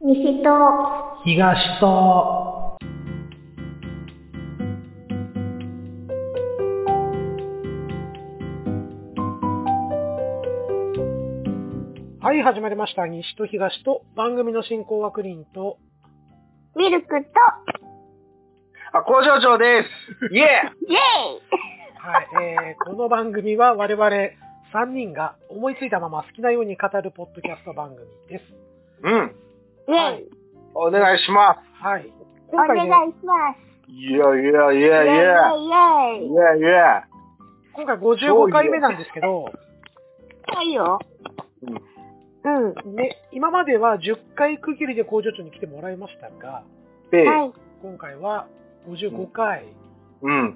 西と東と、はい、始まりました。西と東と、番組の進行はクリンと、ミルクとあ、工場長です。イエイェはい、えー、この番組は我々3人が思いついたまま好きなように語るポッドキャスト番組です。ーうん。イイェイお願いしまはい。お今願回ね、いします。す。いやいやいやいや。イェイイェイイェいイやいや。今回55回目なんですけど、はいよ。うんうん。はね、今までは10回区切りで工場長に来てもらいましたが、で、い。今回は55回、うん。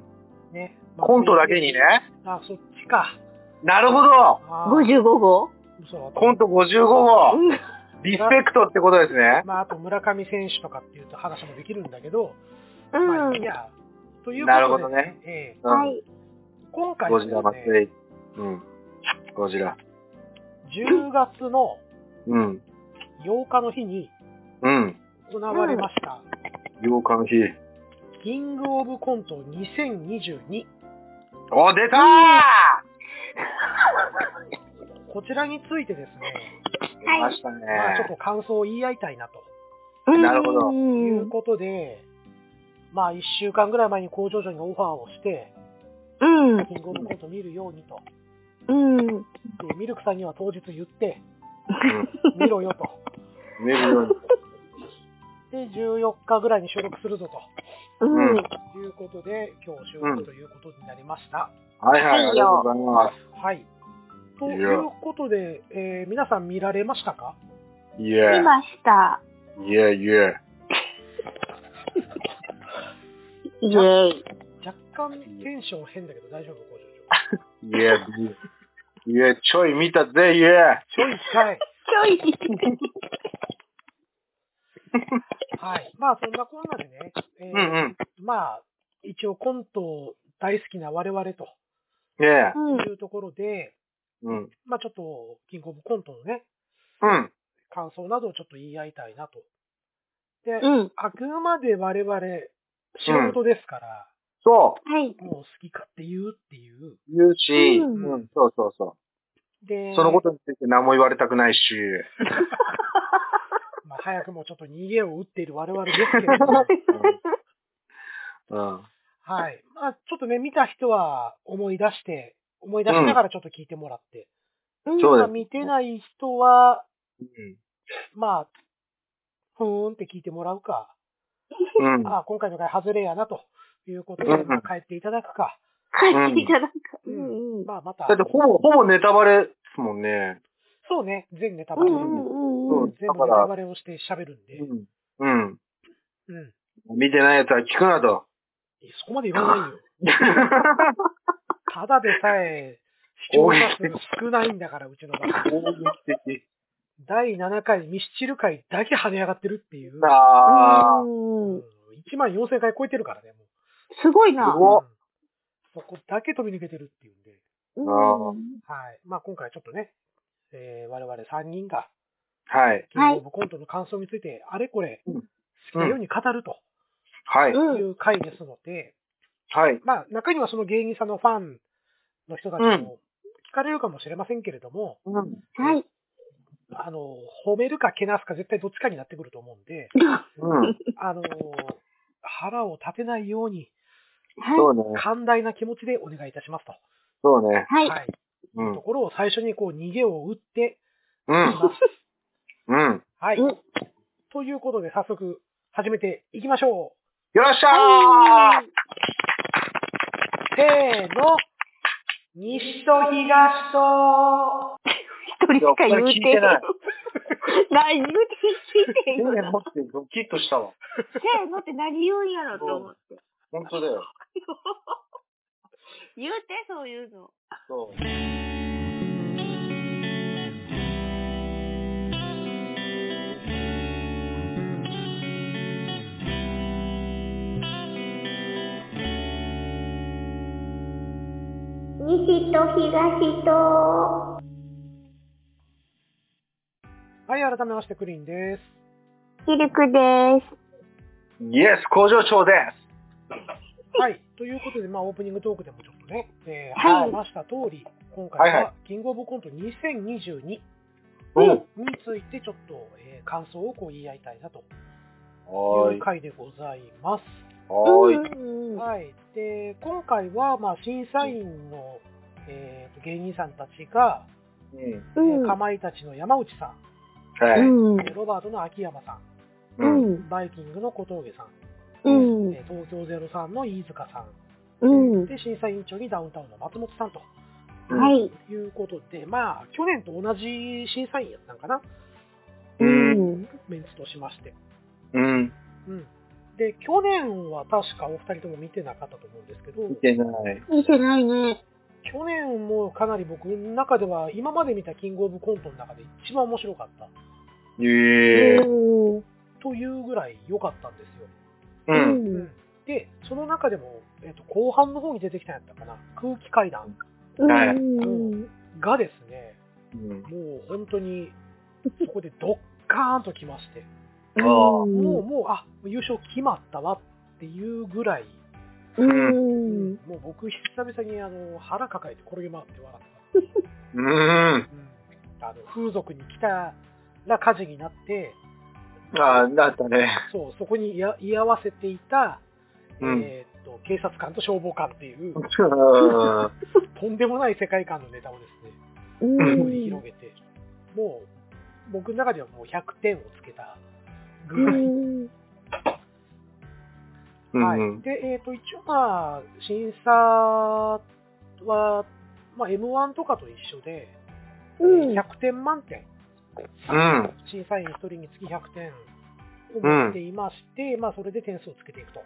ね。まあコントだけにね。。あ、そっちか。なるほど。あー55号そうコント55号。うん。リスペクトってことですね。まあ、あと村上選手とかっていうと話もできるんだけど、まうあ、いいん。や。ということで、なるほどね。ええうんはい。今回ゴはジですラ祭ね、り。うん。ゴジラ。 10月のうん。 8日の日にうん。行われました、 8日の日。キングオブコント2022。お、出たーこちらについてですね、出ましたね。まあ、ちょっと感想を言い合いたいなとなるほどういんう。ことで、まあ1週間ぐらい前に工場長にオファーをして、うん。キングオブコント見るようにと。うん。で、ミルクさんには当日言って、うん見ろよ と。見るようにで、14日ぐらいに収録するぞと。うん。うとんいうことで、今日収録ということになりました。はいはい、あはいよりがとうございまはい。といやいうことで、えー皆さん見られましたかす。いや見ました。いやいや。イェイ。若干テンション変だけど大丈夫工場いや、いや、ちょい見たぜ、いや。長。ちょいかい。ちょい。はい。まあそんなこんなでね、えーうんうん。まあ一応コント大好きな我々とねえ。うん。いうところで、うん。まあちょっとキングオブコントのね、うん。感想などをちょっと言い合いたいなと。で、うん。あくまで我々仕事ですから、そ はい。もう好き勝手言うっていう。う。言うし、うんうん。そうそうそで、う。そのことについて何も言われたくないし。まあ、早くもちょっと逃げを打っている我々ですけれど も、うん。うんはい。まあ、ちょっとね、見た人は思い出して、思い出しながらちょっと聞いてもらって。そうまであ、す見てない人は、まあ、ふーんって聞いてもらうか、うん。ああ、今回の回外れやなということで、うんまあ、帰っていただくか、帰っていただく。ううんん。うん。まあ、まただっ、てほぼ、ほぼネタバレですもんね。そうね、全ネタうバレ、んうんうん。全部ネタバレをして喋るんで、うん。うん。うん。見てないやつは聞くなと。そこまで言わないよ。ただでさえ、視聴者数少ないんだから、うちの場合。攻撃的。第7回ミスチル回だけ跳ね上がってるっていう。 ああ。うん。 1万4000回超えてるからね、もう。すごいな。すごおうんそこだけ飛び抜けてるっていうんで。うんはい。まあ今回ちょっとね、えー我々3人が、はい。キングオブコントの感想について、あれこれ、うん好きなように語るとはい。うんいう回ですので、はい。まあ中にはその芸人さんのファンの人たちも聞かれるかもしれませんけれども、うん。はい。あの、褒めるかけなすか絶対どっちかになってくると思うんで、うん。あの、腹を立てないように、そはうね。寛大な気持ちでお願いいたしますと。そうね。い。はい。い。うとん。ころを最初にこう逃げを打ってういん。ます。うん。はいうん。ということで早速始めていきましょよっしゃーはう。せーの。西と東と。い。一人しか言うていやこれ聞いてない。何言うて聞いて 手んね、の持ってドキッとしたわ。せーのって何言うんやろと思って。本当だよ。言うて、そういうの。そう。西と東と。はい、改めましてクリーンです。シルクです。イエス工場長ではい。ということで、まあ、オープニングトークでもちょっとね、えー、はい話しました通り、今回はいは、キングオブコント2022にすおついて、ちょっと、えー感想をこう言い合いたいなとはいいう回でございます。はーいうんうんうんはい。で、今回は、まあ、審査員の、えー芸人さんたちが、うんえーうんかまいたちの山内さはいん、えーロバートの秋山さううんんん、バイキングの小峠さん、うんえー東京03の飯塚さうんん、で、審査委員長にダウンタウンの松本さんとはいいうことで、まあ、去年と同じ審査員やったんかな、うんメンツとしまして。うんうん。で、去年は確かお二人とも見てなかったと思うんですけど、見てない見てないね。去年もかなり僕の中では、今まで見たキングオブコントの中で一番面白かったええうんというぐらい良かったんですよ。ううんんで、その中でも、えっと後半の方に出てきたんやったかな、空気階段はいうんがですね、うんもう本当に、そこでドッカーンときまして、あーもう、もう、あ優勝決まったわっていうぐらい、うんもう僕、久々にあの腹抱えて転げ回って笑ってうんた、うんあの風俗に来たら火事になって、ああだったねそうそこに居合居合わせていた、うんえーっと警察官と消防官っていう、あとんでもない世界観のネタをですね、うんここで広げて、もう、僕の中ではもう100点をつけたぐらい。ーはうんい、で、えっ、と、一応まあ、審査は、まあ、M1 とかと一緒で、うん100点満点。うん審査員1人につき100点を持っていまして、まあ、それで点数をつけていくと。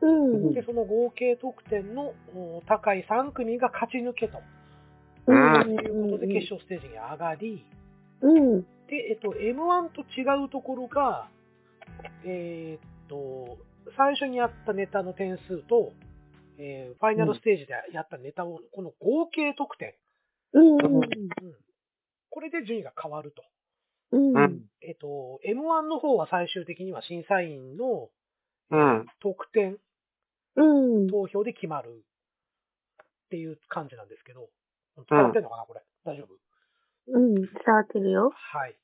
うんで、その合計得点のお高い3組が勝ち抜けとうんいうことで、決勝ステージに上がり、うんで、えっと、M1 と違うところが、えーっと、最初にやったネタの点数と、えーファイナルステージでやったネタを、この合計得点、うんうんこれで順位が変わると。うんうんえっと、M1 の方は最終的には審査員のうん得点、うん投票で決まるっていう感じなんですけど、伝うんわってんのかな、これ。大丈夫うん伝わってるよ。はい。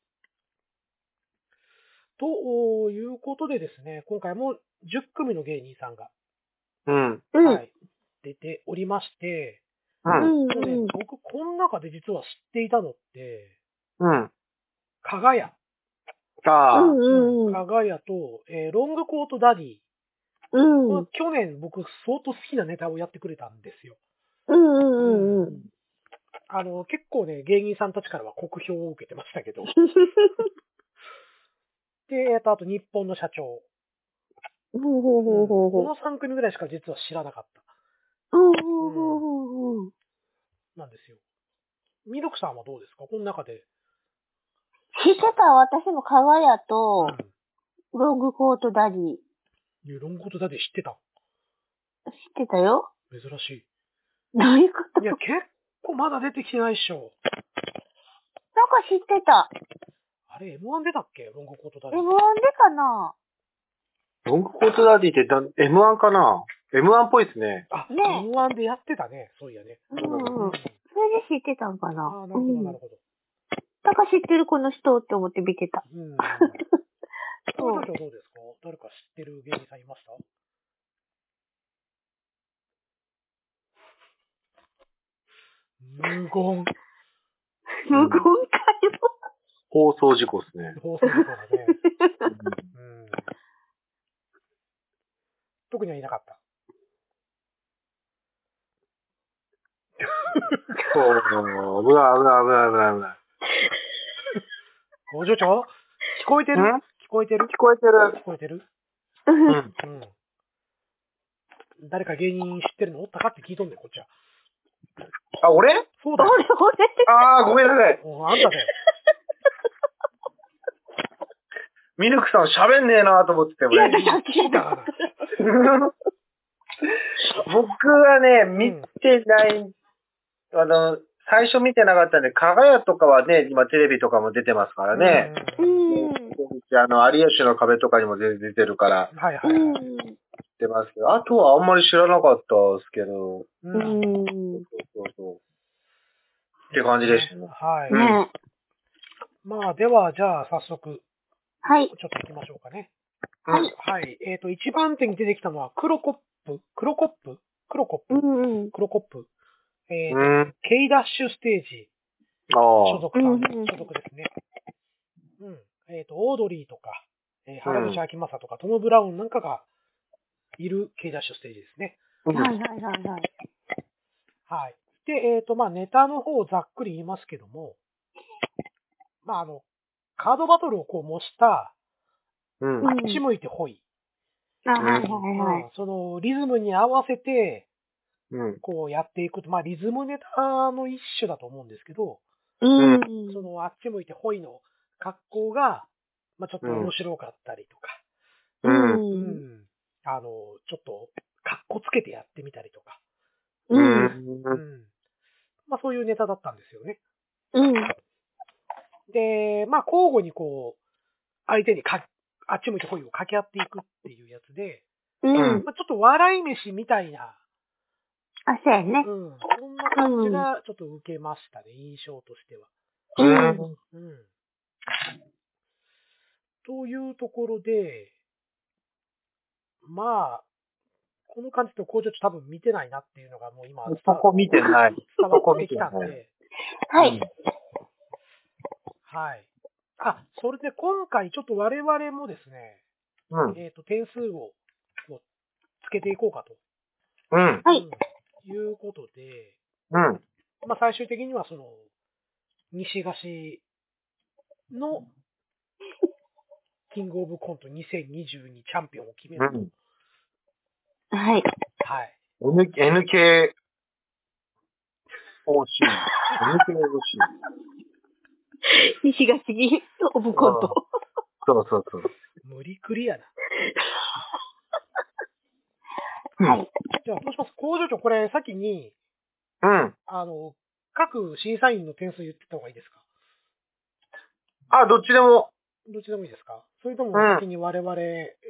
ということでですね、今回も10組の芸人さんが、うんうんはい、出ておりまして、うんうんそうねうん僕、この中で実は知っていたのって、うんかがや。ああうんうんかがやと、えーロングコートダディ。うんこうれん去年僕、相当好きなネタをやってくれたんですよ。うんうんあの、結構ね、芸人さんたちからは酷評を受けてました けど。で、えっと、あと、日本の社長。ほうほうほうほうほこの3組ぐらいしか実は知らなかった。うほうほうほうほうなんですよ。ミルクさんはどうですかこの中で。知ってた私もかがやとうん、ロングコートダディ知っいやロングコートダディ知ってたてたよ。珍しどういうこい。といや、 結構まだ出てきてないっしょ。なんか知ってた。あれ、M1 出たっけロングコートダデ M1 ィで。かなロングコートダディってだ M1 かな ?M1 っぽいですね。あ、ね M1 でやってたね。そういやね。うんうんあ。それで知ってたんかなあうー、なるほど、ん。ななるんほど。か知ってるこの人って思って見てた。 うん。そ工う場長どうですか誰か知ってる芸人さんいました無言。無言かよ。放送事故ですね。放送事故だね。うん。特にはいなかった。そう、危ない危ない危ない危ない危ない。工場長聞こえてるん聞こえてる聞こえてる。聞こえてるうん。うん。誰か芸人知ってるのおったかって聞いとんねん、こっちは。あ、俺そうだ俺よ。、俺。ああ、ごめんなさい。うんあんただよ。ミルクさん喋んねえなと思ってて、いや、俺。さっきだから。 僕はね、ん見てない、あの、最初見てなかったんで、かがやとかはね、今テレビとかも出てますからね。うん。こうで、あの、有吉の壁とかにも全然出てるからはいはういはい。ん。知ってますけど、あとはあんまり知らなかったですけど、ううんん。ねそうそう。って感じでしたね。はい。うんまあ、では、じゃあ、早速、はい。ちょっと行きましょうかね。はいうんはい。えっ、と、一番手に出てきたのは、クロコップ、クロコップ、クロコッうプ、んうん。クロコップ、えーう、ん。 K ダッシュステージ所ああ。属さん、うんうん所属ですね。うん。えっ、と、オードリーとか、えー原口あきまさとか、トム・ブラウンなんかがいる K ダッシュステージですね。うんはいはいはいはい。はい。で、えっ、と、まあ、ネタの方をざっくり言いますけども、まあ、あの、カードバトルをこう模した、うん。あっち向いてほい。あ、はいはいはういん。その、リズムに合わせて、うん。こうやっていくと、まあ、リズムネタの一種だと思うんですけど、うん。その、あっち向いてほいの格好が、まあ、ちょっと面白かったりとか、うん。うんうん。あの、ちょっと、格好つけてやってみたりとか、う。うんん。うん。まあ、そういうネタだったんですよね。うん。で、まあ、交互にこう、相手にか、あっち向いてほいを掛け合っていくっていうやつで、うん。まあ、ちょっと笑い飯みたいな、あ、そうやうん、ね。そんな感じがちょっと受けましたね、印象としては。うん。うん。というところで、まあ、この感じと工場長多分見てないなっていうのがもう今伝そこわ見て ない。伝そわこって見きてたないん。で、はい。はい。あ、それで今回ちょっと我々もですね、うん。えっ、と、点数をこうつけていこうかと。うん。はいうんいうことで、うん。まあ最終的にはその、西菓子の、キングオブコント2022チャンピオンを決めうると。ん。はい。はい。 N- NK、OC。NK、OC。西が次、オブコント。そうそうそう。無理クリアな。はい。じゃあ、どうします工場長、これ先に、うん。あの、各審査員の点数言ってた方がいいですかあ、どっちでも。どっちでもいいですかそれともうん先に我々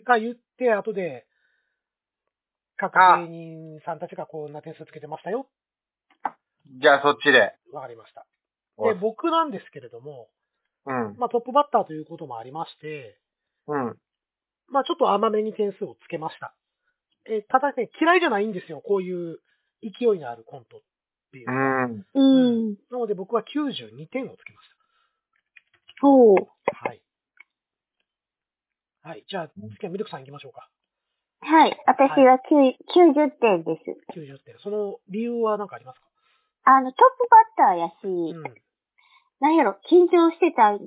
が言って、後で、各芸人さんたちがこんな点数つけてましたよ。じゃあそっちで。わかりました。おで、い僕なんですけれども、うん。まあトップバッターということもありまして、うん。まあちょっと甘めに点数をつけました。えーただね、嫌いじゃないんですよ。こういう勢いのあるコントっていううのは。ん。うん。なので僕は92点をつけましほう。た。はい。はい。じゃあ、次はミルクさん行きましょうか。はい。私は9 90点です。 90点。その理由は何かありますかあの、トップバッターやし、うなんやろ、緊張してた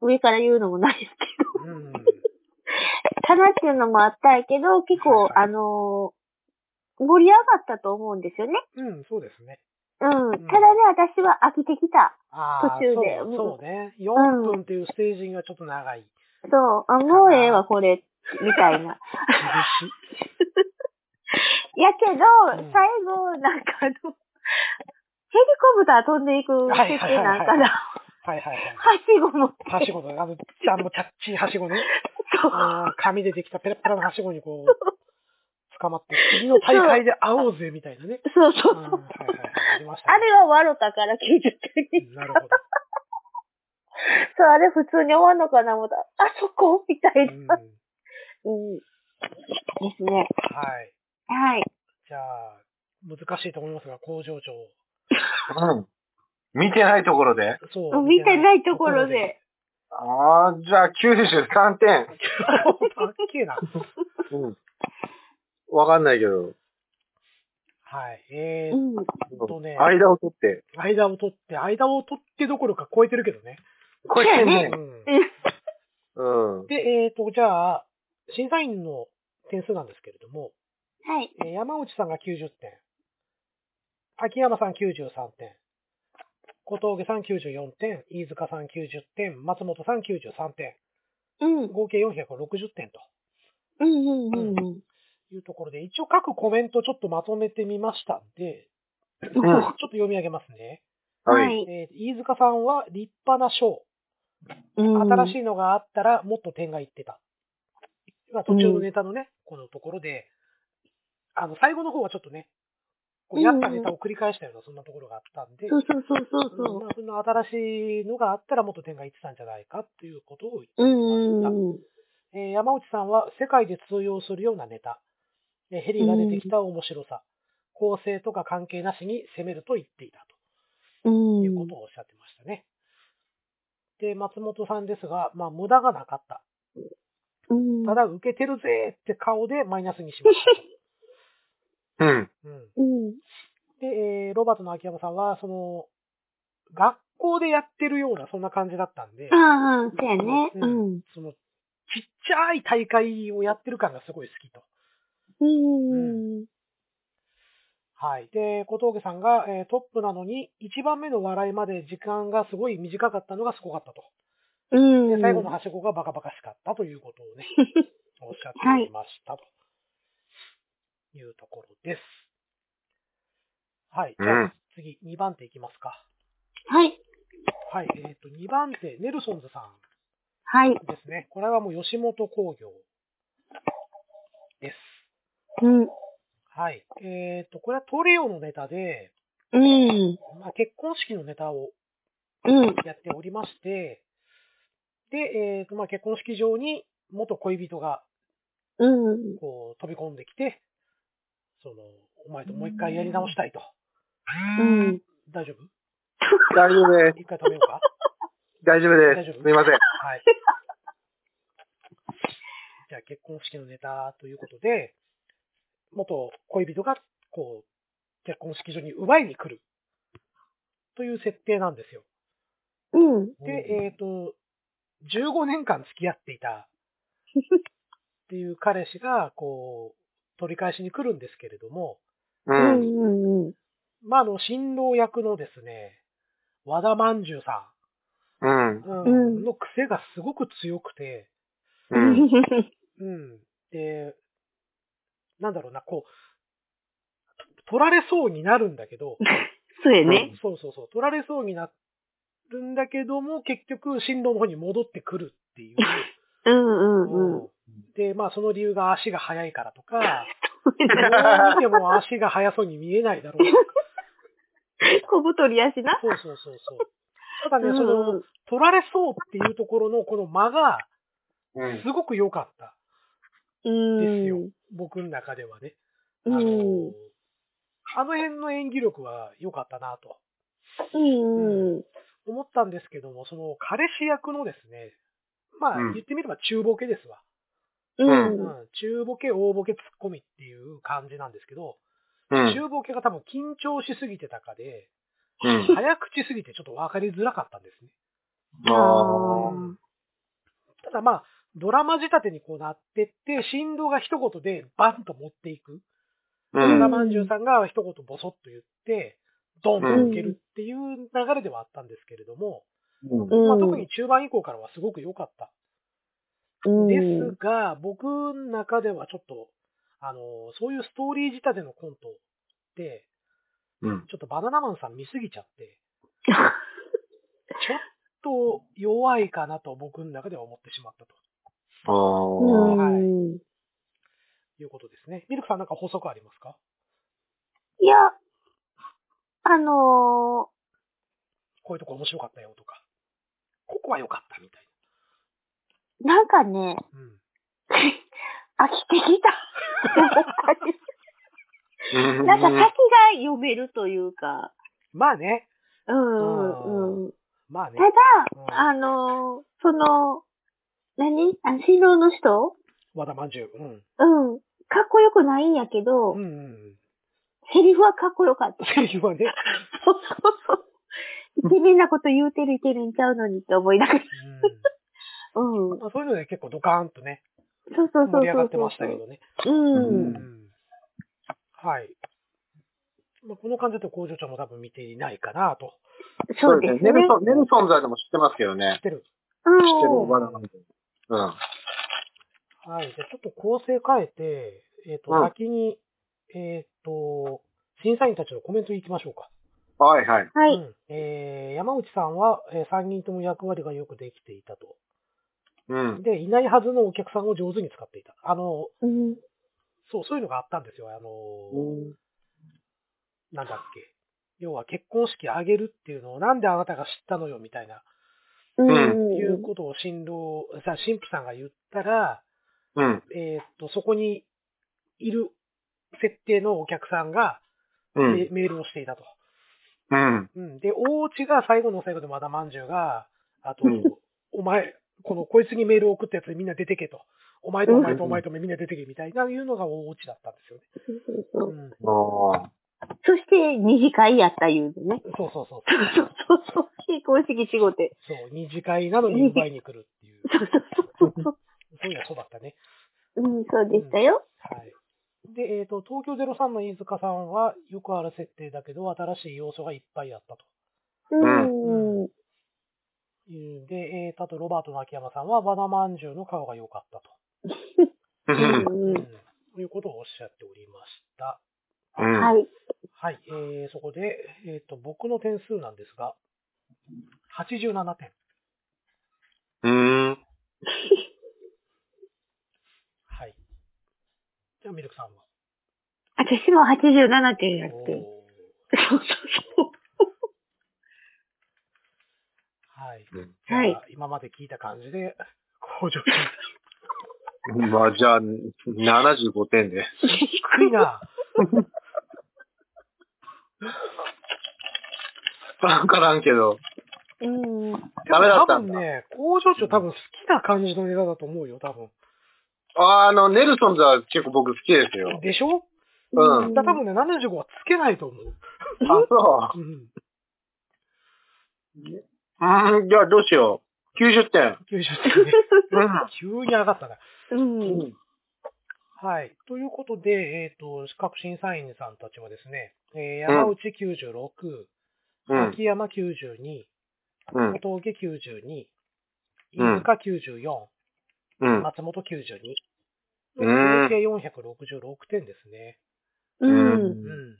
上から言うのもないですけど、ん。うん。かなっていうのもあったんやけど、結構、はいはいあのー盛り上がったと思うんですよね。うん、そうですね。うん。んただね、私は飽きてきた。ああ、途中でそううんそうね。4分っていうステージングがちょっと 長い。そう、あもうええわ、これ、みた いな。厳しい。やけど、うん最後、なんかあの、ヘリコプター飛んでいく設定なんかな。はいはいはいはいはいはいははい。しごも。はしごだね。あの、あの、キャッチーはしごね。そう。あー紙でできたペラペラのはしごにこう、捕まって、次の大会で会おうぜ、みたいなね。そううそん、はういそはう。いはい。ありましたあね。れは笑ったから90点に。なるほど。そう、あれ普通に終わんのかな、思った。あそこみたいうん、な。はうん。ですね。い。はい。じゃあ、難しいと思いますが、工場長。うん。見てないところで。そう。見てないところで。。ああ、じゃあ93点。あっけえな。うん。わかんないけど。はい。えうーっん。とね、間を取って。間を取って、間を取ってどころか超えてるけどね。これねう。ん。うん。で、えーっと、じゃあ、審査員の点数なんですけれども、はい。えー山内さんが90点。秋山さん93点。小峠さん94点。飯塚さん90点。松本さん93点。うん。合計460点とうんうんうんうん。いうところで、一応各コメントちょっとまとめてみましたんで、ちょっと読み上げますね。はい。えー飯塚さんは立派な賞。新しい。いのがあったら、もっと点がいってた。まあ、途中のネタのね、このところで、あの、最後の方はちょっとね、こうやったネタを繰り返したような、そんなところがあったんで、そうそうそうそうまそあその新しいのがあったら、もっと点がいってたんじゃないかっていうことを言ってう。うおりんうました。んうん。えー山内さんは世界で通用するようなネタ、えーヘリが出てきた面白さ、構成とか関係なしに攻めると言っていたとういうことをおっしゃってましたね。で、松本さんですが、まあ、無駄がなかった。ん。ただ、受けてるぜって顔でマイナスにしましうん。 たと。うん、うん。で、えーロバートの秋山さんは、その、学校でやってるような、そんな感じだったんで、 ああ、そうやね。ううんん。その、ちっちゃい大会をやってる感がすごい好きと。うん。はい。で、小峠さんが、えートップなのに、1番目の笑いまで時間がすごい短かったのがすごかったと。うん。で、最後のはしごがバカバカしかったということ をね、おっしゃっていましたと。いうところです。はい。じゃうあん、次、2番手いきますか。はい。はい。えっ、と、2番手、ネルソンズさはい。んですね。これはもう吉本興業です。うん。はい。えっ、と、これはトリオのネタで、うん。まあ、結婚式のネタをうん。やっておりまして、で、えーとまあ、結婚式場に元恋人がうん。こう飛び込んできて、その、お前ともう一回やり直したいと。うん。大丈夫大丈夫です。一回止めようか大丈夫大で丈す。夫すみません。はい。じゃあ結婚式のネタということで、元恋人がこう、結婚式場に奪いに来る。という設定なんですよ。うん。で、えっ、と、15年間付き合ってい たっていう彼氏が、こう、取り返しに来るんですけれども、う。うんん。うん。まあ、あの、新郎役のですね、和田まんじゅうさうん。ん、ううんんの癖がすごく強くて、うん。うん。で、なんだろうな、こう、取られそうになるんだけど、そうやね。そうそうそう、取られそうになるんだけども、結局、新郎の方に戻ってくるっていう。うんうんうん。で、まあその理由が足が速いからとか、どう見ても足が速そうに見えないだろう。小太りやし な。そうそうそうそう。ただね、その、う取られそうっていうところのこの間が、うん。すごく良かった。ん。ですようん。僕の中ではね。あうのん。あの辺の演技力は良かったなとうん。うん。思ったんですけども、その彼氏役のですね、まあうん言ってみれば中ボケですわ。うん。うん、中ボケ、大ボケ、ツッコミっていう感じなんですけど、うん。中ボケが多分緊張しすぎてたかで、うん。早口すぎてちょっと分かりづらかったんですね。あうんただまあ、ドラマ仕立てにこうなってって、振動が一言でバンと持っていく。ードうラん。マンジュさんが一言ボソッと言って、ドンとうん受けるっていう流れではあったんですけれども、うん。うんまあ、特に中盤以降からはすごく良かった。うんですが、僕の中ではちょっと、あの、そういうストーリー仕立てのコントで、うん。ちょっとバナナマンさん見すぎちゃって、 ちょっと弱いかなと僕の中では思ってしまったとあうーん。いうことですね。ミルクさんなんか補足ありますかいや、あのこういうとこ面白かったよとか、ここは良かったみたいー、なんかね、 な。うん。飽きてき た。うん。なんか先が読めるというか、まあね、うん、うん。まあねた。うんだ、あのー、その、何あ、新郎の人和田まんじゅう。うん。うん。かっこよくないんやけど、うんうんセリフはかっこよかった うん。。セリフはね。そうそうそう。イケメンなこと言うてるイケメンちゃうのにって思いながら。うん。そうん。うまあそういうので結構ドカーンとね、そうそうそう。盛り上がってましたけどね。うん。うんはい。まあ、この感じだと工場長も多分見ていないかなと。そうですネね。ルソン、ネルソンズはでも知ってますけど知っね。てる。う知ってる、ん。まだなんで。うん。はい。じゃあちょっと構成変えて、えっ、と、うん先に、えっ、と、審査員たちのコメント行きましょうか。はいはい。はい。うんえー山内さんは、え3人とも役割がよくできていたと。うん。で、いないはずのお客さんを上手に使っていた。あの、うん。そう、そういうのがあったんですよ。あの、なんだっけ。要は結婚式あげるっていうのをなんであなたが知ったのよみたいな、うん。いうことを新郎、さ、新婦さんが言ったら、うん。えーっと、そこにいる設定のお客さんがうメ,、ん。メールをしていたと。うん。うん。で、大内が最後の最後でまだまんじゅうが、あと、うんお前、この、こいつにメールを送ったやつみんな出てけと。お前とお前とうんお前とみんな出てけみたいないうのが大内だったんですよね。そうそうそう。うん。ああ。そして、二次会やったいうでね。そうそうそう。そうそうそうそう。結婚式仕事。そう、二次会なのに奪いに来るっていう。そうそうそうそう。そういや、そうだったね。うん、そうでしたよ。はい。で、えっ、と、東京03の飯塚さんは、よくある設定だけど、新しい要素がいっぱいあったと。うん。いうで、えーと、あと、ロバートの秋山さんは、和田まんじゅうの顔が良かったと。うう。んん。うんということをおっしゃっておりました。うん。はい。はい。えー、そこで、えっ、と、僕の点数なんですが、87点。うん。はい。じゃあ、ミルクさんは。私も87点やっおて。ーそうそうそう。はい。うんはいじゃあ今まで聞いた感じで、向上心。まあ、じゃあ、75点で。 低いな。わからんけど。うん。 ダメだったん多だ分。ね、工場長多分好きな感じのネタだと思うよ、多分。あーあの、ネルソンズは結構僕好きですよ。でしょうんだから多分ね、75はつけないと思う。あ、そうん。う。うーん、じゃあどうしよう。90点。 90点 ね。う急に上がったな。うん。ん。はい。ということで、えっ、と、各審査員さんたちはですね、えー、山内96、うん。秋山92、うん。小峠92、うん飯塚94、うん。松本92。う合ん計466点ですね。ううんん。うん。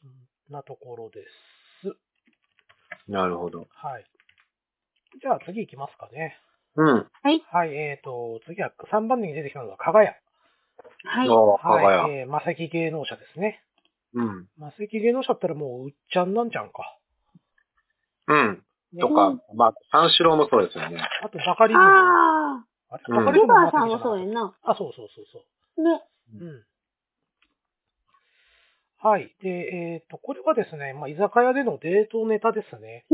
そんなところです。なるほど。はい。じゃあ次行きますかね。うん。はい、えーと、次は3番目に出てきたのが、加賀屋。はい。そう、加賀はい、屋。えー、魔石芸能者ですね。うん。魔石芸能者ったらもう、うっちゃんなんちゃんか。うん。ねとか、まあ、三四郎もそうですよね。あと、バカリズム。ああれうんバあ。カリズレムバー魔さんも石じゃなそうやいんな。あ、そうそうそうそう。ね。うんはい。で、えっ、と、これはですね、まあ、居酒屋でのデートネタですね。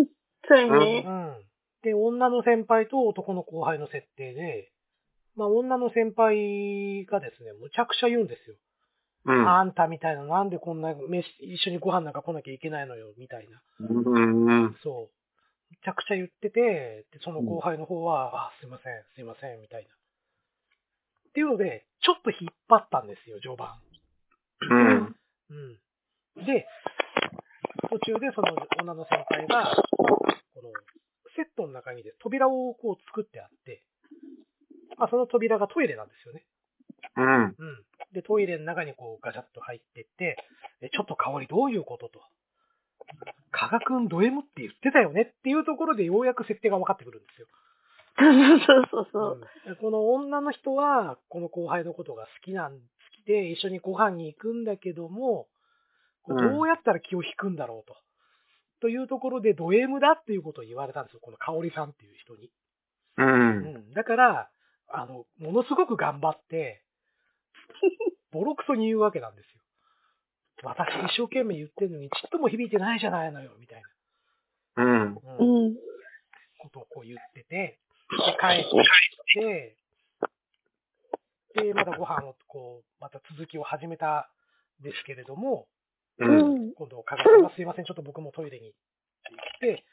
そうやうね。ん。で、女の先輩と男の後輩の設定で、まあ、女の先輩がですね、むちゃくちゃ言うんですよ。うん。あんたみたいな、なんでこんな飯、一緒にご飯なんか来なきゃいけないのよ、みたいな。うん。うん。そう。むちゃくちゃ言ってて、でその後輩の方は、あ、すいません、すいません、みたいな。っていうので、ちょっと引っ張ったんですよ、序盤。うん。うん。で、途中でその女の先輩が、このセットの中にで扉をこう作ってあって、まあその扉がトイレなんですよね。うん。うん。で、トイレの中にこうガチャッと入ってって、えちょっと香りどういうことと。加賀くんド M って言ってたよねっていうところでようやく設定が分かってくるんですよ。そうそうそうそう。うんこの女の人は、この後輩のことが好きなん、好きで一緒にご飯に行くんだけども、こううんどうやったら気を引くんだろうと。というところで、ド M だっていうことを言われたんですよ、この香織さんっていう人に。うう。んん。だから、あの、ものすごく頑張 って、ボロクソに言うわけなんですよ。私一生懸命言ってるのに、ちっとも響いてないじゃないのよ、みたいうん。な。ううんん。ことをこう言ってて、で、帰ってきて、で、またご飯をこう、また続きを始めたんですけれども、う。うんん。今度、加賀さん がすいません、ちょっと僕もトイレにって言って、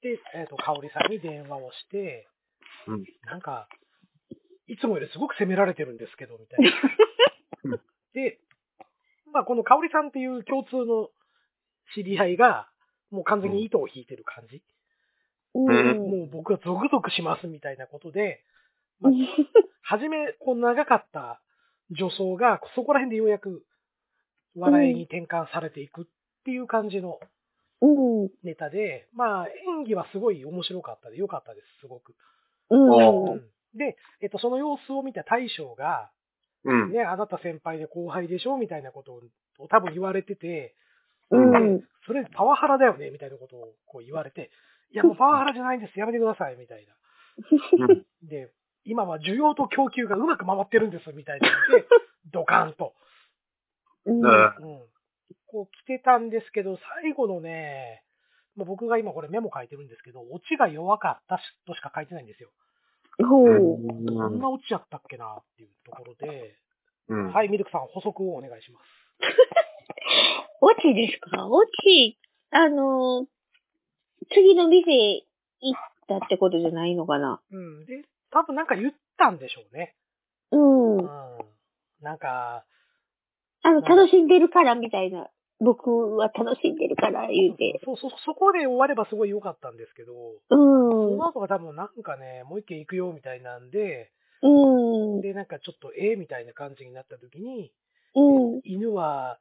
で、えっ、と、香織さんに電話をして、うんなんか、いつもよりすごく責められてるんですけど、みたいなうん。で、まあ、この香織さんっていう共通の知り合いが、もう完全に糸を引いてる感じ。うん。もう僕はゾクゾクしますみたいなこ とで、まあ初め、こう長かった助走が、そこら辺でようやく笑いに転換されていくっていう感じのうん。うん。ネタで、まあ、演技はすごい面白かったで、良かったです、すごく。うん。うん。で、えっと、その様子を見た大将が、うん。ね、あなた先輩で後輩でしょみたいなことを多分言われてて、うん。それパワハラだよねみたいなことをこう言われて、いやもうパワハラじゃないんです、やめてください、みたいな。うんで、今は需要と供給がうまく回ってるんです、みたいなので、ドカンと。うん。ねうん。こう来てたんですけど、最後のね、まあ、僕が今これメモ書いてるんですけど、オチが弱かったしとしか書いてないんですよ。ほうう。こんんなオチやったっけなっていうところで、うん。はい、ミルクさん補足をお願いします。オチですかオチ、あのー、次の店行ったってことじゃないのかなうん。で、多分なんか言ったんでしょうね。うんうん。。なんか、あの、楽しんでるからみたいな。僕は楽しんでるから言うて。そうそう、そこで終わればすごい良かったんですけど、うんそ。の後が多分なんかね、もう一軒行くよみたいなんで、うん。で、なんかちょっとええみたいな感じになった時に、うん。犬は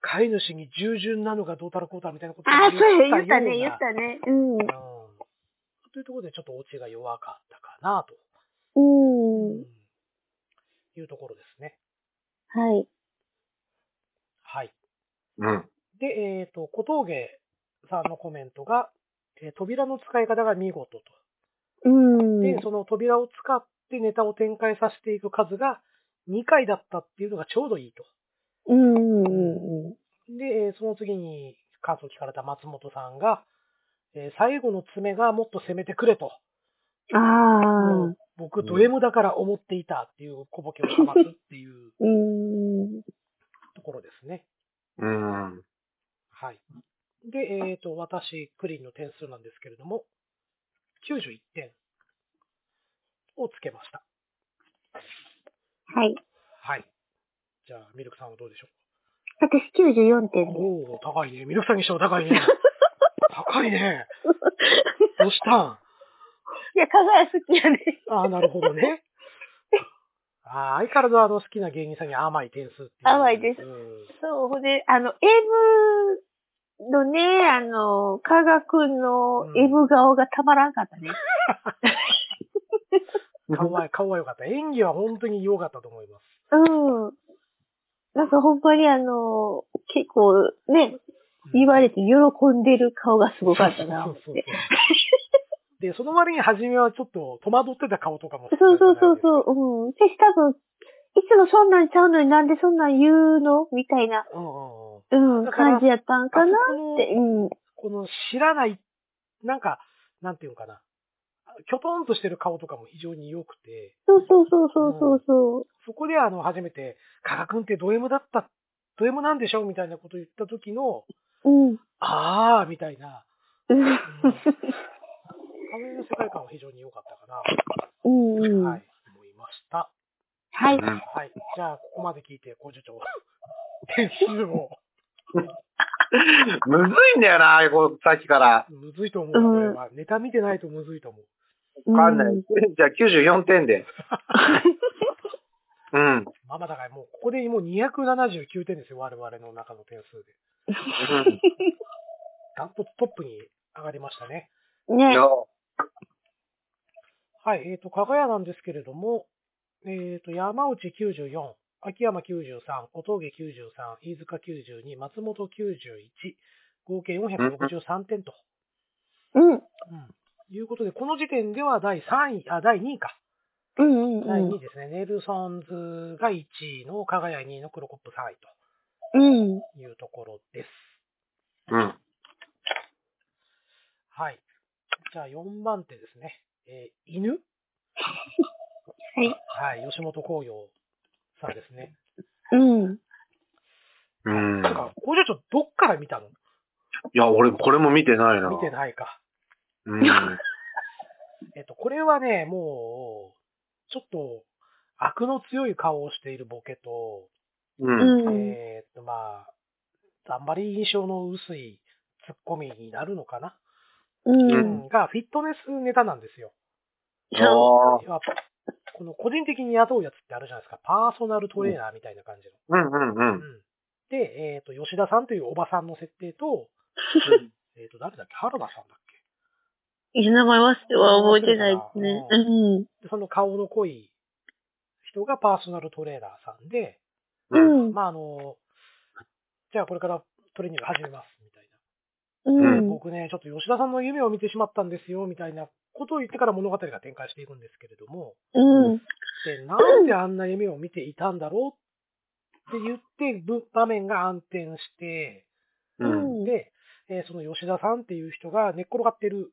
飼い主に従順なのがどうたらこうたらみたいなことをあ、そうや言ようっなたね、言ったね。うん。うん。というところでちょっとオチが弱かったかなと、うん。いうところですね。はい。はい。うん。で、えっ、と、小峠さんのコメントが、えー扉の使い方が見事と。うん。で、その扉を使ってネタを展開させていく数が2回だったっていうのがちょうどいいと。うん。うん。で、えーその次に感想を聞かれた松本さんが、えー最後の爪がもっと攻めてくれと。ああ。僕、ド M だから思っていたっていう小ボケをかますっていううん。ところですね。うん。。はい。で、えっ、と、私、クリーンの点数なんですけれども、91点をつけました。はい。はい。じゃあ、ミルクさんはどうでしょう私94点です。おお高いね。ミルクさんにしては高いね。高いね。どうしたんいや、加賀好きやね。ああ、なるほど ね。ああ、相変わらずあの好きな芸人さんに甘い点数っていう。甘いですうんそう、ほんで、あの、エブのね、あの、加賀くんのうんエブ顔がたまらんかったね。顔は、顔は良かった。演技は本当に良かったと思います。うん。なんかほんまにあの、結構ね、言われて喜んでる顔がすごかったな。そ思っうそうそうてで、その割に初めはちょっと戸惑ってた顔とかも。そうそうそうそう。うん。私多分、いつもそんなんちゃうのになんでそんなん言うのみたいな、うんうんうん。うん、だから感じやったんかなあそこのって。うん。この知らない、なんか、なんていうのかな。きょとんとしてる顔とかも非常に良くて、そうそうそうそうそうそう。そこであの、初めて、加賀くんってド M だった、ド M なんでしょみたいなこと言った時の、うん。あー、みたいな、うん うん、あの辺の世界観は非常に良かったかな、うん。ははいい、思いました。はいうんはい。じゃあ、ここまで聞いて、工場長、点数を、むずいんだよな、こうさっきから。むずいと思うな、これは。ネタ見てないとむずいと思う。わかんない。じゃあ94点で。うん。まあまあだからもう、ここでもう279点ですよ、我々の中の点数で。ダントツトップに上がりましたね。うん。うん。ね。よはい、えっ、と、加賀屋なんですけれども、えっ、と、山内94、秋山93、小峠93、飯塚92、松本91、合計463点と、うん。うん、いうことで、この時点では第3位、あ、第2位か。うんう第2ん位ですね。ネルソンズが1位の、加賀屋2位の黒コップ3位うん。うん。というところです。うん。はい。じゃあ4番手ですね。えー犬 はい。はい、吉本興業さんですね。うん。うん。なんか、工場長どっから見たのいや、俺、これも見てないな。見てないか。うん。えっと、これはね、もう、ちょっと、悪の強い顔をしているボケと、うん。うん。えーっと、まあ、あんまり印象の薄いツッコミになるのかな、うん。ううんが、フィットネスネタなんですよ。ああ。要はこの個人的に雇うやつってあるじゃないですか。パーソナルトレーナーみたいな感じの。 うんうんうん。うんで、えっ、と、吉田さんというおばさんの設定と、えっ、と、誰だっけ原田さんだっけいや名前は覚えてないですね。ううん。で、その顔の濃い人がパーソナルトレーナーさんで、うん。うん。まあ、あの、じゃあこれからトレーニング始めます、みたいな。うん。僕ね、ちょっと吉田さんの夢を見てしまったんですよ、みたいなことを言ってから物語が展開していくんですけれども、うん。 で、なんであんな夢を見ていたんだろうって言って、ぶ場面が暗転して、うん。うんで、えーその吉田さんっていう人が寝っ転がってるん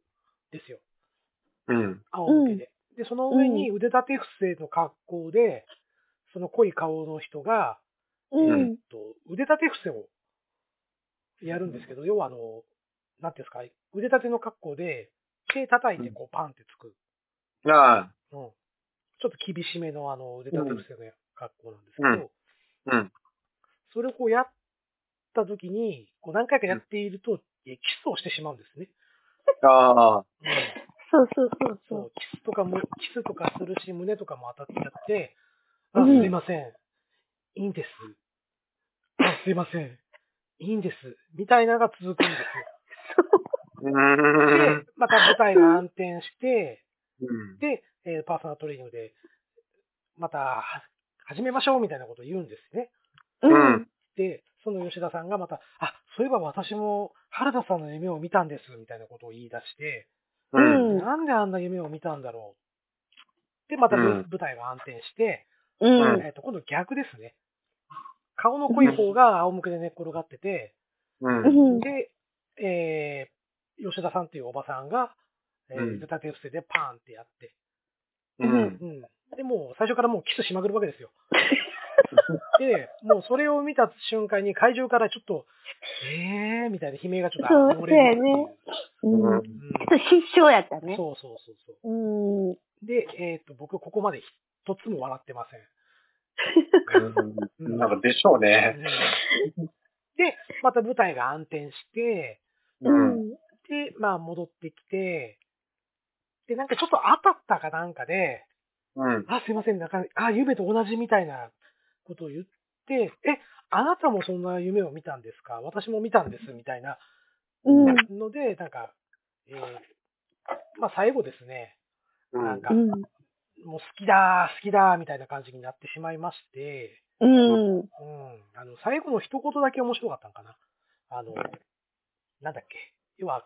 ですよ。うん。仰向けで。で、その上に腕立て伏せの格好で、その濃い顔の人が、うん。と腕立て伏せをやるんですけど、要はあの、なんていうんですか、腕立ての格好で、手叩いてこうパンってつく。ああ。うん。ちょっと厳しめのあの腕立て伏せの格好なんですけど、うんうん。それをこうやった時に、こう何回かやっていると、えキスをしてしまうん ですね。ああ。そうそうそうそ、そうキスとかも、キスとかするし、胸とかも当たっちゃって、うあ、んすいません。いいんです。あ、すいません。いいんです。みたいなのが続くんですよ。うんで。、また舞台が暗転して、うん。で、えーパーソナルトレーニングで、また、は始めましょうみたいなことを言うんですね。う。うん。で、その吉田さんがまた、あ、そういえば私も原田さんの夢を見たんです、みたいなことを言い出して、うん。うんなんであんな夢を見たんだろう。で、またぶ、うん舞台が暗転して、うん。えっと、今度逆ですね。顔の濃い方が仰向けで寝っ転がってて、うん。うん。で、えー、吉田さんっていうおばさんが、えーうん腕立て伏せでパーンってやって、うん。うん。で、もう最初からもうキスしまくるわ けですよ。で、もうそれを見た瞬間に会場からちょっと、えーみたいな悲鳴がちょっとそう漏れるっていそうやねうん。ちょうっと失笑やったんね。。そうそうそうそうん。う。で、えっ、と、僕ここまで一つも笑ってません。うん。なんかでしょうね。うんで、また舞台が暗転して、う。ん。で、まあ戻ってきて、で、なんかちょっと当たったかなんかで、うん。あ、すいません、なんか、あ、夢と同じみたいなことを言って、え、あなたもそんな夢を見たんですか私も見たんです、みたいなうん。ので、なんか、えーまあ最後ですね、なんうか、ん。もう好きだ、好きだ、みたいな感じになってしまいまして、うん。うん、あの、最後の一言だけ面白かったのかな。あの、なんだっけ、要は、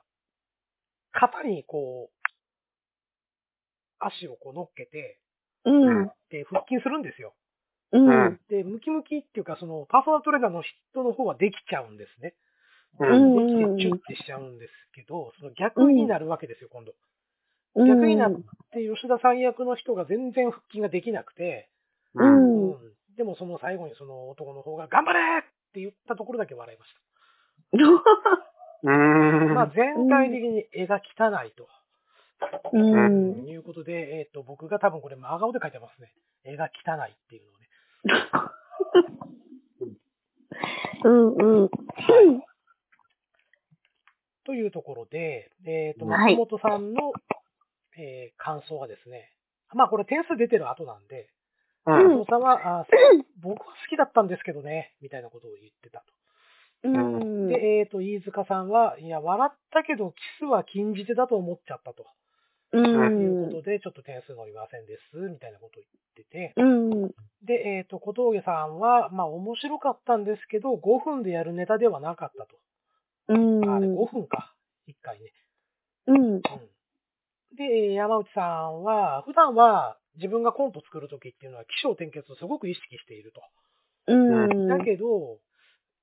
肩にこう、足をこう乗っけて、うん。で、腹筋するんですよ。うん。で、ムキムキっていうか、その、パーソナルトレーナーの人の方はできちゃうんですね。う。うんん。できてチュッてしちゃうんですけど、その逆になるわけですよ、今度。逆になって、吉田さん役の人が全然腹筋ができなくて、う。うん。うんでもその最後にその男の方が、頑張れって言ったところだけ笑いましうんた。まあ、全体的に絵が汚いと。うん。いうことで、えっ、と、僕が多分これ真顔で書いてますね。絵が汚いっていうのをね。うん。うん。というところで、えっ、と、はい松本さんの、えー感想はですね、まあこれ点数出てる後なんで、うん。松本さんは、あー僕は好きだったんですけどね、みたいなことを言ってたうん。と。で、えっ、と、飯塚さんは、いや、笑ったけど、キスは禁じ手だと思っちゃったと。ういうこん。とで、ちょっと点数伸びませんです、みたいなことを言ってて。うん。で、えっ、と、小峠さんは、まあ、面白かったんですけど、5分でやるネタではなかったと。うん。あれ、5分か。1回ね。うん。うんで、えー山内さんは、普段は自分がコント作るときっていうのは、起承転結をすごく意識していると。うん。だけど、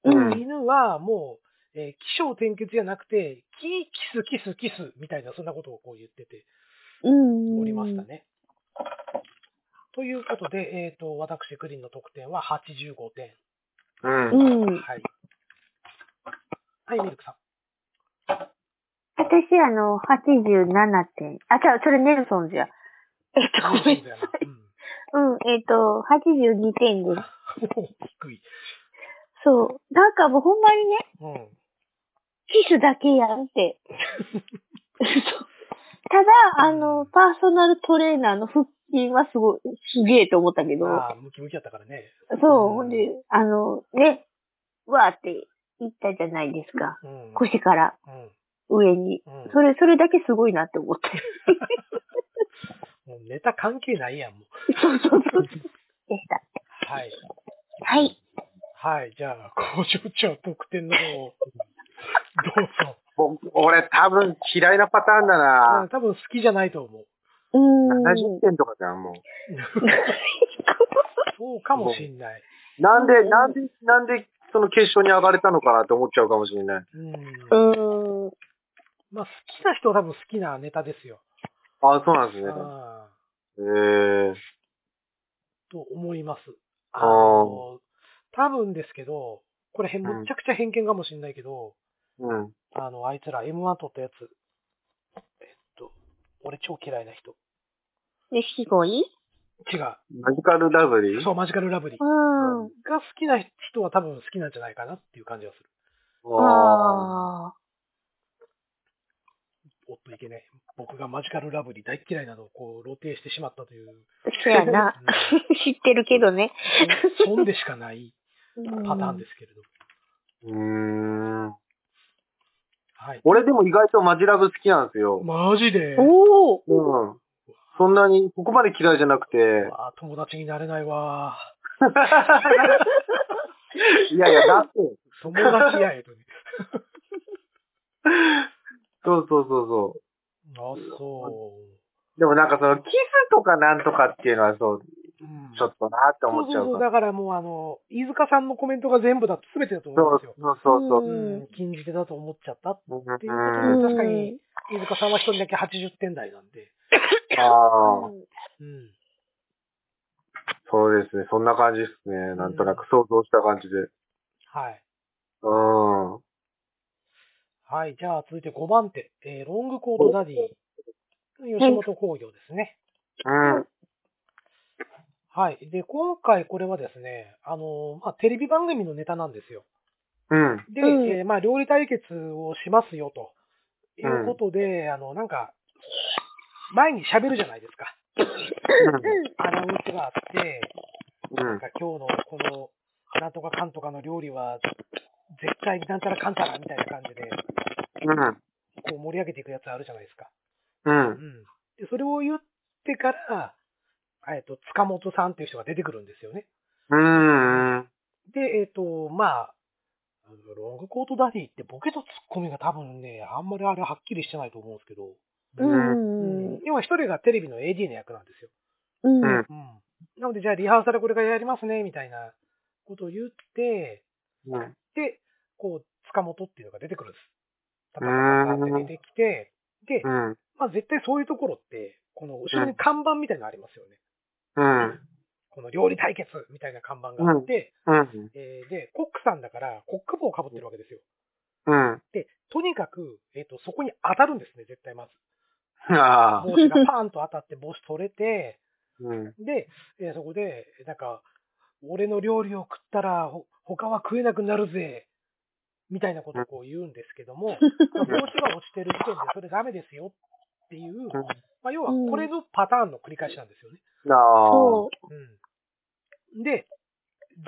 うん。犬はもう、えー、起承転結じゃなくて、キーキスキスキスみたいな、そんなことをこう言っててうん。おりました。ね。ということで、えっ、と、私、クリンの得点は85点。ううん。ん。はい。はい、ミルクさん。私、あの、87点。あ、じゃあ、それネルソンズや。えっと、ごめん。ううん、えっと、82点です。ん。もう低い。そう。なんかもうほんまにね、うん。キスだけやん って。ただ、あの、パーソナルトレーナーの腹筋はすごい、すげえと思ったけど、ああ、ムキムキやったからね。そう、ほんで、あの、ね、わーって行ったじゃないですか。うん。腰からうん。上に。うんそれ、それだけすごいなって思って。もうネタ関係ないやん、もう。そうそうそう。でした。はい。はい。はい。じゃあ、工場長特典の方を、どうぞ。ぼ俺多分嫌いなパターンうだんな。多分好きじゃないと思う。うー70ん。点とかじゃん、もう。そうかもしんない。なんで、なんで、なんで、その決勝に上がれたのかなって思っちゃうかもしれない。うん。うーん。まあ、好きな人は多分好きなネタですよ。あ、そうなんですね。あええと思います。あーの多分ですけど、これ、へんうんむっちゃくちゃ偏見かもしんないけど、うん。あの、あいつら M1 取ったやつ。えっと、俺超嫌いな人。錦鯉違う。マジカルラブリーそう、マジカルラブリー。うがん。う好きな人は多分好きなんじゃないかなっていう感じがする。あああ。おっといけねえ。僕がマジカルラブリー大っ嫌いなのをこう露呈してしまったという、そやな。知ってるけどね。そん損でしかないパターンですけれど。ーうーん。はい。俺でも意外とマジラブ好きなんですよ。マジでおおうん。そんなに、ここまで嫌いじゃなく て、あー友達になれないわいやいや、だって、ー。友達やえ とね。そうそうそうそ。あ、そうでもなんかその、キスとかなんとかっていうのはそう、う。うんちょっとなってそう思っちゃそううそう。から。だからもうあの、飯塚さんのコメントが全部だと全てだと思そうんうですよ。そうそうそうう。うん、禁じ手だと思っちゃったっうんていうことで、確かに、飯塚さんは一人だけ80点台なんで。ああ、うん。そうですね。そんな感じですね。なんとなく想像した感じで。はい。うん。はい。じゃあ、続いて5番手。えーロングコートダディ。吉本興業ですね。うん。はい。で、今回これはですね、あのーまあ、テレビ番組のネタなんですよ。うん。で、うんえーまあ、料理対決をしますよ、ということで、あの、なんか、前に喋るじゃないですか。アナウンスがあって、うん。うなんん。か今日のこの、なんとかかんとかの料理は、絶対なんたらかんたらみたいな感じで、こう盛り上げていくやつあるじゃないですか。うん。う。うんん。で、それを言ってから、えっと、塚本さんっていう人が出てくるんですよね。うん。で、えっ、と、まあ、ロングコートダディってボケとツッコミが多分ね、あんまりあれはっきりしてないと思うんですけど、うん。要は一人がテレビの AD の役なんですよ。うん。ううんん。うん。なので、じゃあリハーサルこれからやりますね、みたいなことを言って、うん。で、こう、塚本っていうのが出てくるんです。パタパタパタって出てきて、で、うん。まあ絶対そういうところって、この後ろに看板みたいなのありますよね。うん。この料理対決みたいな看板があって、うん。えーで、コックさんだからコック帽をかぶってるわけですよ。うん。で、とにかく、えっ、と、そこに当たるんですね、絶対まず。ああ。帽子がパーンと当たって帽子取れて、うん。で、えーそこで、なんか、俺の料理を食ったら、ほ他は食えなくなるぜ、みたいなことをこう言うんですけども、まあ帽子が落ちてる時点でそれダメですよっていう、まあ、要はこれのパターンの繰り返しなんですよね。ああ。そうん。で、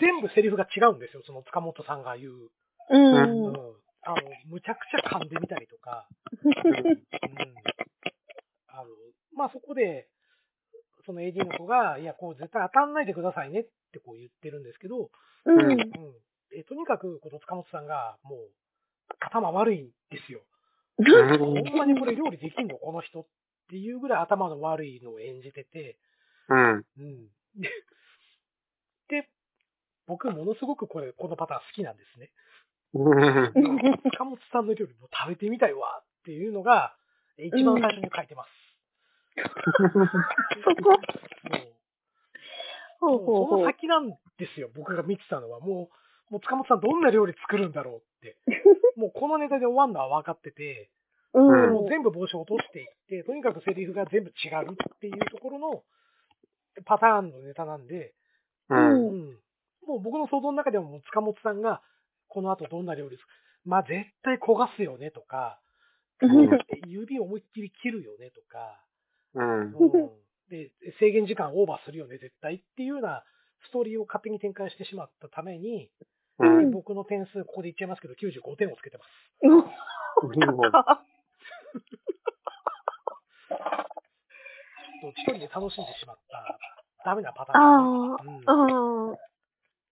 全部セリフが違うんですよ、その塚本さんが言う。う。うん。うん。あの、むちゃくちゃ噛んでみたりとか、うんあの、まあ、そこで、その AD の子が、いや、こう絶対当たんないでくださいねってこう言ってるんですけど、うん。うん。えとにかく、この塚本さんが、もう、頭悪いんですよ。ほんまにこれ料理できんのこの人っていうぐらい頭の悪いのを演じてて、うん。うん。で、で僕、ものすごくこれ、このパターン好きなんですね。うん。 塚本さんの料理もう食べてみたいわっていうのが、え一番最初に書いてます。そこもほうほううそほのう。先なんですよ、僕が見てたのは。もう、もう塚本さんどんな料理作るんだろうって。もうこのネタで終わるのは分かってて、うん。もう全部帽子を落としていって、とにかくセリフが全部違うっていうところのパターンのネタなんで、うん。うん。もう僕の想像の中でももう塚本さんが、この後どんな料理作るまあ絶対焦がすよねとか、うん指思いっきり切るよねと か、うん。うんで、制限時間オーバーするよね、絶対っていうようなストーリーを勝手に展開してしまったために、うんで僕の点数、ここで言っちゃいますけど、95点をつけてます。もう、うちょっと一人で楽しんでしまった、ダメなパターンあですね。あ、うんうん。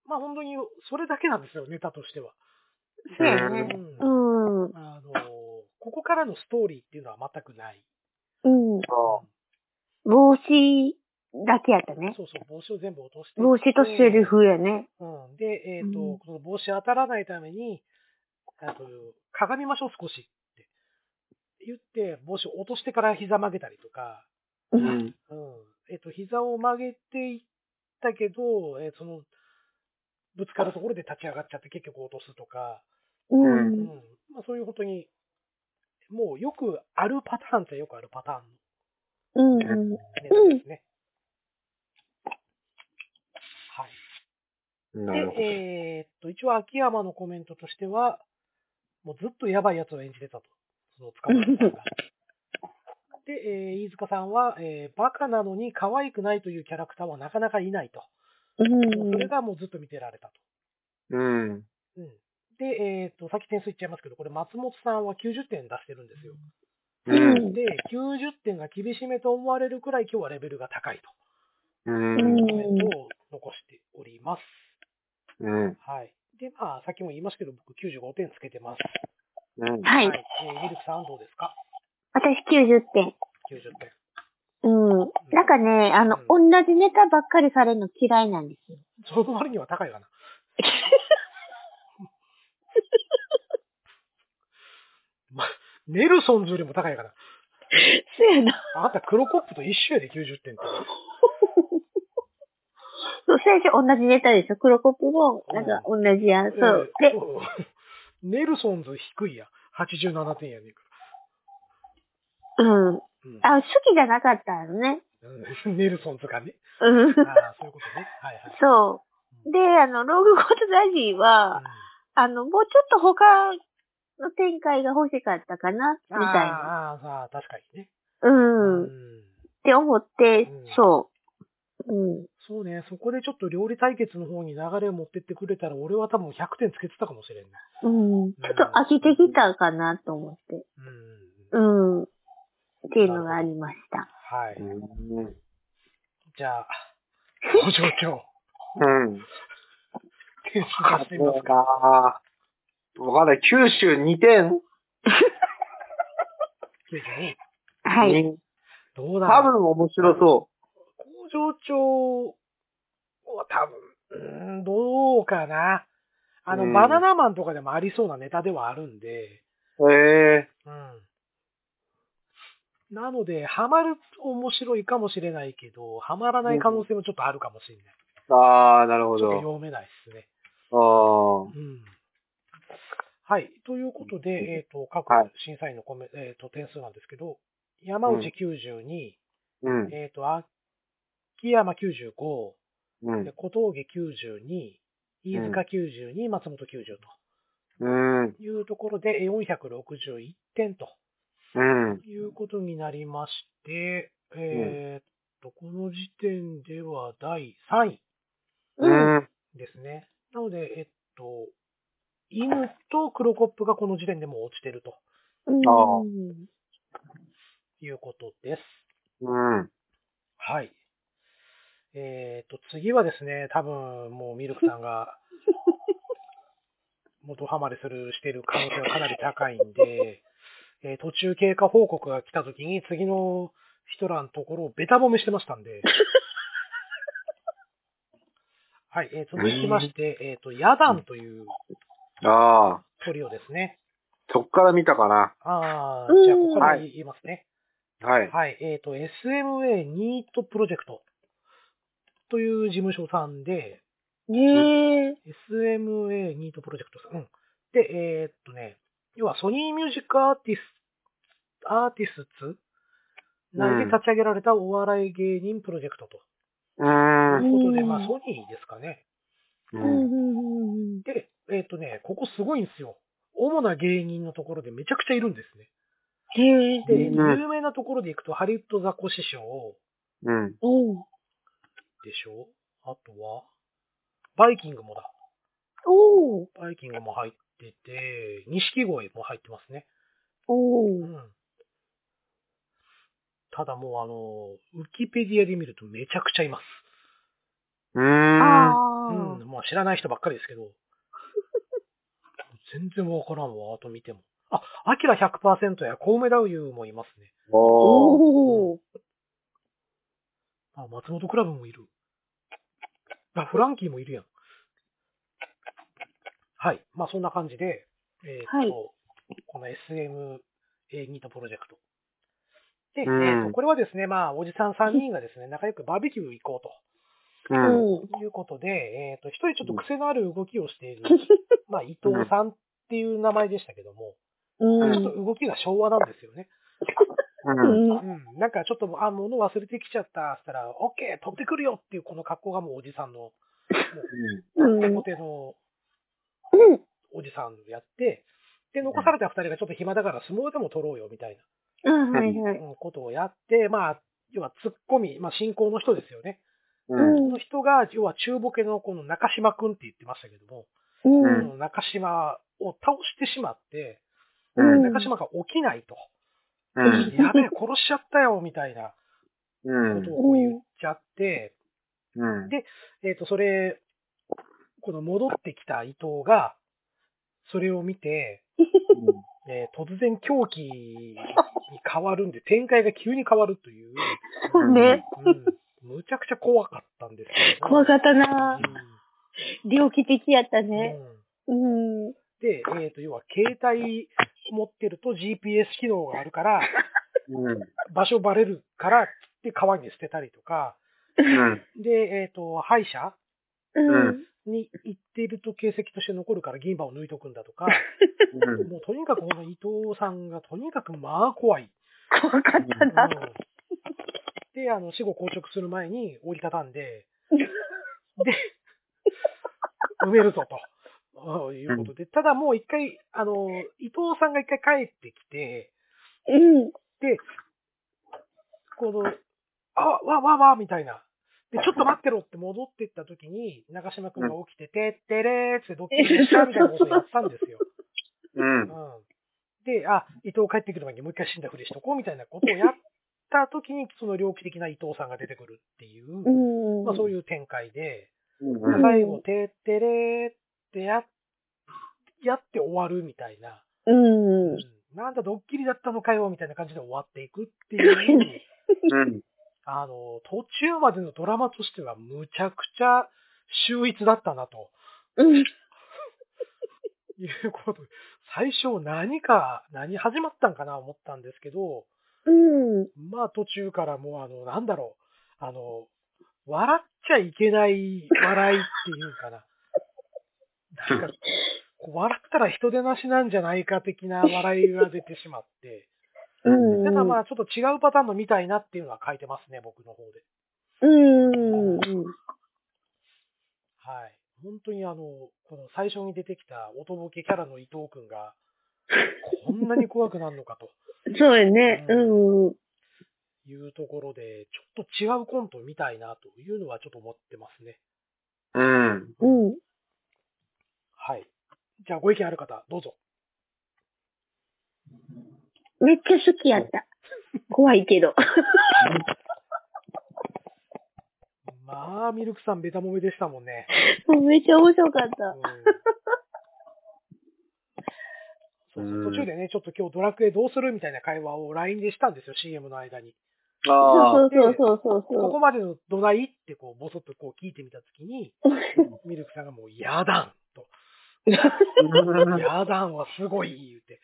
まあ本当に、それだけなんですよ、ネタとしては。そうやね。ううんん。うあのーここからのストーリーっていうのは全くない。ん。あ帽子だけやったね。そうそう、帽子を全部落として。帽子とセリ。フやね。うん。で、えっ、と、うんこの帽子当たらないために、あと、かがみましょう少しって言って、帽子を落としてから膝曲げたりとか、う。うんん。うん。えっ、と、膝を曲げていったけど、えーその、ぶつかるところで立ち上がっちゃって結局落とすとか、う。うんん。まあそういう本当に、もうよくあるパターンってよくあるパターうん。ンネタですね。はい。なるほど。で、えーっと、一応、秋山のコメントとしては、もうずっとやばいやつを演じてたと。その塚本 さんが。で、えー飯塚さんは、えーバカなのに可愛くないというキャラクターはなかなかいないと。もうそれがもうずっと見てられたと。うん。うん。で、えーっと、さっき点数いっちゃいますけど、これ松本さんは90点出してるんですよ。うん。で、90点が厳しめと思われるくらい今日はレベルが高いうん。と。コメントを残しております。うん。はい。で、まあ、さっきも言いましたけど、僕95点つけてます。うん。はい。えーミルクさんどうですか私90点。 ?90 点。うん。なんかね、あの、同じネタばっかりされるの嫌いなんですよ。その割には高い かな。ま、ネルソンズよりも高いかな。そうやな。あなた黒コップと一緒やで90点って。そう、最初同じネタでしょ。黒コップも、なんか同じや。そう。えで、ーそうネルソンズ低いや。87点やねんかうん。ら。あ、好きじゃなかったのね。うんうん。 ネルソンズ がね。うんあ。あ、そういうことね。はいはい。そう。で、あの、ローグゴッドダディは、あの、もうちょっと他の展開が欲しかったかな、みたうんいな。あーあー、確かにね。う。うんっんて思ってうん、そう。うん。そうね、そこでちょっと料理対決の方に流れを持ってってくれたら、俺は多分100点つけてたかもしれんね。うん。ちょっと飽きてきたかなと思って。うん。うん。っていうのがありました。はい。うん。じゃあ、ご状 況、うん。点数出してみまそうすか。か。わかんない。92点92はい。に、どうだ多ろう。分面白そ工場長は多分、うーん、どうかな。あの、うんバナナマンとかでもありそうなネタではあるんで、う。へえ。うん。なので、ハマると面白いかもしれないけど、ハマらない可能性もちょっとあるかもしれない。ああ、なるほちょっとど。読めないですね。あうんはい。ということで、えっ、と、各はい審査員のコメ、えっ、と、点数なんですけど、山内92、あ。うん。えっ、と、秋山95、うんで。小峠92、飯塚92、松本90うん。というところで、えー461点とうん。いうことになりまして、えっ、と、この時点では第3位うん。ですね。なので、えっと、犬と黒コップがこの時点でもう落ちてるとうん。あいうことです。うん。はい。えっと、次はですね、多分もうミルクさんが、元ハマりする、してる可能性がかなり高いんで、えー途中経過報告が来た時に次の人らのところをベタ褒めしてましたんで。はい、えー続きまして、えっ、と、ヤダンというああ。トリオですね。そっから見たかな。ああ、うんじゃあ、ここから言いますね。はい。はい。えっ、と、SMA ニートプロジェクトという事務所さんで、ねえ。 SMA ニートプロジェクトさん。うんで、えーっとね、要はソニーミュージックアーティスト、アーティスト内で立ち上げられたお笑い芸人プロジェクトと。うん。いうことで、うんまあ、ソニーですかね。う。うんん。で、えーっとね、ここすごいんですよ。主な芸人のところでめちゃくちゃいるんですね。へえ。で、うん有名なところで行くと、ハリウッドザコシショウ、ううん。ん。でしょあとは、バイキングもだ。おー。バイキングも入ってて、錦鯉も入ってますね。おうー。ん。ただもうあの、ウィキペディアで見るとめちゃくちゃいます。うーん。うあん。まあ知らない人ばっかりですけど。 全然わからんわ、あと見ても。あ、アキラ100%やコウメ太夫もいますね。ー。おおー。ー。あ、松本クラブもいる。あ、フランキーもいるやん。はい。まあそんな感じで、えーっと、はいこの SM ニートプロジェクト。で、うんえーっと、これはですね、まあ、おじさん3人がですね、仲良くバーベキュー行こううん。おー。ということで、えーっと、一人ちょっと癖のある動きをしている、まあ、伊藤さんっていう名前でしたけども、うちょっと動きが昭和なんですよね。うん。ん。うん、なんかちょっと、あ、物忘れてきちゃった、したら、オッケー、取ってくるよっていうこの格好がもうおじさんの、うん。テコテのうん。おじさんやって、で、残された二人がちょっと暇だから相撲でも取ろうよみたいあ、はいは。ないうんことをやって、まあ、要はツッコミ、まあ進行の人ですよね。うん。その人が、要は中ボケのこの中島くんって言ってましたけども、うそん。の中島を倒してしまって、うん。うん中島が起きないと。うん。やべえ、殺しちゃったよみたいなうん。ことをこう言っちゃって、うん。えっ、と、それ、この戻ってきた伊藤が、それを見て、えー突然狂気に変わるんで、展開が急に変わる という、ね。うん、むちゃくちゃ怖かったんですけど怖かったうんな猟奇的やったね。うんうん。で、えっ、と、要は携帯持ってると GPS 機能がある から、うん。場所バレるから、って川に捨てたりとか、で、えっ、と、歯医者うん。に行っていると形跡として残るから銀歯を抜いとくんだ とか、うん。もうとにかくこの伊藤さんがとにかくまあ怖い。怖かったうんな。で、あの、死後硬直する前に折りたたん で、で、埋めるぞと。いうことで、ただもう一回、あの、伊藤さんが一回帰ってきて、うん。この、あ、わ、わ、わ、みたいな。で、ちょっと待ってろって戻ってった時に、中島くんが起きて、てってれーってドッキリしたみたいなことをやったん ですよ。うん。うん。で、あ、伊藤帰ってくる前にもう一回死んだふりしとこうみたいなことをやった時に、その猟奇的な伊藤さんが出てくるっていう、うん。。まあそういうう展開で、うん。最後、てってれーってやっやって終わるみたいな、うん。うんなんだドッキリだったのかよみたいな感じで終わっていくっていう、うん。あの、途中までのドラマとしてはむちゃくちゃ秀逸だったなと。うん。いうことで最初何か、何始まったんかな思ったんですけど、うん。まあ途中からもうあの、なんだろう、あの、笑っちゃいけない笑いっていうかな。なんか、こう笑ったら人出なしなんじゃないか的な笑いが出てしまって。うん。ただまあちょっと違うパターンの見たいなっていうのは書いてますね、僕の方で。うん。はい。本当にあの、この最初に出てきた音ボケキャラの伊藤くんが、こんなに怖くなるのかとそうやね。うん。いうところで、ちょっと違うコント見たいなというのはちょっと思ってますね。うん。うん。はい。じゃあ、ご意見ある方、どうぞ。めっちゃ好きや った。怖いけど。まあ、ミルクさん、ベタもめでしたもんね。めっちゃ面白かっうんた。そううんそう途中でね、ちょっと今日ドラクエどうするみたいな会話を LINE でしたんですよ、CM の間に。ああそう。そうそうそうここそまでのどないってこう、ぼそっとこう聞いてみたときに、ミルクさんがもう、やだんと。やだんはすごい言うて。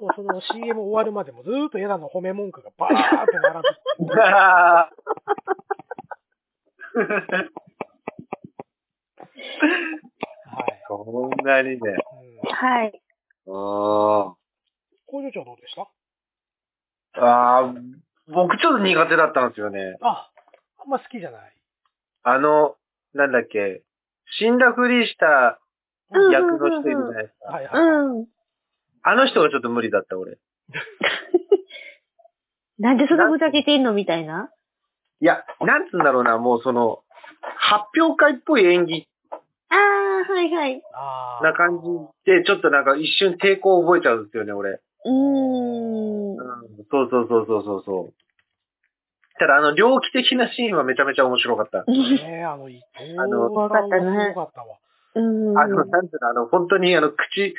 もうその CM 終わるまでもずーっとやだんの褒め文句がバーって並ぶ。はい。そんなにね。うんう。はい。あ工場長どうでしたあ。ああ、僕ちょっと苦手だったんですよね。あ、あんま好きじゃない。あの、なんだっけ、死んだふりしたうん役の人いるじゃないですか。はいはい。うん。あの人がちょっと無理だった、俺。なんでそんなふざけてんのみたいな。いや、なんつうんだろうな、もうその、発表会っぽい演技あはいはい。あーな感じで、ちょっとなんか一瞬抵抗を覚えちゃうんですよね、俺。うーんう。ん、そうそうそうそうそうそう。ただ、あの、猟奇的なシーンはめちゃめちゃ面白かった。ねえ、あの、伊藤さんがすご怖かったねかったわ。うん。あの、なんていうの、あの、本当に、あの、口、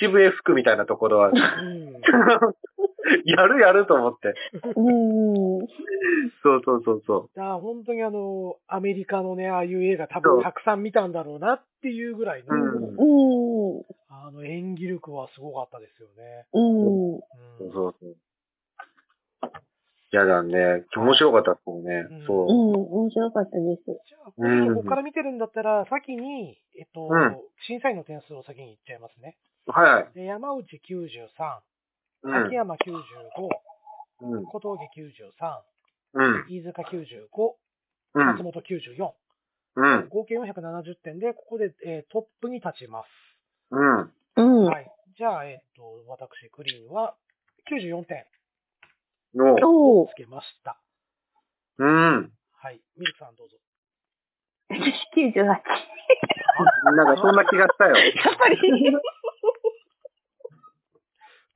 口笛吹くみたいなところは、うん。やるやると思って。うん。そうそうそうそだから本当にあの、アメリカのね、ああいう映画多分たくさん見たんだろうなっていうぐらいの、うんうん。あの、演技力はすごかったですよね。うん。う。そううんそうそう。いやだね。面白かったっすもんね。うんうそん。面白かったです。じゃあ、うんここから見てるんだったら、先に、えっと、うん審査員の点数を先に言っちゃいますね。う。はいはい。で山内93、う秋ん。山95、うん。小峠93、うん。飯塚95、う松ん。本94、うん。合計470点で、ここで、えートップに立ちます。ううん。ん。はい。じゃあ、えっと、私、クリーンは94点の。おーつけました。うん。はい。ミルクさんどうぞ。私98。やっなんかそんな気が したよ。ぱり。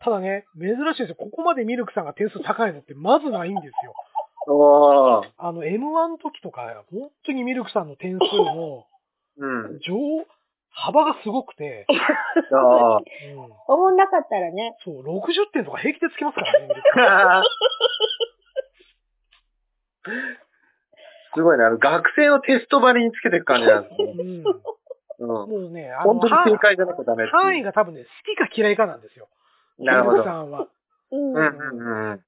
ただね、珍しいですよ。ここまでミルクさんが点数高いのってまずないんですよ。おー。あの、M1 の時とか、本当にミルクさんの点数のうん。上、幅がすごくて、あー。うん、思んなかったらね。そう、60点とか平気でつけますからね、ミルクさん すごいね。あの、学生のテストばりにつけていく感じなんですね。うん、うん。もうね、あの、本当に正は解じゃなきゃダメっていう範囲が多分ね、好きか嫌いかなんですよ。なるほミルどク。さんは。うん。うんうん。うんうん。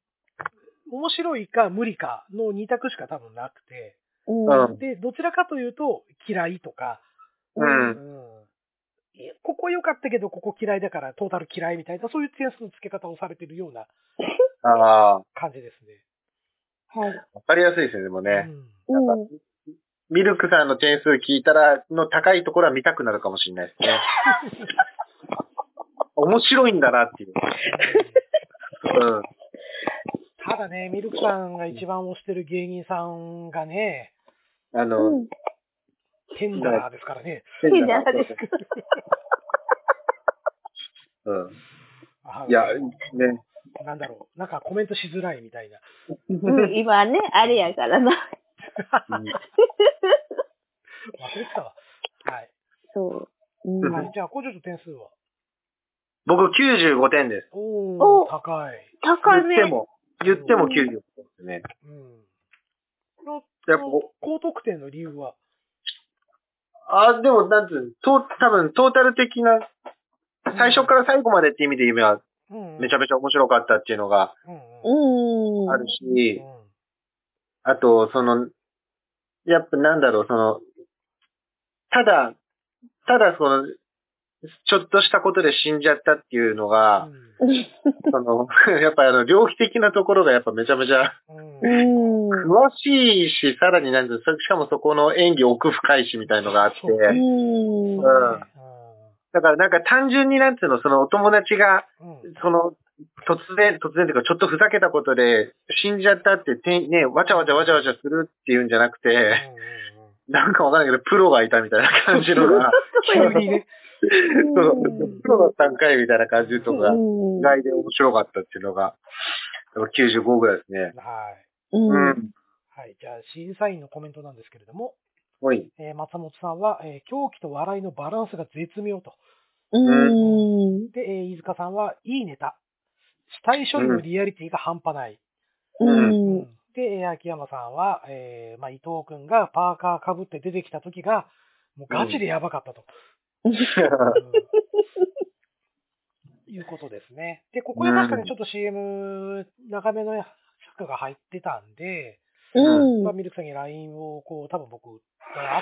面白いか無理かの2択しか多分なくて、うん。で、どちらかというと、嫌いとか、うんいやここ良かったけど、ここ嫌いだから、トータル嫌いみたいな、そういう点数の付け方をされてるようなああ、感じですね。はい。わかりやすいですね、でもうね。んうん。ミルクさんの点数聞いたら、の高いところは見たくなるかもしれないで すね。面白いんだな っていう。うん。ただね、ミルクさんが一番推してる芸人さんがね、あうの、ん。テンダーですからね。いいじゃないですか。うん。あのいや、ね。なんだろう。なんかコメントしづらいみたいな。うん、今ね、あれやからな。忘れてたわ。はい。そう。うん。はい、じゃあ、工場長点数は僕95点です。おおー、高い。高言め。っても、言っても95点ですね。うん。このやっぱこの高得点の理由は、あ、でも、なんつうの、と、多分、トータル的な、最初から最後までって意味で言えば、うん、めちゃめちゃ面白かったっていうのがうんうんうん。あるし、うんあと、その、やっぱなんだろう、その、ただ、ただその、ちょっとしたことで死んじゃったっていうのが、その、 やっぱあの、猟奇的なところがやっぱめちゃめちゃ ううんうん。んうん。詳しいし、さらになんていうのしかもそこの演技奥深いしみたいのがあって、そううねん。そううだねだからなんか単純になんていうの、そのお友達が、うんうんその、突然、突然というか、ちょっとふざけたことで死んじゃったって、てんね、わちゃわちゃわちゃわちゃするっていうんじゃなくて、なんかわかんないけど、プロがいたみたいな感じ のが、うんうん急にね。そうプロだったんかいみたいな感じとか、ん意外で面白かったっていうのが、でも95ぐらいですね。はい。うん。はい。じゃあ、審査員のコメントなんですけれども、おい。えー松本さんは、えー狂気と笑いのバランスが絶妙と。うん。で、えー飯塚さんは、いいネタ。死体処理のリアリティが半端ない。うん。で、えー秋山さんは、えーまあ、伊藤くんがパーカー被って出てきた時が、もうガチでやばかったと。うんいうことですね。で、ここで確かにちょっと CM、長めの尺が入ってたんで、うんまあ、。ミルクさんに LINE を、こう、多分僕、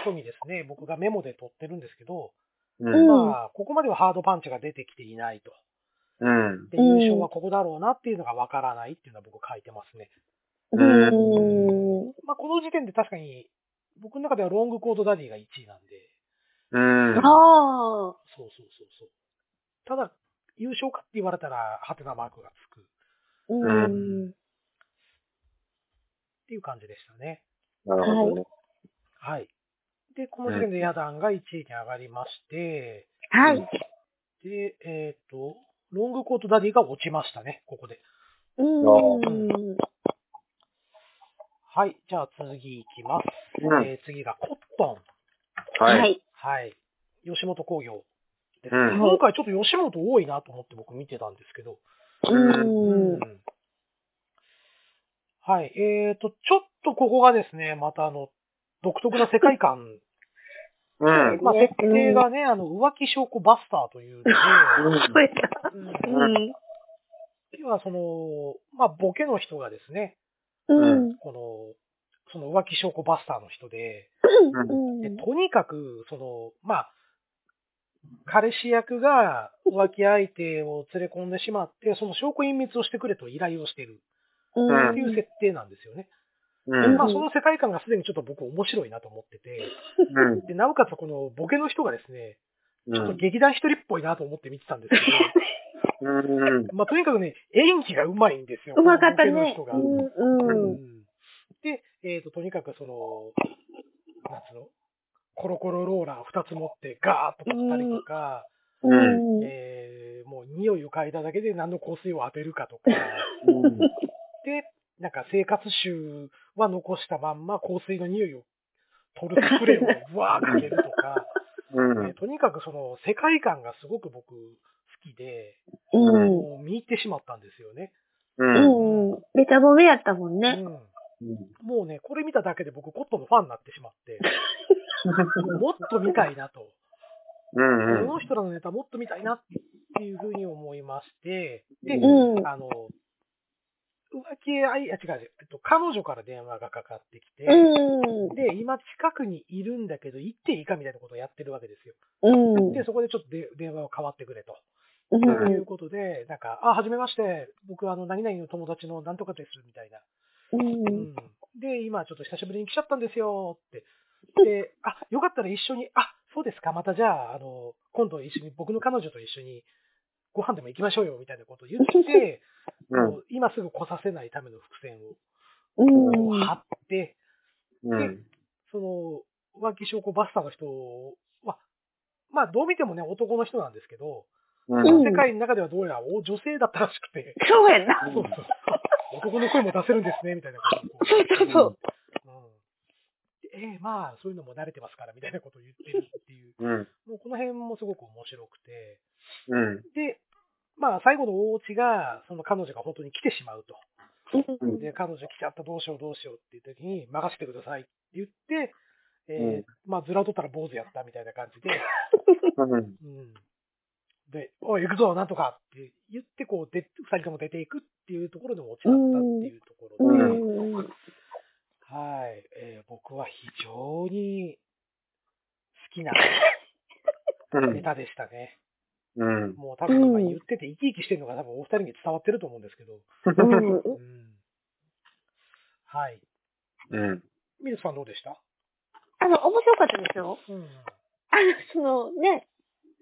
後にですね、僕がメモで取ってるんですけど、うん。うんまあ、ここまではハードパンチが出てきていないと。うん。で、うん優勝はここだろうなっていうのがわからないっていうのは僕書いてますね。うん。まあ、この時点で確かに、僕の中ではロングコートダディが1位なんで、うん。ああ。そうそうそうそう。ただ、優勝かって言われたら、ハテナマークがつくっうん。ていう感じでしたね。なるほどね。はい。で、この時点で野団が1位に上がりまして、はういん。で、えっ、と、ロングコートダディが落ちましたね、ここで。うあん。はい、じゃあ次いきます。うんえー次がコットン。ははい。い。はい。吉本興業です、うん今回ちょっと吉本多いなと思って僕見てたんですけど。うん。はい。えっ、と、ちょっとここがですね、またあの、独特な世界観。ううんん。まあ、設定がね、あの、浮気証拠バスターというので、それだ。うんうん。要はその、まあ、ボケの人がですね、うん。この、その浮気証拠バスターの人で、うん。でとにかく、その、まあ、彼氏役が浮気相手を連れ込んでしまって、その証拠隠滅をしてくれと依頼をしているうんっていう設定なんですよね。うん。まあ、その世界観がすでにちょっと僕面白いなと思ってて、うん。で、なおかつこのボケの人がですね、うちょっとん。劇団一人っぽいなと思って見てたんですけ うん。ど、まあ、とにかくね、演技がうまいんですよ。うまかったこのボケねの人。がうん。うん。で、えっ、と、とにかくその、なんつうの、コロコロローラー2つ持ってガーッと取ったりとか、うん。えーもう匂いを嗅いだだけで何の香水を当てるかと か、うん。で、なんか生活臭は残したまんま香水の匂いを取るスプレーをブワーかけると か、うん。えーとにかくその世界観がすごく僕好きで、うん。もう見入ってしまったんですよね。うん。うん。ベタボメやったもんうね。んもうね、これ見ただけで僕コットンのファンになってし まって、もっと見たいなと。うん。この人らのネタもっと見たいなっていうふうに思いまして、で、うん。うん。あの、浮気あい、あ、違う違う、えっと、彼女から電話がかかってきて、で、今近くにいるんだけど、行っていいかみたいなことをやってるわけですよ。うん。で、そこでちょっとで電話を変わってくれと。う。というんことで、なんか、あ、はじめまして、僕、あの、何々の友達のなんとかです、みたいな。うん。で、今ちょっと久しぶりに来ちゃったんですよって。で、あ、よかったら一緒に、あ、そうですか、またじゃあ、あの、今度一緒に、僕の彼女と一緒にご飯でも行きましょうよ、みたいなことを言って、もう今すぐ来させないための伏線うん。を張って、うん。その、浮気証拠バスターの人は、まあ、どう見てもね、男の人なんですけど、うん。世界の中ではどうやらお女性だったらしくて、そうやな。そうそう男の声も出せるんですね、みたいなことをこうそうそうそう。うんでええまあ、そういうのも慣れてますから、みたいなことを言ってるっていう。うん。もうこの辺もすごく面白くて。うん。で、まあ、最後の大落ちが、その彼女が本当に来てしまうと。うんで、彼女来ちゃった、どうしよう、どうしようっていう時に、任せてくださいって言って、えーうんまあ、ずらとったら坊主やったみたいな感じで、うん。うん。で、おい、行くぞ、なんとかって言って、こう、で、二人とも出ていくっていうところでも落ちだったっていうところで、うん。はい、えー僕は非常に好きなうんネ。タでしたね。うん。もう多分今言ってて生き生きしてるのが多分お二人に伝わってると思うんですけど。うんうん、はい。うん。水さんどうでしたあの、面白かったでしょうん。あの、そのね、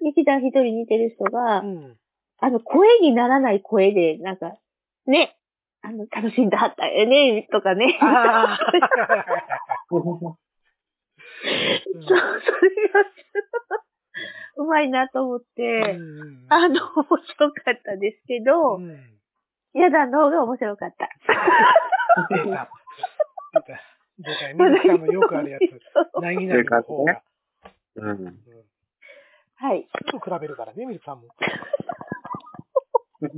劇団一人似てる人が、うん。あの、声にならない声で、なんか、ね、あの、楽しんだはったよね、とかね。ああそう、それが、うまいなと思って、あの、面白かったですけうど、ん。やだの方が面白かった。出た。出た。出た。水さんのよくあるやつ。なぎなぎの方が。うん。うん。はい。ちょっと比べるからね、水さんも。はい。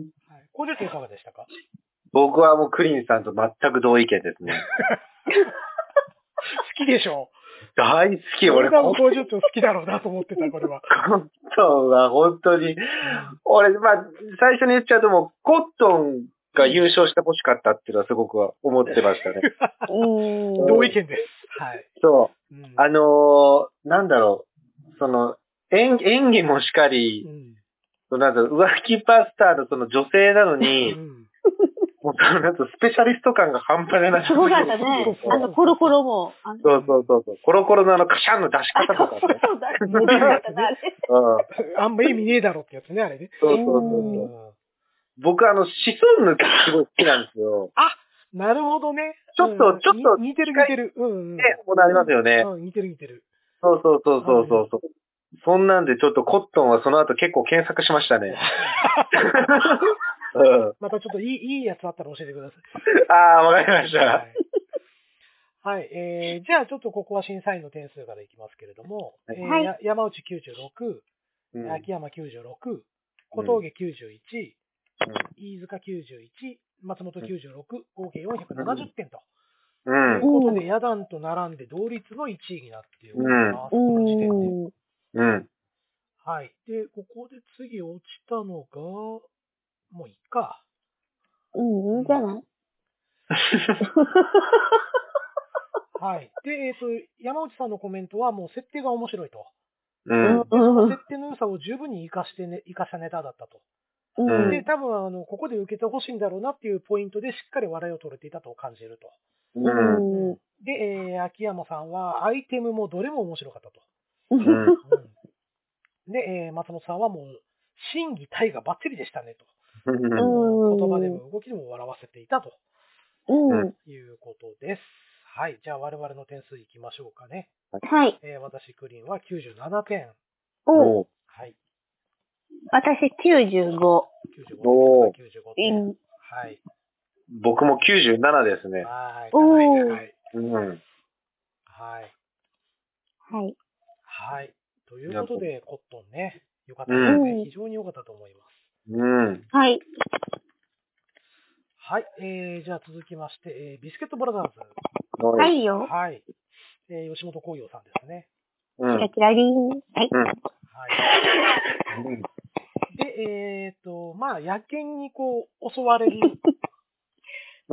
工場長いかがでしたか僕はもうクリンさんと全く同意見ですね。好きでしょ大好き、俺俺、らもコ工場長好きだろうなと思ってた、これは。ットンは本当に、俺、まあ、最初に言っちゃうともう、コットンが優勝してほしかったっていうのはすごく思って ましたね。うん。同意見です。はい。そう。うんあのーなんだろう、その、演演技もしかり、うんそのなんだろう浮気パスターのその女性なのにう、んもうそのなんかスペシャリスト感が半端ないなそうだったねそうそう。あの、コロコロも。あのそうそうそうそう。コロコロのあのカシャンの出しあ、方そうそとかう ね。そうだ。伸びるやつだね。うん。あんま意味ねえだろってやつね、あれね。そうそううそうそう。ん僕あの、シソンヌがすごい好きなんですよ。なるほどね。ちょっとうんちょっとに似てる似てる。うんうん。で、こうなりますよね。うん似てる似てる。そうそうそうそうそうそう。そんなんでちょっとコットンはその後結構検索しました ね。うん、またちょっといい、いいやつあったら教えてください。ああ、わかりました。はい。はい、えー、じゃあちょっとここは審査員の点数からいきますけれども、えーはいや山内96、うん秋山96、小峠91、飯塚91、松本96、合計470点と。うんといううんことで、野団と並んで同率の1位になっております。うこの時点で。ん。うん。はい。で、ここで次落ちたのが、もういいか。うん、いいんじゃないはい。で、えっ、と、山内さんのコメントは、もう設定が面白いと。うん。うん。設定の良さを十分に活かしてね、活かしたネタだったと。うん。で、多分、あの、ここで受けてほしいんだろうなっていうポイントでしっかり笑いを取れていたと感じると。うん。うん。で、えー秋山さんは、アイテムもどれも面白かったと。うん。うん、で、えー松本さんはもう、真偽体がバッチリでしたねと。うん。うん言葉でも動きでも笑わせていたとうん。いうことです。はい。じゃあ我々の点数いきましょうかね。はい。えー私、クリーンは97点。おおはい。私95。 95おー点。95う点。ん。はい。僕も97ですね。はい。おはい。ーはい。うん。はい。はい。はい。ということで、コットンね、良かったうですんね。非常に良かったと思います。うん。はい。はい。えー、じゃあ続きまして、えービスケットブラザーズ。ははいよ。はい。えー吉本興業さんですね。うキん。ラキラリン。はい。はい。で、えっ、と、まあ、野犬にこう、襲われるう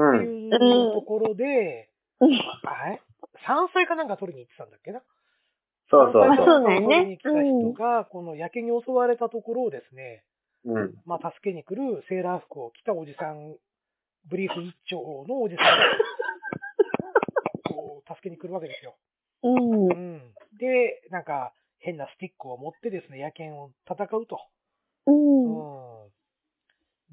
ってん。いううんところで、うんあれ山菜かなんか取りに行ってたんだっけなそうそう山そ菜うまあ。そうかだなんよかね取りに来た人が、この野犬に襲われたところをですね、うん。まあ、助けに来るセーラー服を着たおじさん、ブリーフ一丁のおじさんが、こう、助けに来るわけですよ。うん。ううん。で、なんか、変なスティックを持ってですね、野犬を戦うと。ん。うん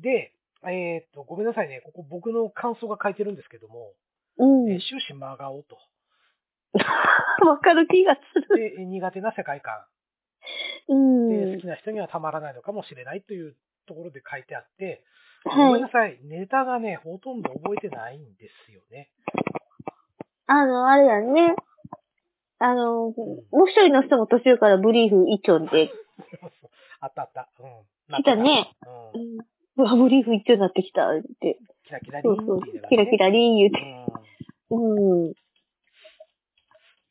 で、えーっと、ごめんなさいね。ここ僕の感想が書いてるんですけども、うんえー。終始真顔と。 わかる気がする。で、えー苦手な世界観。うで、ん好。きな人にはたまらないのかもしれないというところで書いてあって、ごめんは。ないさい。ネタがね、ほとんど覚えてないんですよね。あの、あれだね。あの、もう一人の人も年上からブリーフ一丁であったあった。う来ん。たね。う。うんんうわ、ブリーフ一丁になってきたって。キラキラリそンうってそう言いなが。らねキラキラリン言うて。うんうん。いうこ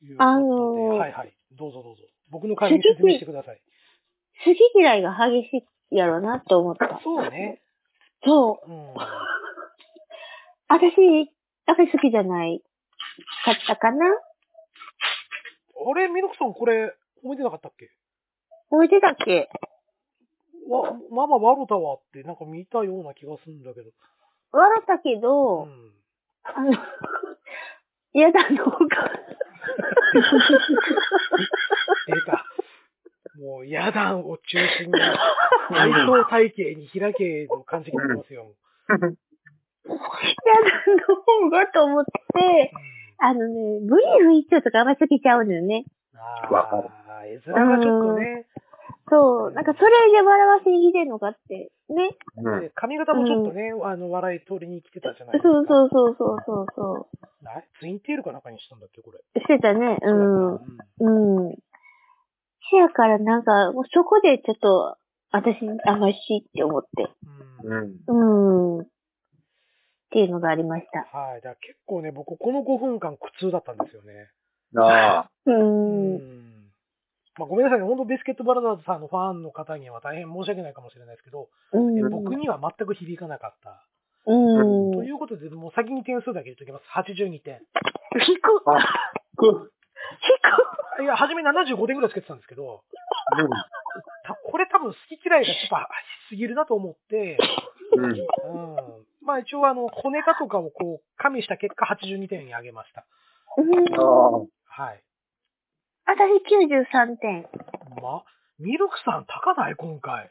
とであのーはいはい。どうぞどうぞ。僕の代わりに説明してください。好き嫌いが激しいやろなと思った。そうね。そう。 うん。私、やっぱり好きじゃないかったかなあれ、ミルクさん、これ、褒めてなかったっけ覚えてたっけわ、ママ、ワロタワーってなんか見たような気がするんだけど。笑ったけうど、ん。あの、嫌だ の方が、出た。もう、野団を中 心に、対等体系に開けの感じがありますよ。嫌だの方がと思って、あのね、ブリーフ一丁とかあんま好きちゃうのよね。あわかるあー、絵面がちょっとね、そう、なんかそれで笑わせに来てんのかって、ね。うん。で髪型もちょっとね、あの、笑い取りに来てたじゃないですか。そうそうそうそうそうそう。あれツインテールかなんかにしたんだっけ、これ。してたね、うん。うん。せやからなんか、もうそこでちょっと、私、あんましって思って。うん。うん。うん。っていうのがありました。はい。だから結構ね、僕、この5分間苦痛だったんですよね。ああ。う。うんんまあ、ごめんなさいね、本当ビスケットブラザーズさんのファンの方には大変申し訳ないかもしれないですけど、うんえ僕には全く響かなかった。うん。ということで、もう先に点数だけ言っときます。82点。低くあ、く。いや、初め75点ぐらいつけてたんですけど、たこれ多分好き嫌いがちょっとあしすぎるなと思って、うん。うん。うん。まあ一応あの、骨かとかをこう、加味した結果82点に上げました。うんああ。はい。私93点。まあ、ミルクさん高ない今回。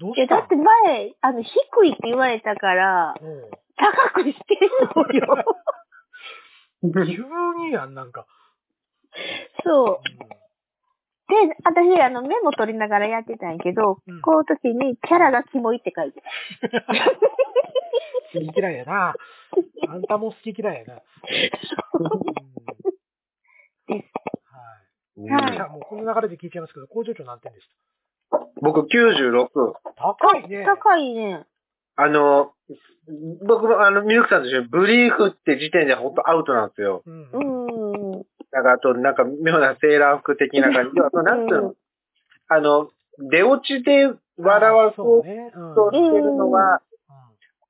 どういや、しただのって前、あの、低いって言われたから、うん高くしてるのよ。急にやん、なんか。そうで、私、あの、メモ取りながらやってたんやけど、うんこういう時に、キャラがキモいって書いてた。好き嫌いやな。あんたも好き嫌いやな。うんですうんはいじゃあもうこの流れで聞いちゃいますけど、工場長何点でし僕96。た高いね。高いね。あの、僕もあの、ミルクさんと一緒にブリーフって時点でほんとアウトなんですよ。うんう。ーん。なんか、あと、なんか、妙なセーラー服的な感じ。あと、なんつううの、あの、出落ちで笑わそうそうね。うんとしてるのが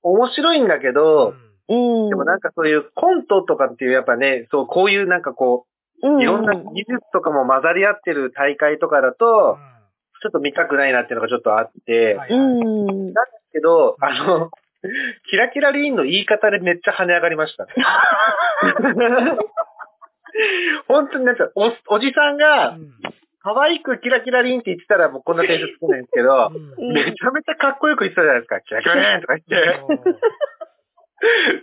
面白いんだけど、うん。でもなんかそういうコントとかっていう、やっぱね、そう、こういうなんかこうう、ん、いろんな技術とかも混ざり合ってる大会とかだと、ちょっと見たくないなっていうのがちょっとあって、はいうん。けど、あの、キラキラリーンの言い方でめっちゃ跳ね上がりました。本当になんかお、おじさんが、可愛くキラキラリンって言ってたらもうこんな点数つけないんですけど、うんめちゃめちゃかっこよく言ってたじゃないですか。キラキラリンとか言って。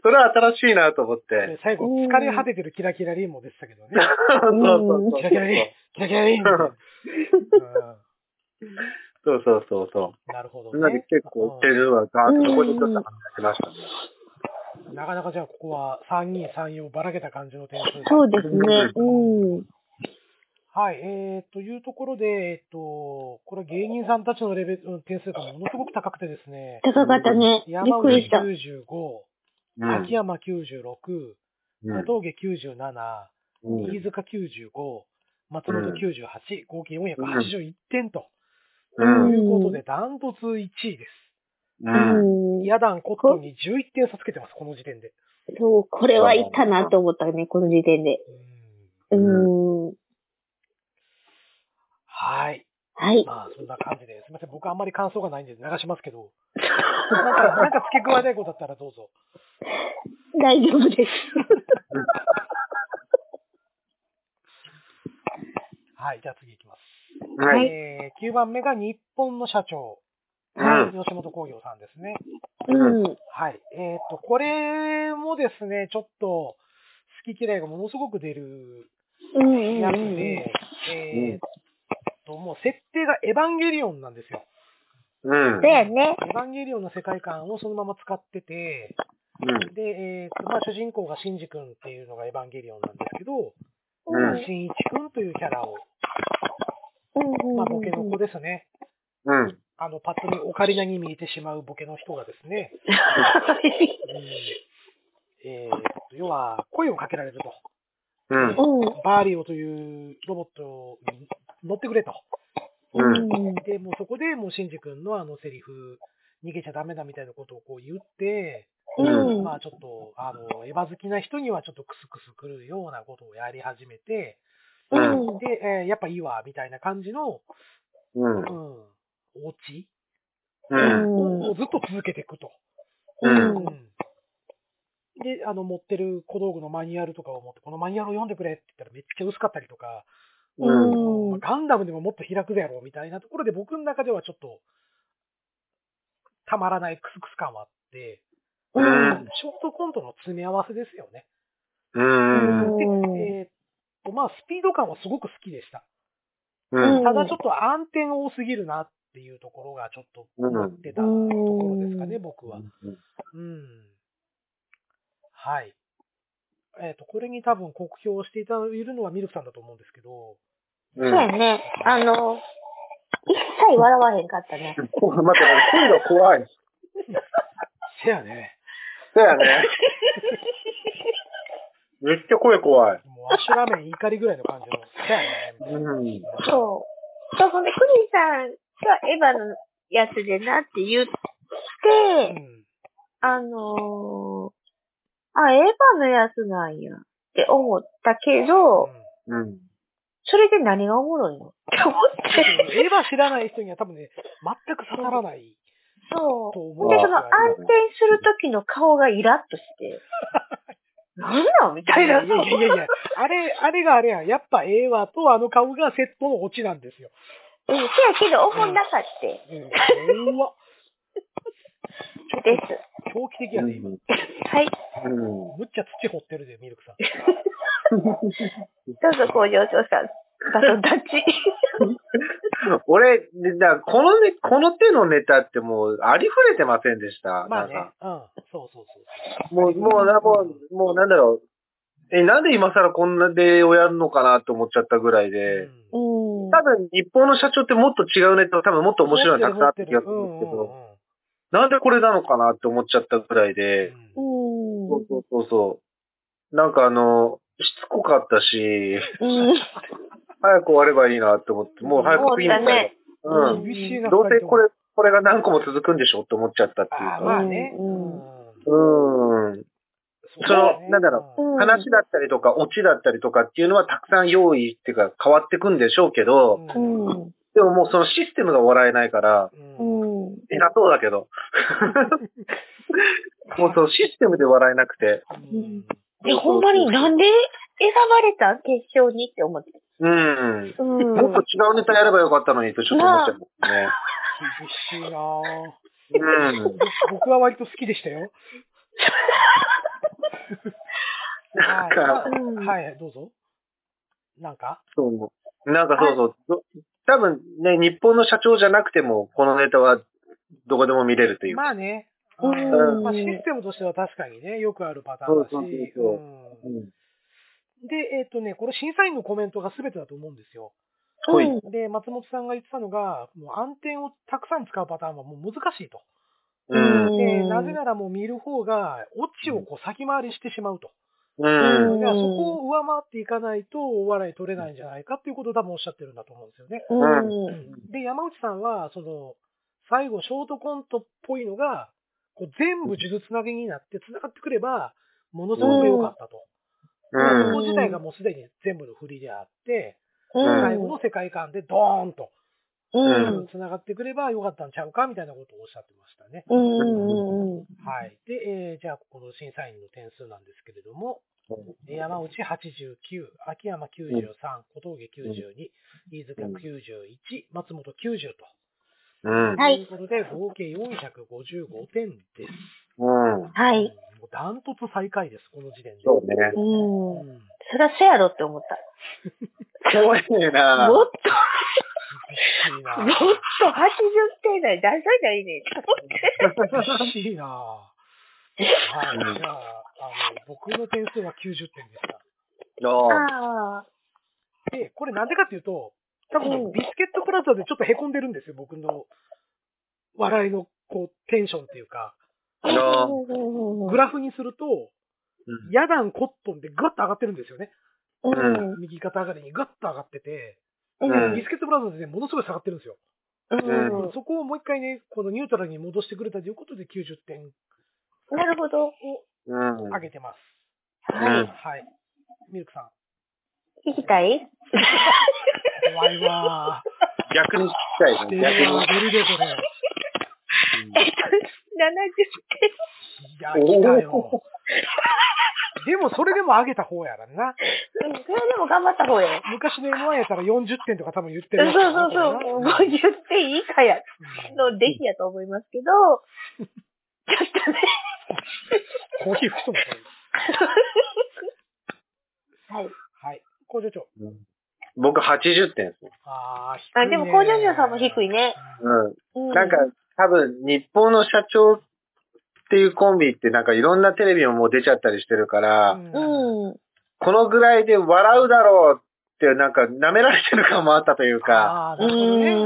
それは新しいなと思って。最後、疲れ果ててるキラキラリンもでしたけどね。そうそうそうキラキラリン、キラキラリンみたいなそうそうそうそうんなるほどう。なんねで。結構売ってるのがガーッとそこでちょっと話しましたね。なかなかじゃあここは3、2、3、4ばらけた感じの点数そうですね。うん。はい、えー、というところで、えっと、これは芸人さんたちのレベル、うん点数がものすごく高くてですね、高かったね。びっ山くり内した。 95、うん秋山96、うん小峠97、うん飯塚95、松本98、合計481点と、うんということで、ダントツ1位です。ううんん。ヤダンコットンに11点差つけてます、この時点で。そう、これはいったなと思ったね、この時点で。うんうん。はい。はい。まあ、そんな感じで、すみません、僕あんまり感想がないんで流します けど、なんか、なんか付け加えたいことだったらどうぞ。大丈夫です。はい、じゃあ次いきます。はい。えー、9番目が日本の社長。うん吉本興業さんですね。うん。はい。えっ、と、これもですね、ちょっと、好き嫌いがものすごく出るうんうんやつうん。で、えっ、と、もう設定がエヴァンゲリオンなんですよ。うん。だよね。エヴァンゲリオンの世界観をそのまま使ってて、うん。で、えっ、と、まあ、主人公がシンジ君っていうのがエヴァンゲリオンなんですけど、うんシンイチ君というキャラを、うんまあ、うボケのん子ですね。うん。あの、パッと見オカリナに見えてしまうボケの人がですね、えー、要は、声をかけられると。うん。うん。バーリオというロボットに乗ってくれと。うん。うん。で、もうそこでもうシンジ君のあのセリフ、逃げちゃダメだみたいなことをこう言って、うん。まあちょっと、あの、エヴァ好きな人にはちょっとクスクスくるようなことをやり始めて、うん。で、えーやっぱいいわ、みたいな感じの、ううんん、お家うん。をずっと続けていくと。うんうんで、あの、持ってる小道具のマニュアルとかを持って、このマニュアルを読んでくれって言ったらめっちゃ薄かったりとか、うん。うんまあガンダムでももっと開くぜやろみたいなところで僕の中ではちょっと、たまらないクスクス感はあって、うんショートコントの詰め合わせですよね。うん。で、うんえーっと、まあ、スピード感はすごく好きでした。うん。ただちょっと暗転多すぎるなっていうところがちょっと思ってたところですかね、う僕は。うん。はい。えっ、と、これに多分酷評していただいるのはミルクさんだと思うんですけど、そうやね。あの、一切笑わへんかったね。うん。待って、声が怖い。せやね。そうやね。めっちゃ声怖い。もうアシュラメン怒りぐらいの感じの、せやね。みたいなうん。そう。そう、ほんで、クリさんがエヴァのやつでなって言って、うん。あのー、あ、エヴァのやつなんやって思ったけど、うん。それで何がおもろいのって思って。うんエヴァ知らない人には多分ね、全く刺さらないそとう。思う。で、その暗転するときの顔がイラッとして、なんなんみたいいやな。いやいやいや、あれ、あれがあれやん。やっぱエヴァとあの顔がセットのオチなんですよ。うん、せやけど、思んなかった。でうん。うわ。す。狂気的やね、今。はい。うん。むっちゃ土掘ってるで、ミルクさん。どうぞ、工場長さん。バトンタッチ。俺、でだからこのね、この手のネタってもう、ありふれてませんでした。まあなんね。かうん。そうそうそう。もう、もうな、もう、もうなんだろう。え、なんで今更こんな例をやるのかなって思っちゃったぐらいうんで、ううんん。多分日本の社長ってもっと違うネタ、多分もっと面白いのたくさんあった気がするんですけうんうんど、なんでこれなのかなって思っちゃったぐらいで、ううんん。そうそうそうそう。なんかあの、しつこかったし、うん。早く終わればいいなって思って、もう早く次に行きたいね。ううんん。厳しいな。どうせこ二人とも。、れこれが何個も続くんでしょって思っちゃったっていうああ、か。まあね。うんうん。そのなんだろうん話だったりとか、オチだったりとかっていうのはたくさん用意っていうか変わってくんでしょうけど、ううんん。でももうそのシステムが笑えないから、うんうん。偉そうだけど。もうそのシステムで笑えなくて。うんえ、ほんまになんで選ばれた決勝にって思って。うん。うもっんと違うネタやればよかったのにとちょっと思っちゃいますね。厳しいなぁうん。僕は割と好きでしたよ。なんか、うんはい、どうぞ。なんかそう。なんかそうそうど。多分ね、日本の社長じゃなくても、このネタはどこでも見れるというか。まあね。うんまあ、システムとしては確かにね、よくあるパターンだし。そうそうそうそううんん。で、えっ、とね、これ審査員のコメントが全てだと思うんですよ。ほい。うんで、松本さんが言ってたのが、もう暗転をたくさん使うパターンはもう難しいと。うん。で、うんなぜならもう見る方が、オチをこう先回りしてしまうと。うん。うんだからそこを上回っていかないと、お笑い取れないんじゃないかっていうことを多分おっしゃってるんだと思うんですよね。うん。で、山内さんは、その、最後、ショートコントっぽいのが、こう全部数珠つなぎになって繋がってくれば、ものすごく良かったと。うんそこ自体がもうすでに全部の振りであって、うん最後の世界観でドーンとうん。繋がってくれば良かったんちゃうかみたいなことをおっしゃってましたね。うん。はい。で、えーじゃあ、この審査員の点数なんですけれども、えー山内89、秋山93、小峠92、飯塚91、松本90と。うん。はいということで、合計455点です。うん。はい。もうダントツ最下位です、この時点で。そうね。 うん。うんそりゃそうやろって思った。怖いねえなもっと、厳しいなもっと80点台出さりゃいいねん。厳しいなはい。じゃあ、あの、僕の点数は90点でした。あああ。で、これなんでかっていうと、う多ん分、ビスケットプラザでちょっと凹んでるんですよ、僕の笑いの、こう、テンションっていうか、あのググラフにすると、ヤダン、コットンでガッと上がってるんですよね。うん。右肩上がりにガッと上がってて、ううんビスケットブラザーズでものすごい下がってるんですよ。うん。そこをもう一回ね、このニュートラルに戻してくれたということで90点をなるほど。うん。上げてます。はいうんはい。ミルクさ聞きたいん、怖いわ逆に聞きたいー。出ね。るわ逆ー、出るでこれ。 ?70 に。いや、来た よ。でも、それでも上げた方やらな。点。うん。それでも頑張った方や。昔の M1 やったら40点とか多分言ってそうるやつだそなうそう。50点以下や。の出来やと思います けど、ちょっとね。コーヒー吹くともこれ。はい。はい。工場長。うん僕80点ですね。あー、低いあ、ね。でも工場長さんも低いね。うん。うん。なんか、多分、日本の社長っていうコンビってなんかいろんなテレビももう出ちゃったりしてるから、うん。うん。このぐらいで笑うだろうってなんか舐められてる感もあったというか、あー、なるほどね。う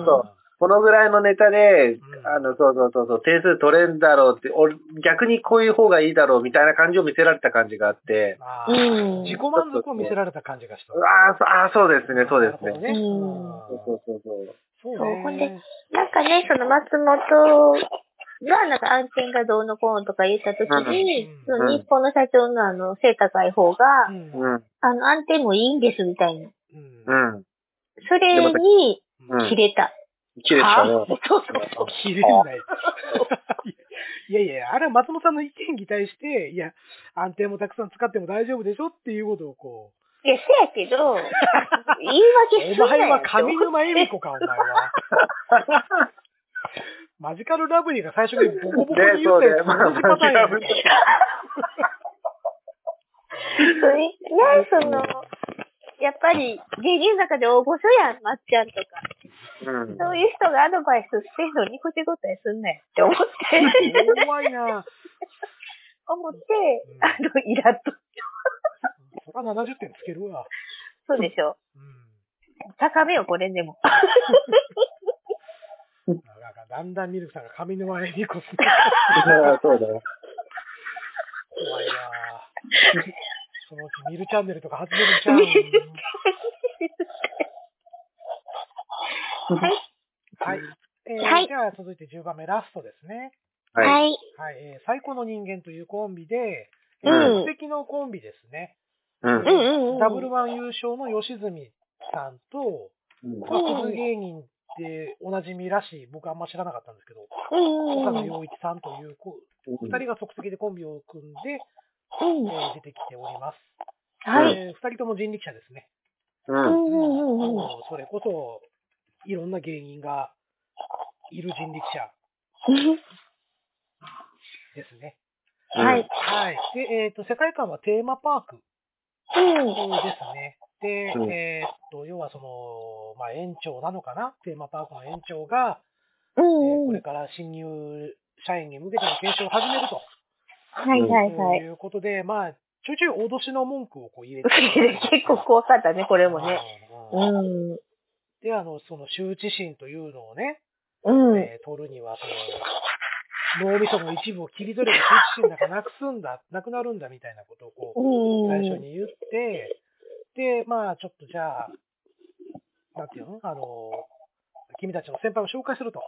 んんそうこのぐらいのネタで、ああの、の、そうそうそうそう、点数取れんだろうって、俺、逆にこういう方がいいだろうみたいな感じを見せられた感じがあって、あーうん自己満足を見せられた感じがした。うわーそあー、そうですね、そうですなるほどね。うんそうそうそうそう。そそううほんでね。なんかね、その松本が、なんか案件がどうのこうのとか言ったときにうん、その日本の社長のあの、背高い方が、うんうん、あの、案件もいいんですみたいな。うんうん。それでまたに、うん切れた。綺麗でしたね。はそうそうそう。切れない。 いやいや、あれは松本さんの意見に対して、いや、安定もたくさん使っても大丈夫でしょっていうことをこう、いや、せやけど、言い訳おすんな前よはって思上沼恵美子か、お前は。マジカルラブリーが最初にボコボコにね、言そったうねや。つ、まあ、同じパターンやねそれね、その、やっぱり、芸人坂で大御所やん、まっちゃんとか。うん。そういう人がアドバイスしてんのに、こちごたえすんなよって思って、怖いな。思って、あの、イラっと。そら70点つけるわ。そうでしょ。うん。高めよ、これでも。なんかだんだんミルクさんが上沼恵美子する。そうだよ。怖いな。そのうちミルチャンネルとか初めてちゃうミルチャンネ。はい。はい。えーはいじゃあ続いて10番目ラストですね。はい。い。はい、えー最高の人間というコンビで、う素ん。敵のコンビですね。うん。うんうんうん。ダブルワン優勝の吉住さんと、うんクズ芸人でおなじみらしい、僕あんま知らなかったんですけど、うん岡野うん。陽一さんというこう二ん人が即席でコンビを組んで、えうん。ー出てきております。はい。えー二人とも人力車ですね。ううん。んうんうんうん。もうそれこそ、いろんな芸人がいる人力車ですね。はい。はい。で、えっ、と、世界観はテーマパークうん。ですね。で、うんえっ、と、要はその、まあ、園長なのかなテーマパークの園長が、うえーんこうれん。から新入社員に向けての研修を始めると。はいはいはいい。うことで、まあ、ちょいちょい脅しの文句をこう入れて。 結構怖かったね、これでもね。。うんうん。で、あの、その羞恥心というのをね、うん。えー取るには、その、脳みその一部を切り取れば羞恥心なんかなくすんだ、なくなるんだみたいなことをこう、う最ん。初に言って、で、まあ、ちょっとじゃあ、なんていうのあの、君たちの先輩を紹介すると。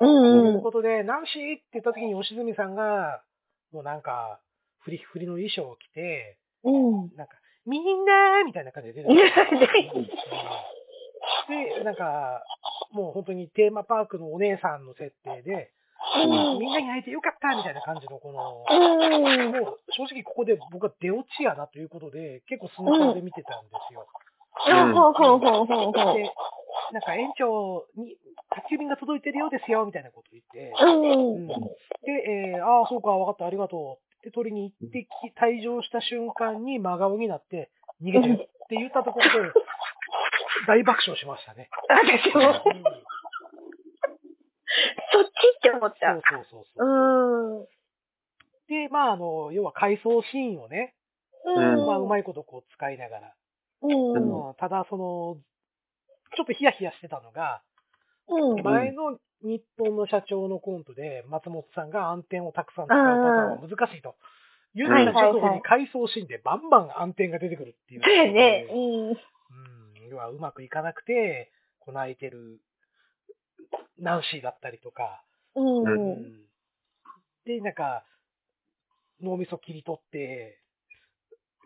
うとん。いううんことで、ナンシーって言った時に、吉住さんが、もうなんか、振り、振りの衣装を着て、うん。なんか、みんなーみたいな感じで出てく出る。で、なんか、もう本当にテーマパークのお姉さんの設定で、うん。みんなに会えてよかったみたいな感じの、この、うん。もう正直ここで僕は出落ちやなということで、結構スマホで見てたんですよ。ほうほうほうほうほう。で、なんか園長に、宅急便が届いてるようですよ、みたいなこと言って、うん。で、えーああ、そうか、わかった、ありがとう。で、取りに行ってき、退場した瞬間に真顔になって、逃げてるって言ったところで、大爆笑しましたね。私うんも、そっちって思っそたう。そうそううそう。ん。で、まあ、あの、要は回想シーンをね、うん。まあ、うまい。いことこう使いながら、うん。うんただ、その、ちょっとヒヤヒヤしてたのが、うん。前の日本の社長のコントで、松本さんが暗転をたくさん使うパターンは難しいと。言うた直後に回想シーンでバンバン暗転が出てくるっていう。そうやね。うん。うん、要はうまくいかなくて、こう泣いてるナンシーだったりとか、うん。で、なんか、脳みそ切り取って、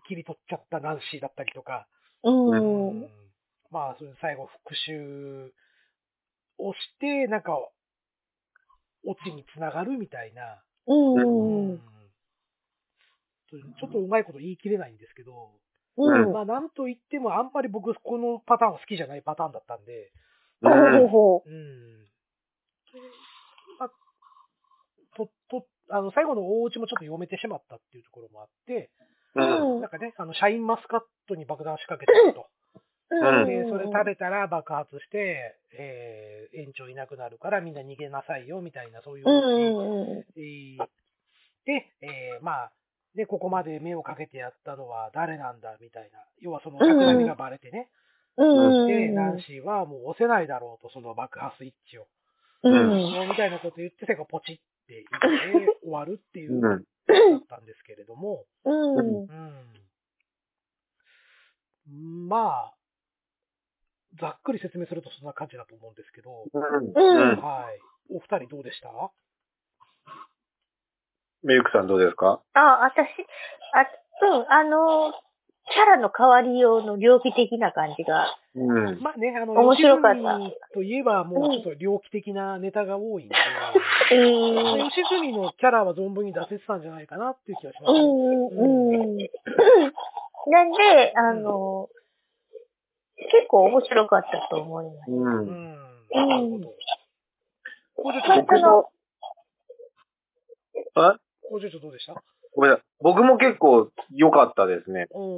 切り取っちゃったナンシーだったりとか、うん。うんまあ、それで最後復讐をして、なんか、オチにつながるみたいな、うん。ちょっとうまいこと言い切れないんですけど、うん。まあ、なんと言っても、あんまり僕、このパターンは好きじゃないパターンだったんで、ほうほうん。まあ、と、と、あの、最後の大内もちょっと読めてしまったっていうところもあって、う。うん。なんかね、あの、シャインマスカットに爆弾仕掛けてると。うん。で、それ食べたら爆発して、えー、園長いなくなるからみんな逃げなさいよ、みたいな、そういううお家。ん。えーで、えーまあ、で、ここまで目をかけてやったのは誰なんだ、みたいな。要はその企みがバレてね。うん。で、ナンシーはもう押せないだろうと、その爆破スイッチを。うん。みたいなこと言って、最後ポチって 言って終わるっていううだっん。たんですけれども、うん。うん。まあ、ざっくり説明するとそんな感じだと思うんですけど、うん。はい。お二人どうでしたミルクさんどうですかあ、私、あ、うん、あの、キャラの変わりようの猟奇的な感じが。うん。まあね、あの、面白かった良純といえばもうちょっと猟奇的なネタが多いんで、うまあん。吉住のキャラは存分に出せてたんじゃないかなっていう気がしまうすね。ん、うん。なんで、あの、結構面白かったと思います。う。うんん。なるほど。工場まあ長、その、あ工場長どうでしたごめんなさい。僕も結構良かったですね。うん。う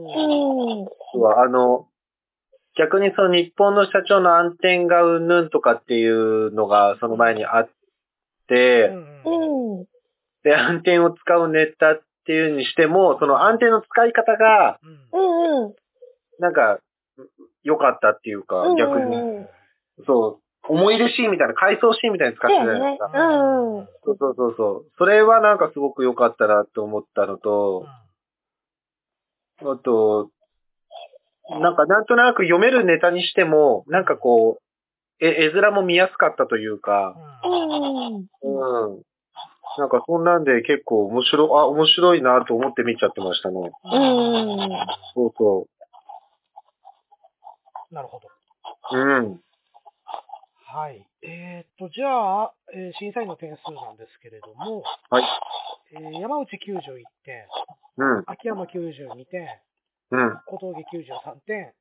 ん。あの、逆にその日本の社長の暗転がうんぬんとかっていうのがその前にあって、うん。で、暗転を使うネタっていうにしても、その暗転の使い方が、うんうん。なんか、良かったっていうか、うんうん逆うに、んそう、思い入れシーンみたいな、回想シーンみたいに使ってたじゃないですか。うんうんそうそうそうそう。それはなんかすごく良かったなと思ったのと、あと、なんかなんとなく読めるネタにしても、なんかこう、え、絵面も見やすかったというか、うん。うん。なんかそんなんで結構面白、あ、面白いなと思って見ちゃってましたね。うん。そうそなるほど。う。うん。はい。えーっと、じゃあ、えー審査員の点数なんですけれども、はい。えー山内91点、うん。秋山92点、うん。小峠93点、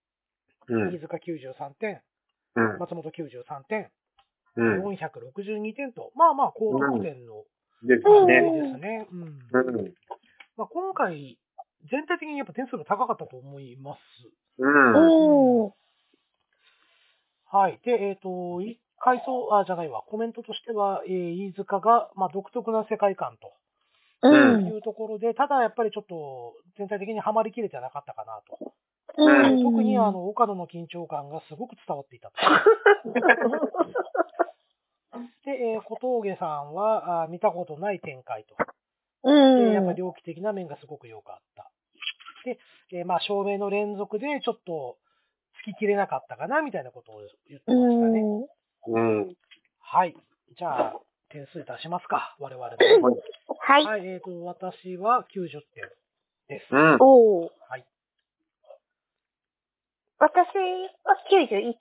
うん飯。塚93点、うん。松本93点、うん。 462点と、まあまあ高得点のですでね。すね。うんうん。まあ、今回、全体的にやっぱ点数が高かったと思います。うん。うん。はい。で、えっ、と、い回想、あ、じゃないわ、コメントとしては、えー飯塚が、まあ、独特な世界観うとんいうところで、ただやっぱりちょっと、全体的にはまりきれてなかったかなと。うん。特に、あ、の、岡野の緊張感がすごく伝わってい たと。で、えー小峠さんはあ、見たことない展開と。うん。で、やっぱり猟奇的な面がすごく良かった。で、えーまあ、照明の連続でちょっと、つききれなかったかな、みたいなことを言ってましたね。うん。うん。はい。じゃあ、点数出しますか、我々の。はい。はい、えっ、と、私は90点です。うん。おーはい。私は91。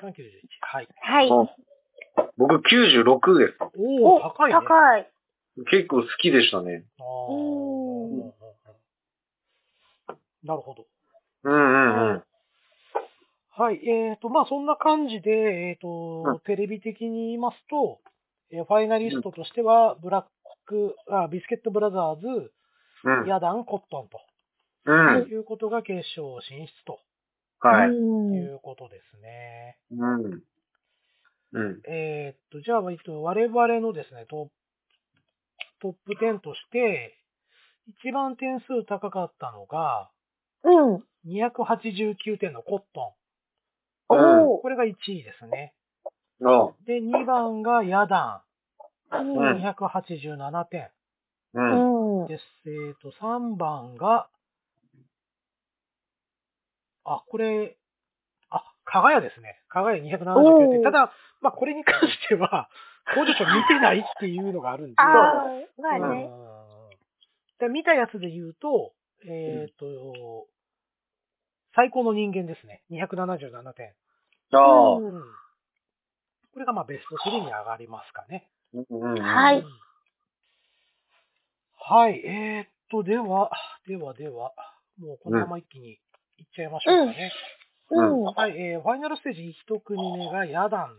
391。はい。はい。あ僕96です。おお、高いね。い。高い。結構好きでしたね。あうんーなるほど。うんうんうん。はい。えっ、と、まあ、そんな感じで、えっ、と、うんテレビ的に言いますと、えーファイナリストとしては、ブラック、あ、ビスケットブラザーズ、うん。ヤダン、コットンと、うん。いうことが決勝進出はうとい。んいうことですね。うん。うん。えーっと、じゃあ、えっと我々のですね、トトップ10として、一番点数高かったのが、うん。 289点のコットおン。ーこれが1位ですね。あで、2番がヤダうんン、287点うん。うん。です。えーっと、3番が、あ、これ、あ、加賀屋ですね。加賀屋279おー点。ただ、まあ、これに関しては、工場長見てないっていうのがあるんで、ああ、まあうんね。で見たやつで言うと、えっ、と、最高の人間ですね。277点。ああ。うんこれがまあベスト3に上がりますかね。うん。はいうん。はい。えっ、と、では、ではでは、もうこのまま一気にいっちゃいましょうかね。うん。は。はい。えーファイナルステージ1組目がヤダン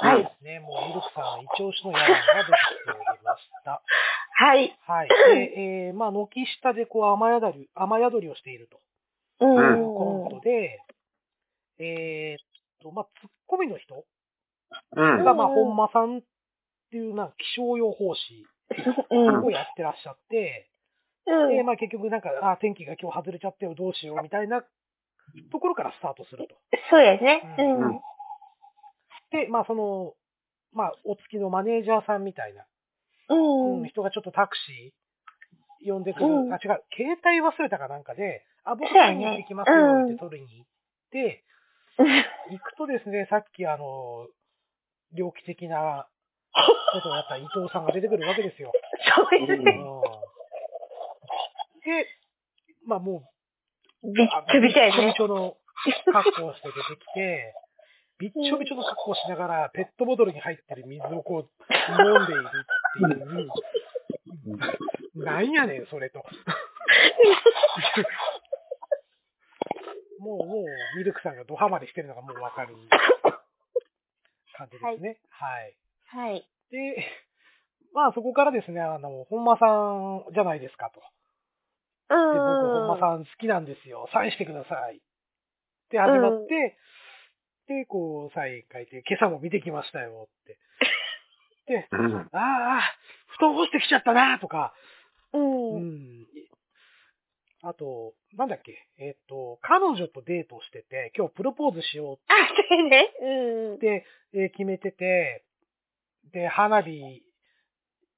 はいですね。もうミルクさん一押しのヤダンが出てきておりました。はい。はい。で、えーまあ、軒下でこう雨宿り、雨宿りをしているとう。いうんコントで、えーっと、まあ、ツッコミの人うん。が、まあ、うん本間さんっていうな、気象予報士うん。をやってらっしゃって、で、まあ、結局なんか、あー、天気が今日外れちゃったよ、どうしよう、みたいなところからスタートすると。そうですね。うん。で、まあ、その、まあ、お付きのマネージャーさんみたいな、うん。うん、人がちょっとタクシー呼んでくる、うんあ、違う、携帯忘れたかなんかで、あ、僕そうや取ねりに行ってきますよって取りに行って、行くとですね、さっきあの、猟奇的なことをやった伊藤さんが出てくるわけですよ。そうですうんね。で、まあもびっう、ちょびちょやびっねち。ょびちょの格好をして出てきて、びっちょびちょの格好をしながら、ペットボトルに入ってる水をこう、飲んでいるっていう、なんやねん、それと。もう、もう、ミルクさんがドハマりしてるのがもうわかる感じですね。はい。はい。で、 まあそこからですね、あの、本間さんじゃないですかと。うで僕、ん。本間さん好きなんですよ。サインしてください。で始まって、で、こう、再開で、今朝も見てきましたよって。で、うん。あーあー、布団干してきちゃったなとか、うん。ううん。ん。あと、なんだっけ、えっと、彼女とデートしてて、今日プロポーズしようっあ、それね。うん。て、えー決めてて、で、花火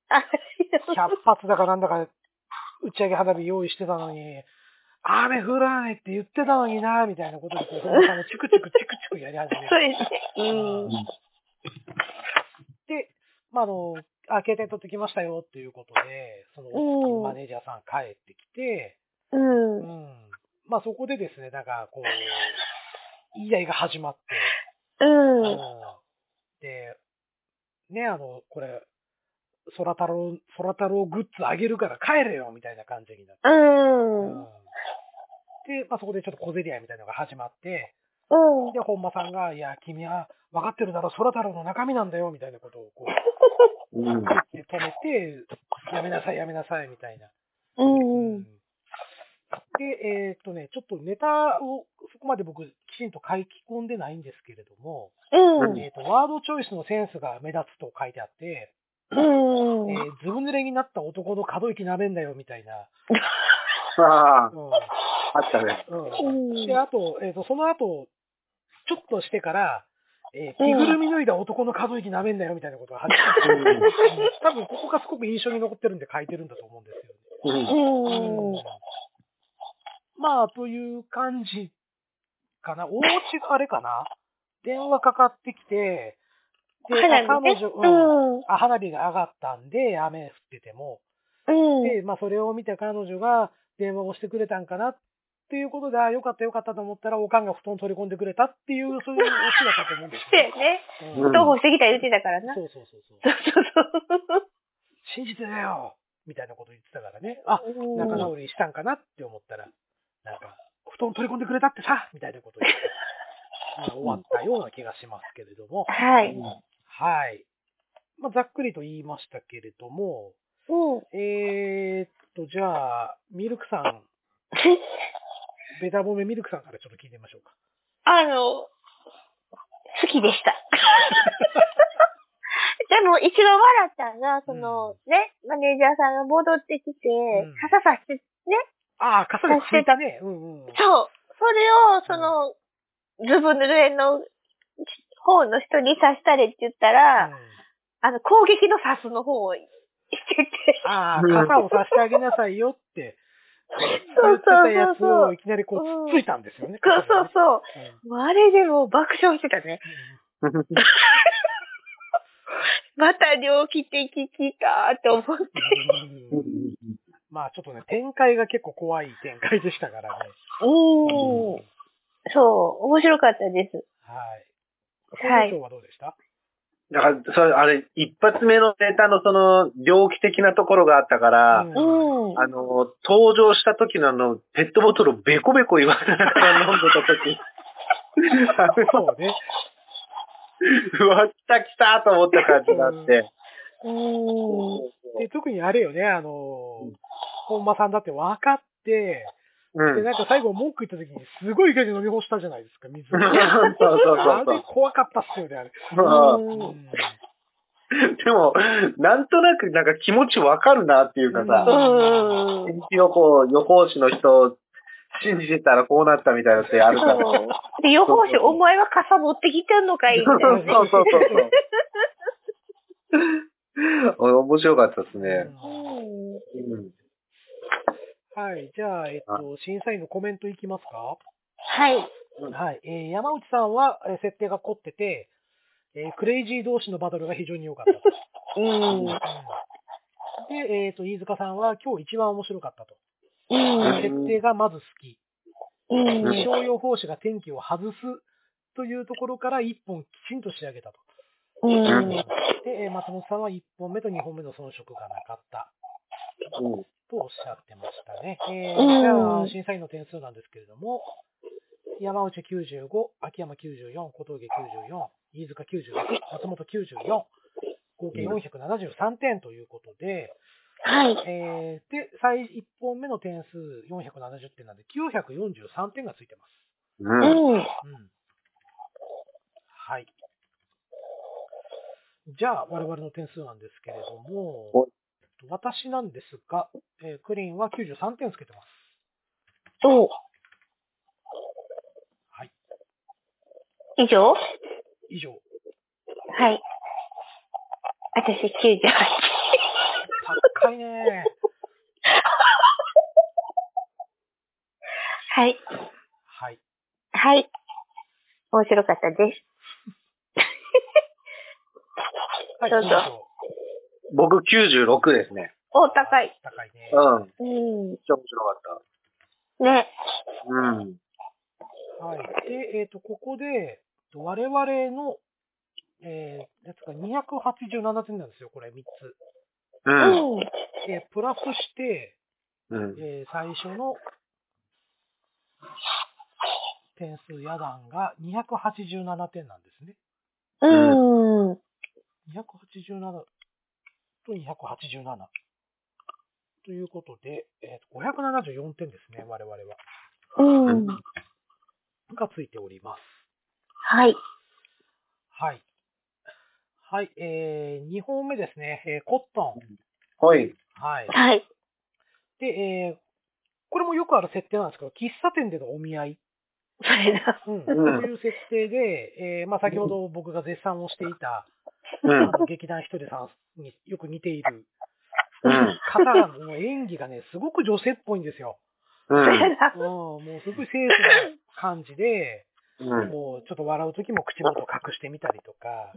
あ、 100発だかなんだか、打ち上げ花火用意してたのに、雨降らないって言ってたのにな、みたいなことで、こう、さんがチクチクチクチクやり始めそうて。ですね。うん。で、まあ、あの、あ、携帯取ってきましたよ、ということで、その、うんマネージャーさん帰ってきて、う。うんん。まあ、そこでですね、なんか、こう、言い合いが始まっうて、うんん。で、ね、あの、これ、空太郎、空太郎グッズあげるから帰れよ、みたいな感じになって。うん。で、まあ、そこでちょっと小競り合いみたいなのが始まって、うん。で、本間さんが、いや、君は分かってるだろ、空太郎の中身なんだよ、みたいなことをこう、うん。言って止めて、やめなさい、やめなさい、みたいな。うん。で、えーっとね、ちょっとネタを、そこまで僕、きちんと書き込んでないんですけれども、うん。えーっと、ワードチョイスのセンスが目立つと書いてあって、うんえ。ーずぶ濡れになった男の可動域なめんだよ、みたいな。ああ、うんあったね。うん、で、あと、えっ、と、その後、ちょっとしてから、えーうん着ぐるみ脱いだ男の可動域舐めんだよみたいなことが始まって、うん多分ここがすごく印象に残ってるんで書いてるんだと思うんですようん。ね。うん。まあ、という感じかな。おうち、あれかな電話かかってきて、で、あ花火彼ね。女、ううんん。あ、花火が上がったんで、雨降ってても、うん。で、まあ、それを見た彼女が電話をしてくれたんかなっていうことで、あよかったよかったと思ったら、おかんが布団取り込んでくれたっていう、そういうオチだったと思うんですそう よやね。ね。うん徒歩してきたうちだからな。そそううそうそうそう。そう信じてだよみたいなこと言ってたからね。あ、そう。うん仲直りしたんかなって思ったら、なんか、布団取り込んでくれたってさみたいなこと言って、まあ終わったような気がしますけれども。はい。はい。まあ、ざっくりと言いましたけれども、うん。えーっと、じゃあ、ミルクさ ん、ベタ褒めミルクさんからちょっと聞いてみましょうか。あの、好きでした。でも一番笑ったんが、その、ね、マネージャーさんが戻ってきて、うん傘さして、ああ、傘がついたね。うんうん。そう、それを、その、ズブ濡れの方の人に刺したれって言ったら、ああの、攻撃の刺すの方をしてて、あ、傘をさしてあげなさいよって、言ってたやつをいきなりこう、つっついたんですよね。 そうそうそう。うんうんもうあれでもう爆笑してたね。また量着てききたーって思って。うんまあちょっとね、展開が結構怖い展開でしたからね。うん。そう、面白かったです。はい。はい今日はどうでしただから、それ、あれ、一発目のネタのその、猟奇的なところがあったから、うんうん。あの、登場した時のあの、ペットボトルをベコベコ言われながら飲んでた時、 そうね。うわ、来た来たと思った感じがあって。うん。で、特にあれよね、あのー、本間さんだって分かって、うん。で、なんか最後文句言った時に、すごい勢いで飲み干したじゃない ですか、水を。そうそうそあうれ怖かったっすよね、あれ。そううん。うんでも、なんとなくなんか気持ちわかるなっていうかうさ、ん。うん。一応こう、予報士の人を信じてたらこうなったみたいなのってあるから。そうで、予報士、お前は傘持ってきてんのかいみたいなそうそうそうそう。面白かったですね。うんうんはい、じゃあ、えっと、審査員のコメントいきますか。はい。うんはい、えー山内さんは、えー設定が凝ってて、えークレイジー同士のバトルが非常に良かったと。うん。うんで、えっ、と、飯塚さんは今日一番面白かったと。うん。設定がまず好き。うん。気象予報士が天気を外すというところから一本きちんと仕上げたと。うん。で、えー松本さんは1本目と2本目の遜色がなかったとおっしゃってましたね。えーうんじゃあ、審査員の点数なんですけれども、山内95、秋山94、小峠94、飯塚96、松本94、合計473点ということで、はい。えーで、最1本目の点数470点なんで、943点がついてます。うん。うんはい。じゃあ、我々の点数なんですけれどもお、私なんですが、えークリーンは93点つけてます。おはい。以上以上。はい。私98。高いね。はい。はい。はい。面白かったです。はい、どうぞ僕96ですね。お、高い。。高いねう。ん。めうっん。ちゃ面白かっね。た。うん。はい。で、えっ、と、ここで、我々の、えー、やつが287点なんですよ、これ3つ。う。うんん。えープラスして、うん。えー最初の点数野団が287点なんですね。うん。 287と287。ということで、えー574点ですね、我々は。うん。がついております。はい。はい。はい、えー、2本目ですね、えーコットン。はい。はい。はい。で、えー、これもよくある設定なんですけど、喫茶店でのお見合い。それだ。うん。という設定で、えー、まあ先ほど僕が絶賛をしていた、うん。あの劇団ひとりさんによく似ているうん。方の演技がね、すごく女性っぽいんですよ。うそれん。だうん。。もうすごい清楚な感じで、うん。こう、ちょっと笑う時も口元隠してみたりとか、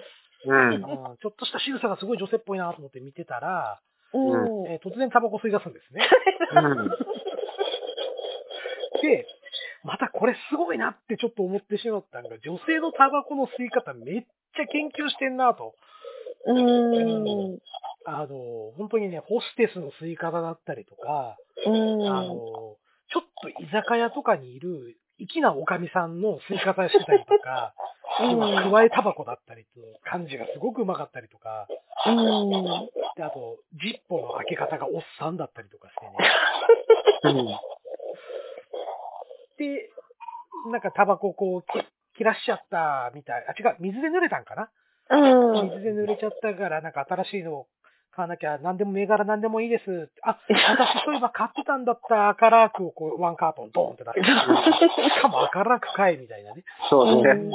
ううんん。ちょっとした仕草がすごい女性っぽいなと思って見てたら、うん。えー突然タバコ吸い出すん ですね。うん。で、またこれすごいなってちょっと思ってしまったのが、女性のタバコの吸い方めっちゃ研究してんなと。うん。あの、本当にね、ホステスの吸い方だったりとか、あの、うちょっと居酒屋とかにいる粋なおかみさんの吸い方してたり とか、今、ん。くわえタバコだったりと、感じがすごくうまかったりとか、うん。で、あと、ジッポの開け方がおっさんだったりとかしてね。 で、なんかタバコこう、き切らしちゃったみたい。あ、違う、水で濡れたんかな、うん。水で濡れちゃったから、なんか新しいのを買わなきゃ、何でも銘柄何でもいいです。あ、私そういえば買ってたんだった赤ラークをこう、ワンカートンドーンって出 して。しかも赤ラークかい、みたいなね。そうですうね。ん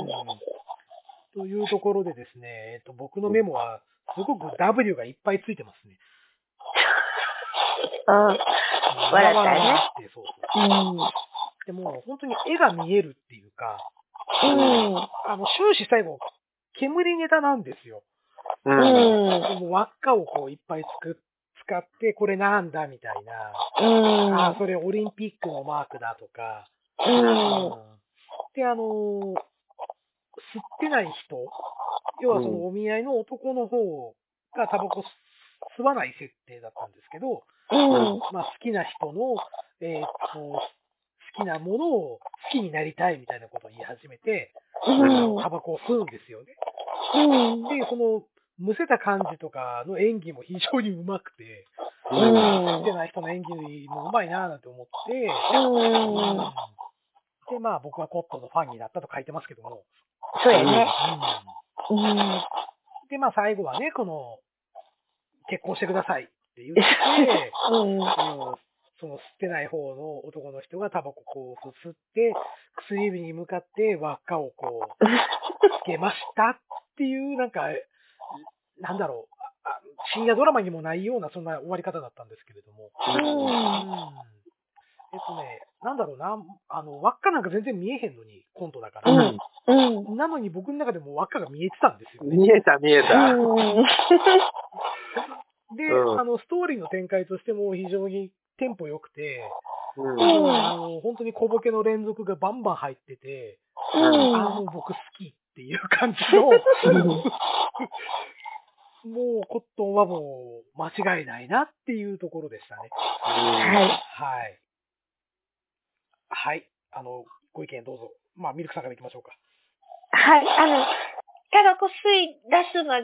というところでですね、えっと、僕のメモは、すごく W がいっぱいついてますね。笑ったよねわらわらって、そうそう。でも、本当に絵が見えるっていうか、あの、終始最後、煙ネタなんですよ。うん。でも輪っかをこういっぱいつく使って、これなんだみたいな。あ、それオリンピックのマークだとか。うんで、あのー吸ってない人、要はそのお見合いの男の方がタバコ吸わない設定だったんですけど、まあ、好きな人の、えーっと、好きなものを好きになりたいみたいなことを言い始めて、タバコを吸うんですよね。で、その、むせた感じとかの演技も非常にうまくて、好きな人の演技もうまいなぁなんて思って、で、まあ僕はコットンのファンになったと書いてますけども、そうやね。うんで、まあ最後はね、この、結婚してくださいって言って、うんその吸ってない方の男の人がタバコこう吸って、薬指に向かって輪っかをこう、つけましたっていう、なんか、なんだろう、ああ深夜ドラマにもないような、そんな終わり方だったんですけれども。えっとね、なんだろうな、あの、輪っかなんか全然見えへんのに、コントだから。なのに僕の中でも輪っかが見えてたんですよね。見えた見えた。で、うんあの、ストーリーの展開としても非常にテンポ良くて、うん。あの、本当に小ボケの連続がバンバン入ってて、あもう僕好きっていう感じ の、もうコットンはもう間違いないなっていうところでしたね。はい。はい。あの、ご意見どうぞ。まあ、ミルクさんからいきましょうか。はい、あの、タバコ吸い出すまう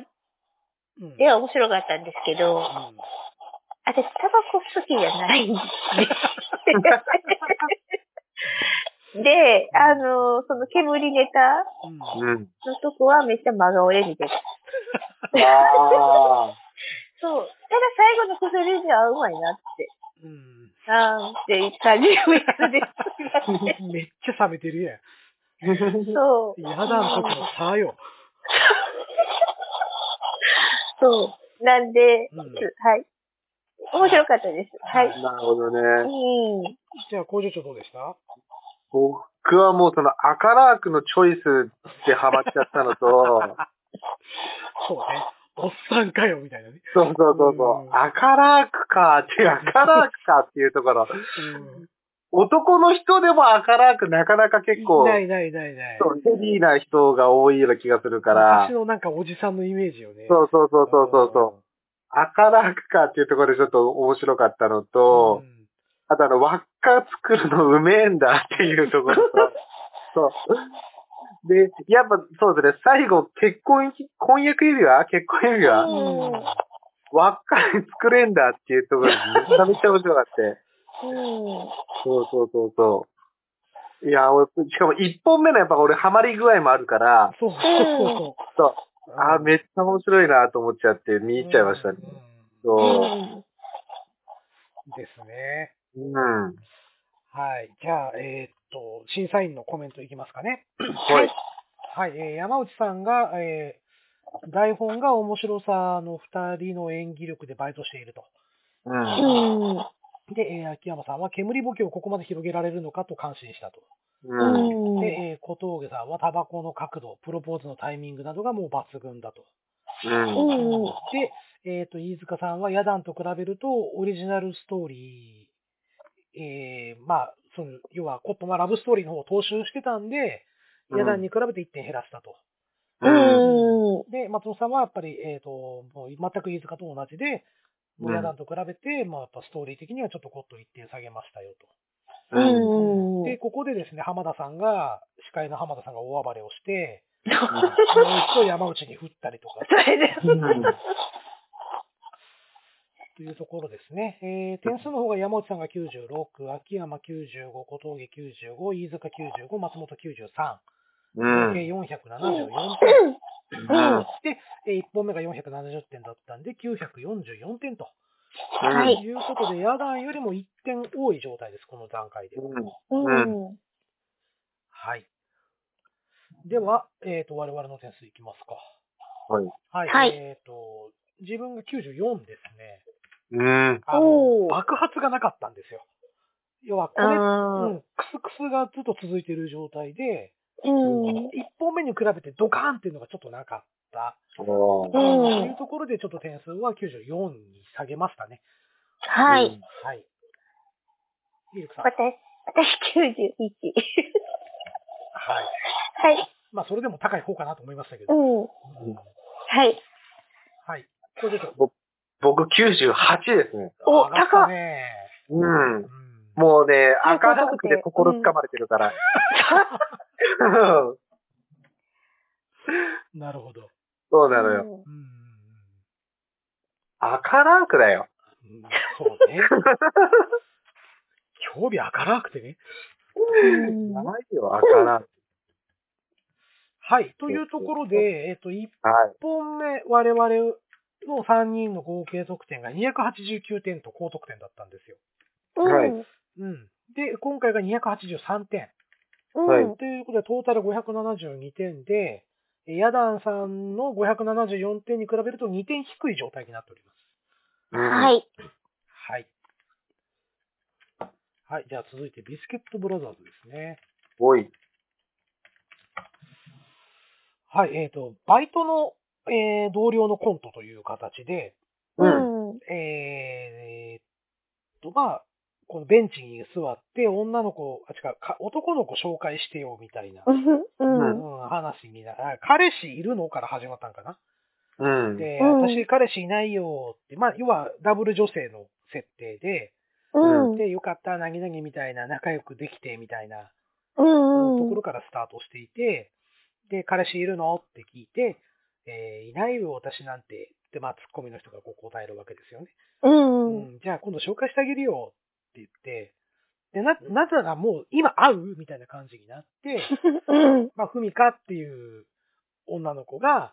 ん。では面白かったんですけど、うん私タバコ好きじゃないんです。で、あの、その煙ネタうんうん。のとこはめっちゃ真顔で見てた。ああ。そう。ただ最後のクソレジはうまいなって。 うんなんて言ったりもやつです。めっちゃ冷めてるやん。そう。やだんとこの差よ。そう。なんで、うんはい。面白かったです。はい。うなるほどね。ん。じゃあ、工場長どうでした僕はもうその赤ラークのチョイスでハマっちゃったの と、そうね。おっさんかよ、みたいなね。そうそうそうそうう、ん赤ラークかっていう、赤ラークかっていうところ、男の人でも赤ラークなかなか結構、ないないないない。そうヘビーな人が多いような気がするから昔、のなんかおじさんのイメージよね。そうそうそうそうそうそう、ん赤ラークかっていうところでちょっと面白かったのと、んあとあの、輪っか作るのうめえんだっていうとこ ろと、そう。で、やっぱそうですね、最後、結婚、婚約指輪結婚指輪うん輪っかで作れんだっていうところがめちゃめちゃ面白かった。うん。そうそうそうそう。いや、俺しかも一本目のやっぱ俺ハマり具合もあるから、そうそうそうそそう。う。あーめっちゃ面白いなと思っちゃって見入っちゃいましたね。うんそうですね。う。うん。ははい。じゃあ、えーっと、審査員のコメントいきますかね。い。はい。えー山内さんが、えー台本が面白さの二人の演技力でバイトしていると。うん。ん。で、えー秋山さんは煙ぼけをここまで広げられるのかと感心したと。ううで、ん。ん。えー小峠さんはタバコの角度、プロポーズのタイミングなどがもう抜群だと。うん。うんで、えっ、と、飯塚さんはヤダンと比べるとオリジナルストーリー、えー、まあ、その、要はコットンはラブストーリーの方を踏襲してたんで、うんヤダンに比べて1点減らしたと。うん。うん。で、松本さんはやっぱり、えっ、と、もう全く飯塚と同じで、もううんヤダンと比べて、まあ、やっぱストーリー的にはちょっとコットン1点下げましたよと。うん。うん。で、ここでですね、浜田さんが、司会の浜田さんが大暴れをして、うもう一度山内に振ったりとか、それで、ん。というところです ね。えー、点数の方が山内さんが96、秋山95、小峠95、飯塚95、松本う93、ん。計474点。うん。で、えー、1本目が470点だったんで、944点と。はいいうことで、野団よりも1点多い状態です、この段階で。うん。はい。では、えっ、と、我々の点数いきますか。はい。はい。はいえっ、と、自分が94ですね。うん。あおの、ー爆発がなかったんですよ。要は、これ、あうん、クスクスがずっと続いている状態で、ーうん。 1本目に比べてドカーンっていうのがちょっとなかった。おーうんというところで、ちょっと点数は94に下げましたね。はい。。はい。ミルクさん。はい。私、私91。はい。まあ、それでも高い方かなと思いましたけうど。ん。うんはい。はい。これでちょっと僕98ですね。お上がったね。うんう。んもうはね、い赤ラークで心掴まれてるから。なるほど。そうなのよ。うんうん赤ラークだよ。うん。そう ね。興味明らくてね。うん。やばいよ、赤ラーク。はい。というところで、えっ、と、1はい。。本目、我々の3人の合計得点が289点と高得点だったんですよ。うん。うん。で、今回が283点。うん。ということで、トータル572点で、えヤダンさんの574点に比べると2点低い状態になっております。はいい。はい。はい。じゃあ続いて、ビスケットブラザーズですね。おい。はい。えっ、と、バイトの、えー同僚のコントという形で、うん。うん。えーえーっと、まあ、このベンチに座って、女の子、あ、違う、か男の子紹介してよ、みたいな、うん。うん話にな、あ彼氏いるのから始まったんかな。うん。で、うん私、彼氏いないよって、まあ、要は、ダブル女性の設定で、うん。で、よかった、何々みたいな、仲良くできて、みたいな、うん。ところからスタートしていて、で、彼氏いるのって聞いて、えーいないよ、私なんて、って、まあ、ツッコミの人がこう答えるわけですよね。うん。うん、じゃあ今度紹介してあげるよって言って、で、な、なぜならもう今会うみたいな感じになって、うん。まあ、ふみかっていう女の子が、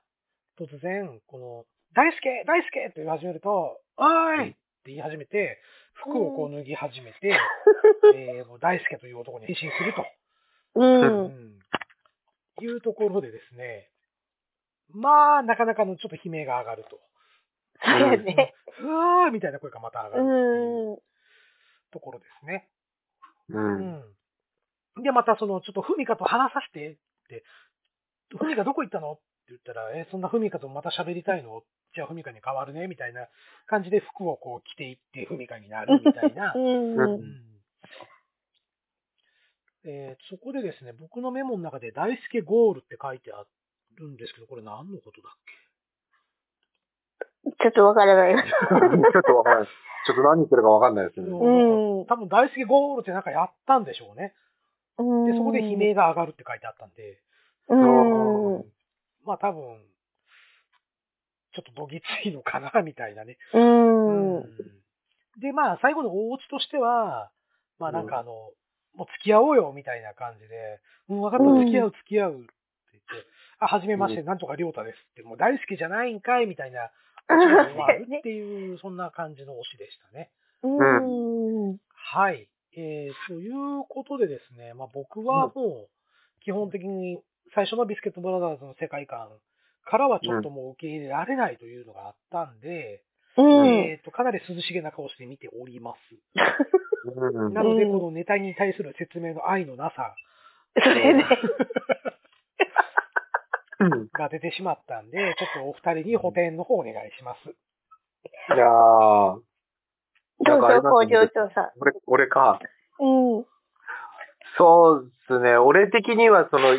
突然、この、大輔大輔って言い始めると、おーいって言い始めて、服をこう脱ぎ始めて、えーもう大輔という男に変身すると。うん。うんいうところでですね、まあ、なかなかのちょっと悲鳴が上がると。そうやね。うわーみたいな声がまた上がう。るっていうんところですね。う。うんん。で、またその、ちょっとふみかと話させてって、ふみかどこ行ったのって言ったら、えそんなふみかとまた喋りたいのじゃあふみかに変わるねみたいな感じで服をこう着ていってふみかになるみたいな う。ん。えーそこでですね、僕のメモの中で、大輔ゴールって書いてあるんですけど、これ何のことだっちょっとわからないな。ちょっとわかんない。ちょっと何言ってるかわかんないですけ、ね。うん多分大輔ゴールってなんかやったんでしょうね。で、そこで悲鳴が上がるって書いてあったんで、うん。うん。まあ多分、ちょっとどぎついのかな、みたいなね。うん。で、まあ最後の大オチとしては、まあなんかあの、もう付き合おうよ、みたいな感じで、うん、分かった、付き合う、付き合うって言って、あ、はじめまして、なんとかりょうたですって、もう大好きじゃないんかい、みたいな、終わるっていう、そんな感じの推しでしたね。うん。はい。えー、ということでですね、まあ僕はもう、基本的に最初のビスケットブラザーズの世界観からはちょっともう受け入れられないというのがあったんで、うん。えーと、かなり涼しげな顔して見ております。うん。なので、うんこのネタに対する説明の愛のなさそれね。うんが出てしまったんで、ちょっとお二人に補填の方お願いします。いやー、どうぞ、工場長さ俺、俺か。ん。うん。そうですね。俺的には、その、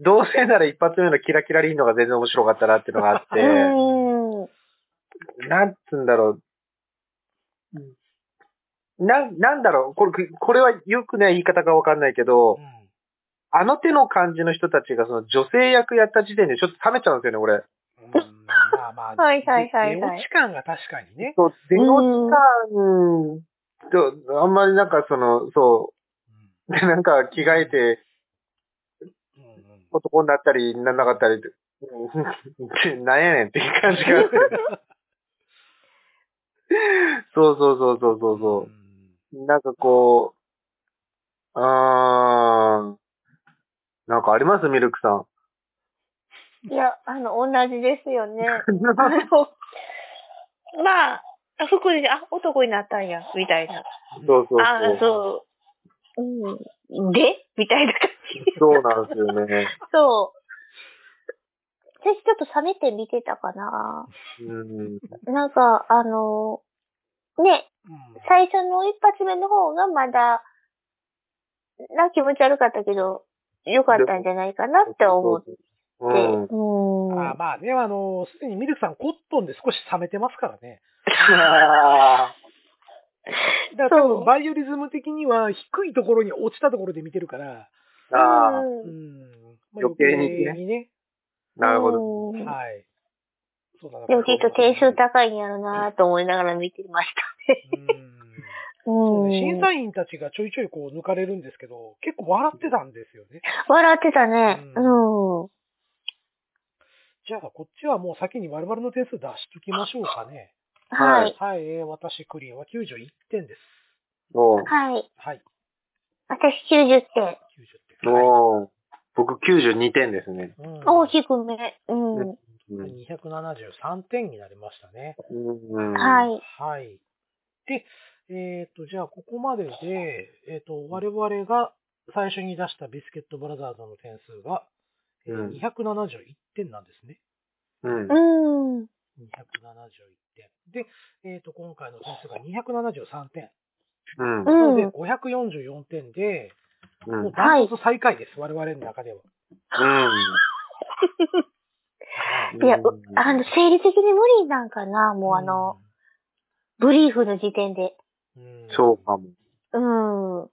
どうせなら一発目のキラキラリンのが全然面白かったなっていうのがあって、うん。なんつ うんだろう。な、なんだろう。これ、これはよくね、言い方がわかんないけどう、ん。あの手の感じの人たちがその女性役やった時点でちょっと冷めちゃうんですよね、俺。うんまあまあ、はいはいはいはい出落ち感が確かにね。そう、出落ち感と、あんまりなんかその、そうんう、 でなんか着替えてうんうん男になったりなんなかったり、うん なんやねんっていう感じがあって。そうそうそうそうそうそう。んなんかこう、あー、なんかありますミルクさん。いや、あの、同じですよ ね。あの、まあ、服で、あ、男になったんや、みたいな。そうそうあそう。そう。うん。でみたい な感じ。そうなんですよね。そう。私ちょっと冷めて見てたかな。うん。なんか、あの、ね、うん最初の一発目の方がまだ、な、気持ち悪かったけど、良かったんじゃないかなって思って。うん。うん。あまあね、あの、すでにミルクさんコットンで少し冷めてますからね。あだから多そ分うバイオリズム的には低いところに落ちたところで見てるから、ーあううんん。まあ余計にね余計にね。ー、なるほど。どはい。そうだなでもきっと点数た。高いんやろなと思いながら見てましたね。うんそうね審査員たちがちょいちょいこう抜かれるんですけど、結構笑ってたんですよね。笑ってたね。うん。じゃあ、こっちはもう先に我々の点数出しときましょうかね。ははいい。はい、えー私、クリーンは91点です。おうはい。はい、私90点。 90点。はいおう僕92点ですね。うん大きくめ。うん。うん。 273点になりましたね。うんはい。はい。で、えっ、と、じゃあ、ここまでで、えっ、と、我々が最初に出したビスケットブラザーズの点数が、えーうん271点なんですね。うん。うん。 271点。で、えっ、と、今回の点数が273点。うん。う。なんので、544点で、うん。もううダントツ最下位です、我々の中では。ん いや、うあの、生理的に無理なんかなもうあの、ブリーフの時点で。うん、そうかも。うん。う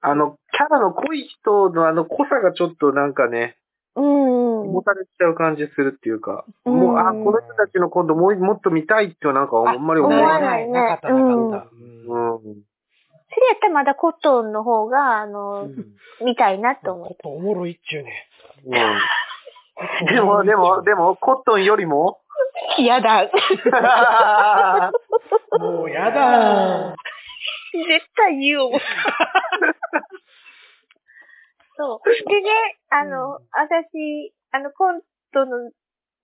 あの、キャラの濃い人のあの濃さがちょっとなんかね、ん。持たれちゃう感じするっていうか、うんもう、あ、この人たちの今度もうもっと見たいってなんかあんまり思思わわなないい。ねなかった、なかった。うん。それやったらまだコットンの方が、あの、うん見たいなと思コう。 ットンおもろいっちゅうね。でも、でも、でも、コットンよ りも嫌だ。もうやだ絶対言う思う。そう。でね、あの、うん私、あの、コントの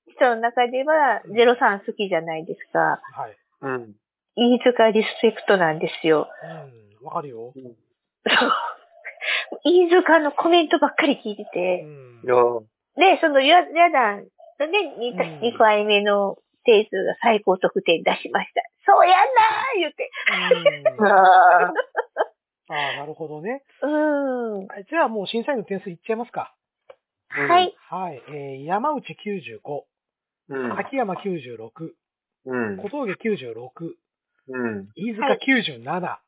人の中では、ゼロさん好きじゃないですか。はい。うん。飯塚リスペクトなんですよ。うん、わかるよ。そう。飯塚のコメントばっかり聞いてうて。ん。いやで、その、や、やだんのね、2, うん2回目の定数が最高得点出しました。そうやなー言って。うんあああ、なるほどね。うん。はいじゃあもう審査員の点数いっちゃいますか。うんはい。はい。えー、山内95、ーうん。秋山96、うん。小峠96、うん。飯塚97、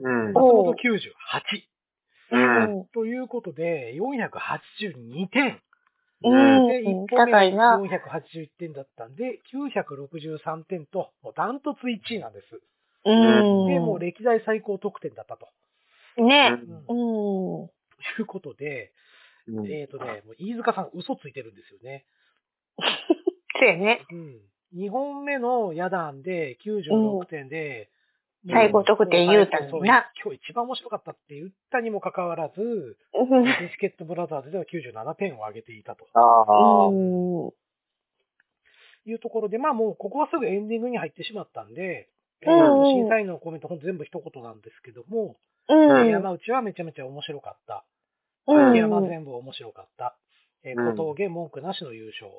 うん。松本おう98。うん。ということで、482点。うんで、1本目高いがな481点だったんで、963点と、もうダントツ1位なんです。うん。で、もう歴代最高得点だったと。ね。うんうん。いうことで、うんえっ、とね、もう飯塚さん嘘ついてるんですよね。そうやね。うん。2本目の野団で96点で、ん最高得点言うたのにそうな今日一番面白かったって言ったにもかかわらず、うんビスケットブラザーズでは97点を上げていたとああ。うんいうところで、まあもうここはすぐエンディングに入ってしまったんで、うんえー審査員のコメントほんと全部一言なんですけども、うん。山内はめちゃめちゃ面白かった。うん秋山全部面白かった。えーうん小峠文句なしの優勝。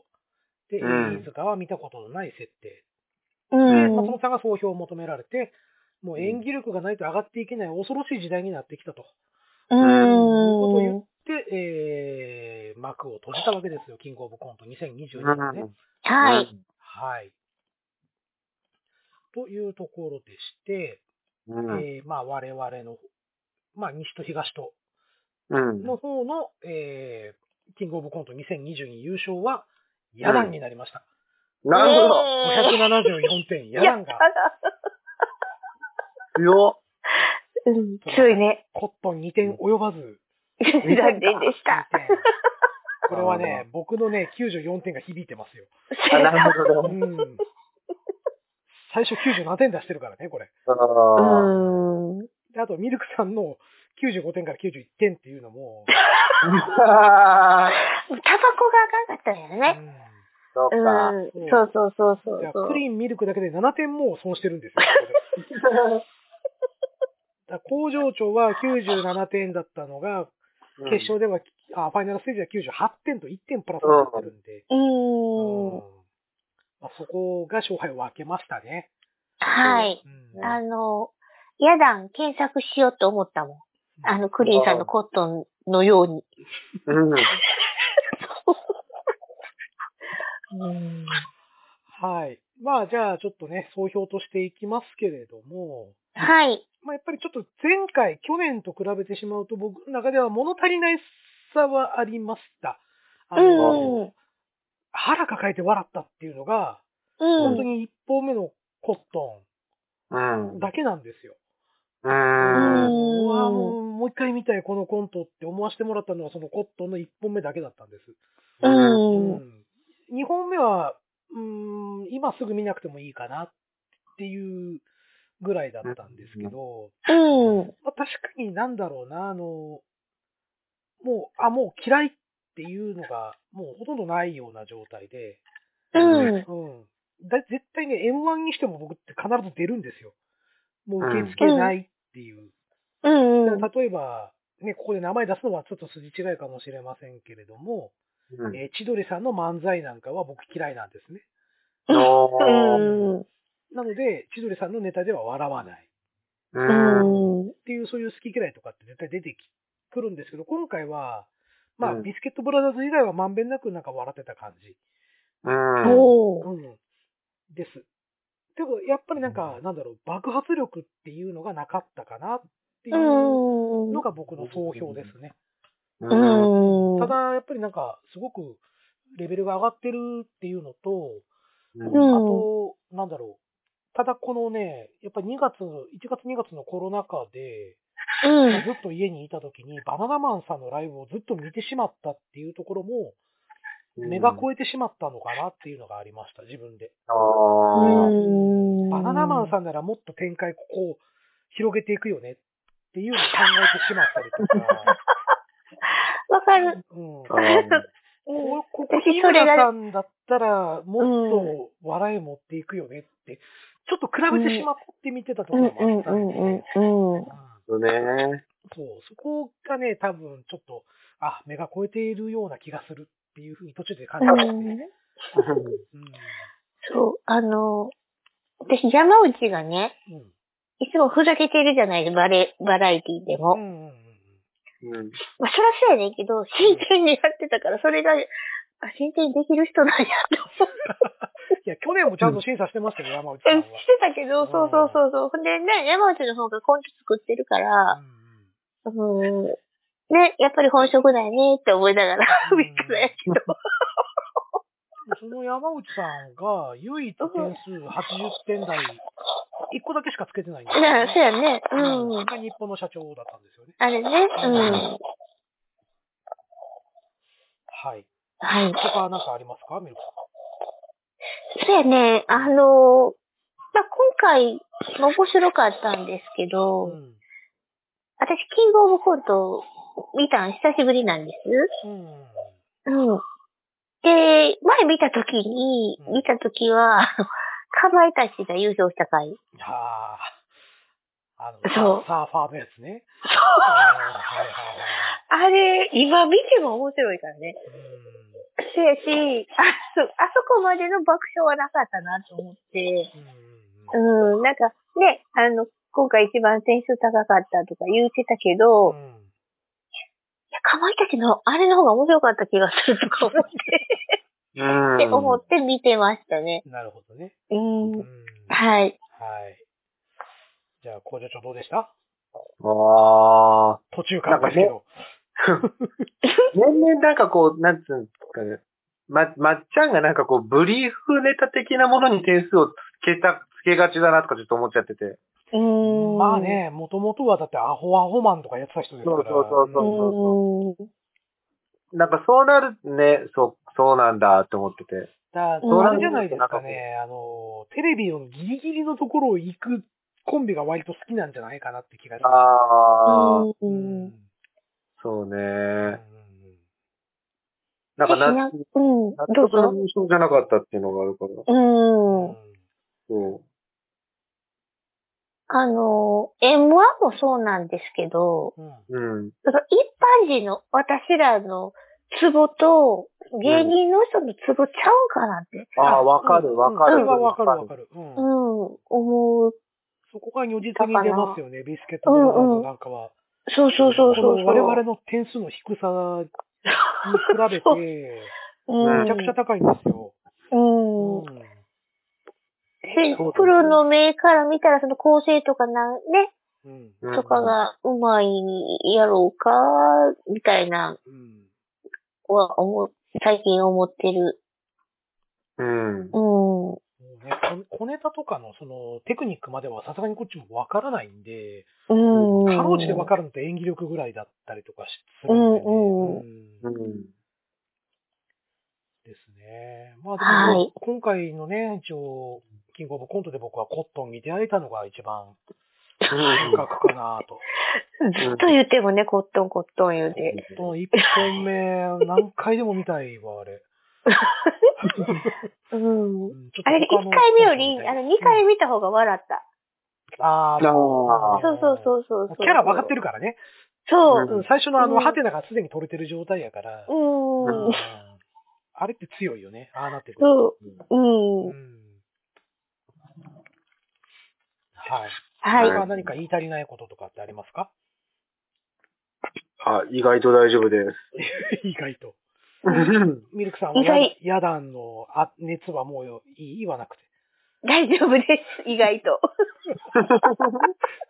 で、うん飯塚は見たことのない設定。うん。松本さんが総評を求められて、もう演技力がないと上がっていけない恐ろしい時代になってきたと。うん。いうことを言って、えー、幕を閉じたわけですよ。キングオブコント2022のね。はい。。はい。というところでして、うん。えー、まあ我々の、まあ西と東とうん。の方の、えー、キングオブコント2022優勝は、ヤダンになりました。なるほど。え574点、ヤダンが、強ーうん強いね。コットン2点及ばず、残念でした。 2点。これはね、僕のね、94点が響いてますよ。っ。あなるほうど。ん。 最初97点出してるからね、これ。うああ。ん。であと、ミルクさんの95点から91点っていうのも、タバコがあかんかったんうだよ ね。んそうか。うん。そうそうそうそいやう。クリーンミルクだけで7点もう損してるんですよ。 だから工場長は97点だったのが、決勝では、あ、ファイナルステージでは98点と1点プラスになってるんで、うんうん。まあ、そこが勝敗を分けましたね。はい。うんあの、やだん検索しようと思ったもん。あの、クリーンさんのコットンのように。うん。うん。はい。まあ、じゃあ、ちょっとね、総評としていきますけれども、はい。まあ、やっぱりちょっと前回、去年と比べてしまうと、僕の中では物足りない差はありました。あうの、ん。腹抱えて笑ったっていうのが、う本ん当。に1本目のコットうんン。だけなんですよ。うん。うんうわもうもう一回見たい、このコントって思わせてもらったのは、そのコットンの1本目だけだったんです。うん2本目は、うーん、今すぐ見なくてもいいかなっていうぐらいだったんですけど、うん。まあ、確かになんだろうな、あの、もう、あ、もう嫌いっていうのが、もうほとんどないような状態で、うん。うん。だ絶対ね、M1 にしても僕って必ず出るんですよ。もう受け付けないっていう。うん。うん。例えば、ね、ここで名前出すのはちょっと筋違いかもしれませんけれども、うん。えー千鳥さんの漫才なんかは僕嫌いなんですね。うん。うん。なので、千鳥さんのネタでは笑わないうん。っていう、そういう好き嫌いとかって絶対出てきくるんですけど、今回は、まあ、うんビスケットブラザーズ以外はまんべんなくなんか笑ってた感じ。おー。うん。です。でも、やっぱりなんか、なんだろう、爆発力っていうのがなかったかなっていううのん。が僕の総評ですね。うん。ただ、やっぱりなんか、すごくレベルが上がってるっていうのと、うんあと、なんだろう。ただこのね、やっぱり2月、1月2月のコロナ禍で、うん。ずっと家にいた時にバナナマンさんのライブをずっと見てしまったっていうところも、目が超えてしまったのかなっていうのがありました、自分で。ああ、バナナマンさんならもっと展開、ここを広げていくよねっていうのを考えてしまったりとか、わかる。うん、 あーうんこここ、私日それ村がさんだったら、もっと笑い持っていくよねって、ちょっと比べてしまって見てたとこうんろもうんあったうりんして、うんうん。そうね。そう、そこがね、多分ちょっと、あ、目が超えているような気がするっていうふうに途中で感じましたね。うん。そう、あの、私山内がね、うん。いつもふざけてるじゃないですか、バレ、バラエティでも。うんうんうんうん。まあ、そらそうやねんけど、真剣にやってたから、それが、あ、真剣にできる人なんやと思っいや、去年もちゃんと審査してましたよ、山内てさんしては。たけど、そうそうそうそう。ほんでね、山内の方がコント作ってるかうら、んうんうん、ね、やっぱり本職だよねって思いながら、うんウィッグだやけ ど。その山内さんが唯一点数80点台、1個だけしかつけてないんですよなあ、そうね。やね。ううんん。が日本の社長だったんですよね。あれね、うん。はい。はい。他なんかありますかミルクそうやね、あの、まあ、今回、面白かったんですけさん。ど、うん。私、キングオブコント見たん久しぶりなんです。うん。うん。で、前見たときに、うん見たときは、あ のかまいたちが優勝した回。はあ。あの、そうサーファーのやつね。そう。はいはいはいはいあれ、今見ても面白いからね。うせやし、あそ、あそこまでの爆笑はなかったなと思って。んうんうんうんうん、なんか、ね、あの、今回一番点数高かったとか言ってたけど、いうんやかまいたちのあれの方が面白かった気がするとか思って、うん。って思って見てましたね。なるほどね。ううんん。。ははい。い。じゃあ、工場長どうでしたああ。途中からですけど。年々なんかこう、なんつうんですかね。ま、まっちゃんがなんかこう、ブリーフネタ的なものに点数をつけた、つけがちだなとかちょっと思っちゃってて。うーん。まあ。ね、もともとはだってアホアホマンとかやってた人ですから。そうそうそうううんーん。なんかそうなるね、そう、そうなんだって思ってて。だうんあれじゃないですかね、あの、テレビのギリギリのところを行くコンビが割と好きなんじゃないかなって気がします。ああ、う。うんんそううんね。ななんかな、うん、納どう得のぞ。印象じゃなかったっていうのがあるから。うん。そう。あの、M1 もそうなんですけど、うんうんうん。その一般人の私らのツボと、芸人の人のツボちゃうんかなって、ああ、わかるわかそれる。はわかるわかる。うんうん、思う。そこが如実に出ますよね、ビスケットブラザーズなんかは。そうそうそうそうこそう。の我々の点数の低さに比べて、うん、めちゃくちゃ高いんですよ。うん。うんでそうだねプロの目から見たら、その構成とかな、ね、うんうんとか。がうまいやろうか、みたいな、うんは思う、最近思ってる。うん。うん。もうね、こ小ネタとかのそのテクニックまではさすがにこっちもわからないんで、うん。かろうじてわかるのって演技力ぐらいだったりとかしするんでね。うんうんう うんん。ですね。まあでも、はい今回のね、一応、キングオブコントで僕はコットンに出会えたのが一番収穫かなと。ずっと言ってもね、コットンコットン言うて。もう一本目、何回でも見たいわ、あれ。うん。うんちょっとあれ、一他回の目より、あの、二回見た方が笑った。あーあーそうそうそうそう。キャラ分かってる。るからね。そうう。んうん最初のあうの、んハテナがすでに取れてる状態やから。うん。あれって強いよね。ああなってくるそと。うんう。んはい。はい。他何か言い足りないこととかってありますかあ、意外と大丈夫で す。意外と。うんミルクさんは意外ヤダンのあ熱はもうよいい言わなくて。大丈夫です。意外と。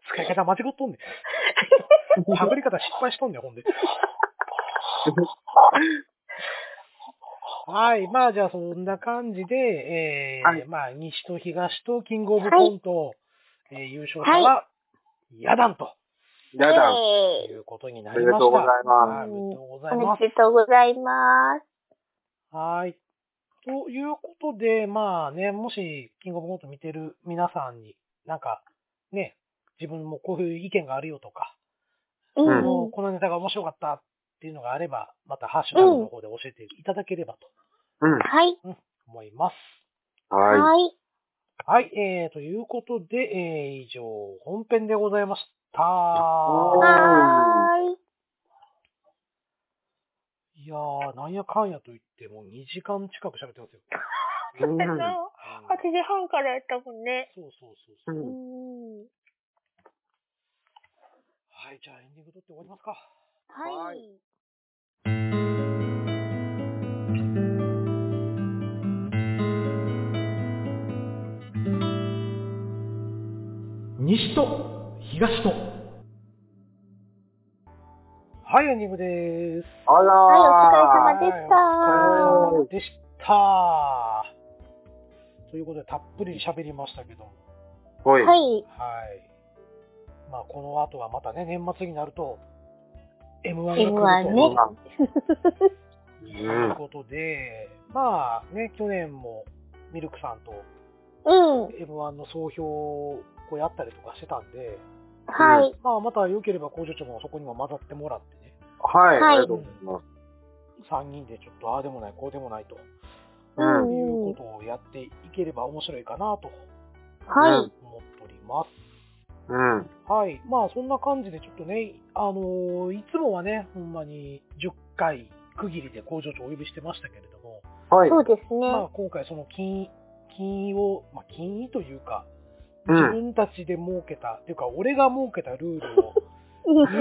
使い方間違っとんね ん。喋り方失敗しとんねん、ほんで。はい。まあ、じゃあ、そんな感じで、えーはいまあ、西と東とキングオブコント、えー優勝者は、ヤダンとやだ。とえいえうことになおりめでまとうしございた。まはす。い、おめでとうございおます。めでとうございます。はい。ということで、まあね、もし、キングオブコント見てる皆さんに、なんか、ね、自分もこういう意見があるよとか、うあんのうん。このネタが面白かったっていうのがあれば、またハッシュタグの方で教えていただければとうん。はい。思います。はい。はい。はい、えー、ということで、えー、以上、本編でございました。おーはーい。いやー、なんやかんやと言って、もう2時間近く喋ってますよ。うんうん8時半からやったもんね。そうそうそうそう。ううんん。はい、じゃあエンディング撮って終わりますか。ははいい。西と東と。はい、エンディングでーす。あらはいお疲れ様ーでしたはいお疲れ様でした。ということで、たっぷり喋りましたけども。ほい。はい。はい。まあ、この後はまたね、年末になると、M1 が来る M1 と。ねと う。いうんことで、まあね、去年もミルクさんとうん。は M1 の総評をやったりとかしてたんで、い。まあまた良ければ工場長もそこにも混ざってもらってね、はい。はいありがとうございます。 3人でちょっとああでもない、こうでもないというううんん。ことをやっていければ面白いかなとはい。思っております。うん。はい。まあそんな感じでちょっとね、あのーいつもはね、ほんまに10回区切りで工場長お呼びしてましたけれども、はい。そうですね。まあ、今回その金、金を、まあ、金というか、う自ん。分たちで設けた、というか、俺が設けたルールを、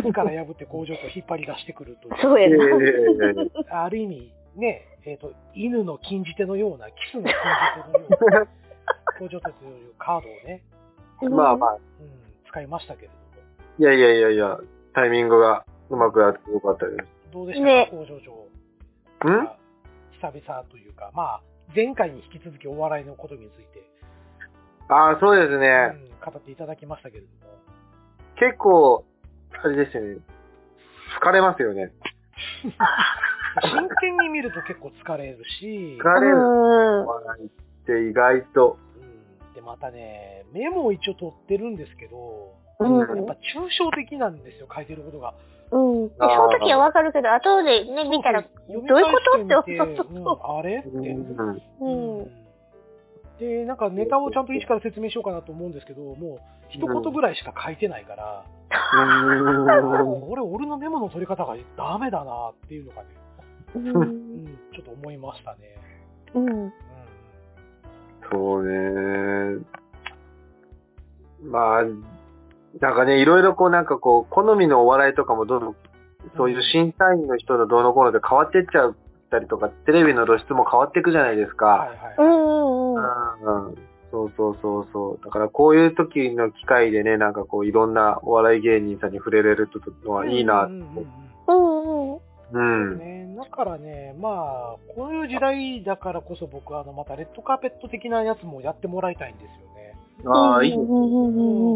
自ら破って工場と引っ張り出してくるとい そうやえな。えう、ある意味、ね、えっ、と、犬の禁じ手のような、キスの禁じ手のような、 工場というカードをね、まあまあ。あ、うん、使いましたけれども、いやいやいやいや、タイミングがうまくやってよかったでどうでしたか、ね工場長。す。ん久々というか、まあ、前回に引き続きお笑いのことについて、ああ、そうですうね。ん、語っていただきましたけれども、結構、あれですよね。疲れますよね。真剣に見ると結構疲れるし、疲れる。うん。笑いって意外と。うんで、またね、メモを一応取ってるんですけど、うん。やっぱ抽象的なんですよ、書いてることが。うん。その時はわかるけど、後でね、見たら、どういうことって読み返思してみてうんあれってう。ん。う。うん。で、なんかネタをちゃんと一から説明しようかなと思うんですけど、もう一言ぐらいしか書いてないから、うんこれ俺のメモの取り方がダメだなっていうのがね、ううん。ん、ちょっと思いましたね。うん。うそうね。まあ、なんかね、いろいろこうなんかこう、好みのお笑いとかもどんどん、そういう審査員の人のどうのこうので変わってっちゃったりとか、テレビの露出も変わっていくじゃないですん、はか。いはうい。ん。うん。うんそうそうそうそう。だからこういう時の機会でね、なんかこういろんなお笑い芸人さんに触れれるのはいいなう。んうんううん。んうんうん。うん。ね、だからね、まあ、こういう時代だからこそ僕はあの、またレッドカーペット的なやつもやってもらいたいんですよね。ああ、いい。うん。う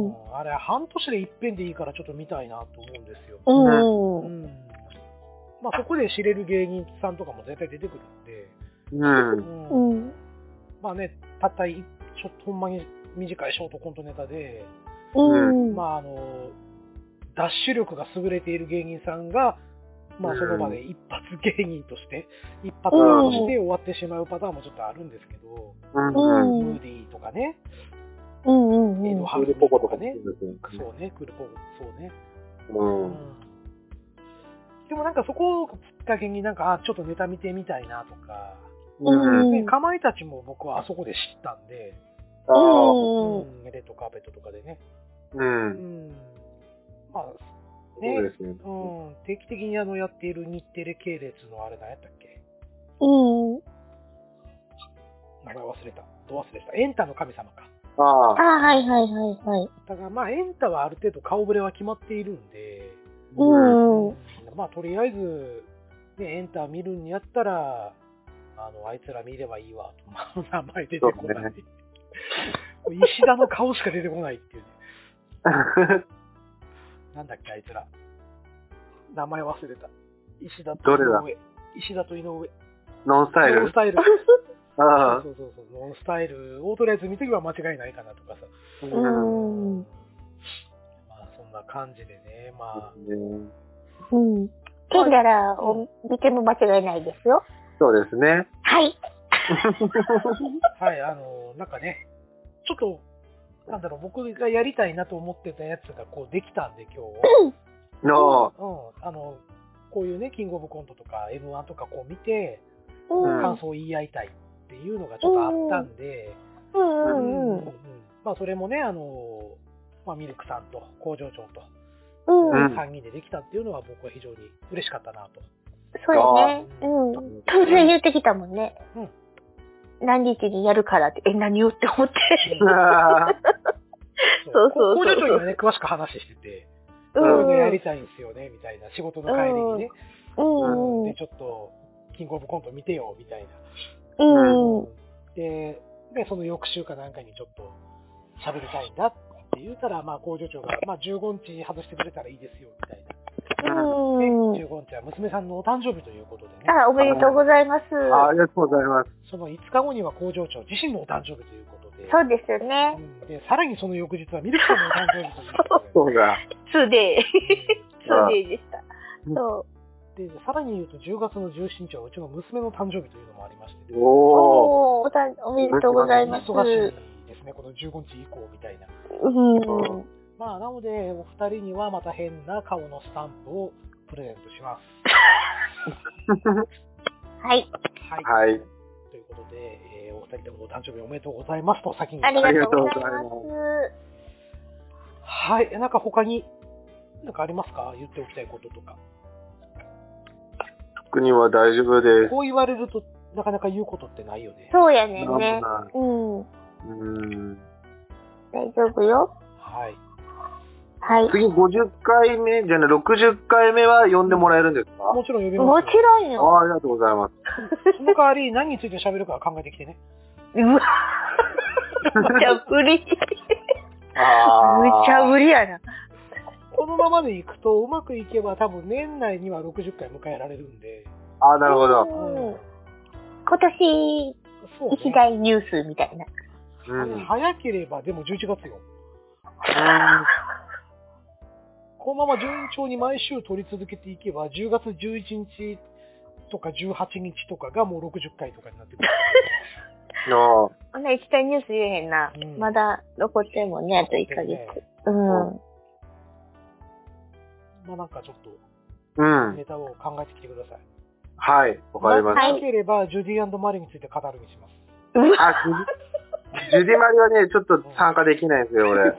うん。んあれ、半年で一遍でいいからちょっと見たいなと思うんですよ。うん。うん。ん。まあ、そこで知れる芸人さんとかも絶対出てくるんで、うん。ううんん。まあね、たったい、ちょっとほんまに短いショートコントネタで、うん。まあ、あの、ダッシュ力が優れている芸人さんが、まあ、その場で一発芸人として、一発芸として終わってしまうパターンもちょっとあるんですけど、うん。うんムーディーとかね、うん。エド・ハウスポコととかかねね、。そうね、クルポコ、そうね。う。うんんでもなんかそこをきっかけになんか、あ、ちょっとネタ見てみたいなとか、うん。うんね、かまいたちも僕はあそこで知ったんで、ああ。うん。うんレッドカーペットとかでね。う。うんん。まあ、そうですうね。ん、定期的にあのやっている日テレ系列のあれ何やったっけうん。名前忘れた。どう忘れした。エンタの神様か。ああ、あ。はいはいはいはい。だからまあエンタはある程度顔ぶれは決まっているんで、うん。うん。まあとりあえず、ね、エンタ見るんやったら、あの、あいつら見ればいいわと、 まあ名前出てこなそうい。 石田の顔しか出てこないっていうね。なんだっけ、あいつら。名前忘れた。石田とど井れだ上。石田と井上。ノンスタイノンルスタイル。ああそうそうそうそう。ノンスタイルをとりあえず見とけば間違いないかなとかさ。うん。うん。まあ、そんな感じでね。まあ、うんケンダラを見ても間違いないですよ。そうですね。はい。はい、あの、なんかね、ちょっと、なんだろう、僕がやりたいなと思ってたやつが、こう、できたんで、今日。の、うん、あの、こういうね、キングオブコントとか M1 とかこう見て、うん感想を言い合いたいっていうのがちょっとあったんで、うんうんうん。まあそれもね、あの、まあ、ミルクさんと工場長とうん。うん3人でできたっていうのは僕は非常に嬉しかったなと。そうやね。ううん。突然言ってきたもんね。うん何日にやるからって、え、何をって思って。ああそうそうそう工場長にはね、詳しく話してて、うこういうのん。やりたいんですよね、みたいな仕事の帰りにね、うん。で、ちょっと、キングオブコント見てよ、みたいな。うん。で、でその翌週かなんかにちょっと喋りたいんだって言うたら、まあ、工場長が、まあ、15日外してくれたらいいですよ、みたいな。うん。ね、15日は娘さんのお誕生日ということでね、あ、おめでとうございます。あありがとうございます。その5日後には工場長自身のお誕生日ということで、そうですよね。うんで、さらにその翌日はミルクさんのお誕生日ということそうだ。 2デー。で、 2デーでした。そう。うんで、さらに言うと10月の17日はうちの娘の誕生日というのもありまして、おお。おーおたおめでとうございます。忙しいですね、この15日以降みたいな。うん。まあ、なので、お二人にはまた変な顔のスタンプをプレゼントします。はい。はい。はい。ということで、えーお二人ともお誕生日おめでとうございますと先に。ありがとうございありがまとうごす。はい。えなんか他に、なんかありますか言っておきたいこととか。特には大丈夫です。こう言われると、なかなか言うことってないよね。そうやねなんんもね。なうい。ん。うん。大丈夫よ。はい。はい。次50回目じゃない、60回目は呼んでもらえるんですかもちろん呼びますよ。もちろんあよ。あありがとうございます。その代わり、何について喋るかは考えてきてね。うわ。むちゃぶり。むああ。ちゃぶりやな。このままでいくと、うまくいけば多分年内には60回迎えられるんで。ああ、なるほど。うんそ今年、うね。一大ニュースみたいな。うん。早ければ、でも11月よ。このまま順調に毎週取り続けていけば、10月11日とか18日とかがもう60回とかになってくる。の、こんな一大ニュース言えへんなうん。まだ残ってんもんね、あと1ヶ月。うん。まあなんかちょっとうん。ネタを考えてきてください。はい。わかりましはいなければ、ジュディマリについて語るにします。た。あ、ジュジュディマリはね、ちょっと参加できないんですよ、俺。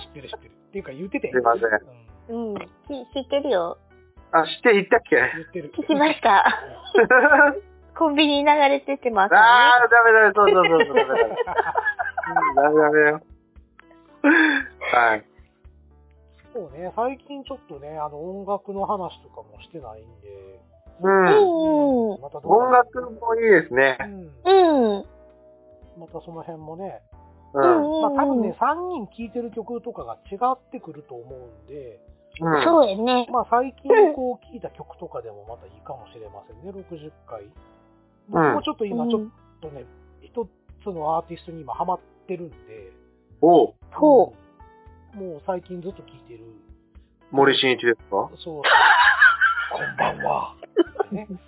知ってる知ってる。っていうか言ってて。すいませんうんうん。き知ってるよ。あ、知って言ったっけ言ってる。聞きま した。あコンビニ流れててますね。あ、ダメダメ、そうそうそうそう、ダメダメ。ダメダメよ。はい。そうね、最近ちょっとね、あの音楽の話とかもしてないんで。うん。うんまたどう音楽もいいですねう。ん。うん。またその辺もね。う。うんん。まあ多分ね、3人聴いてる曲とかが違ってくると思うんで。うん。そうやね。まあ最近こう聴いた曲とかでもまたいいかもしれませんね、60回。僕もちょっと今ちょっとね、一、つのアーティストに今ハマってるんで、おうほうんもう最近ずっと聴いてる。森進一ですか そうそう。こんばんは。ね、昨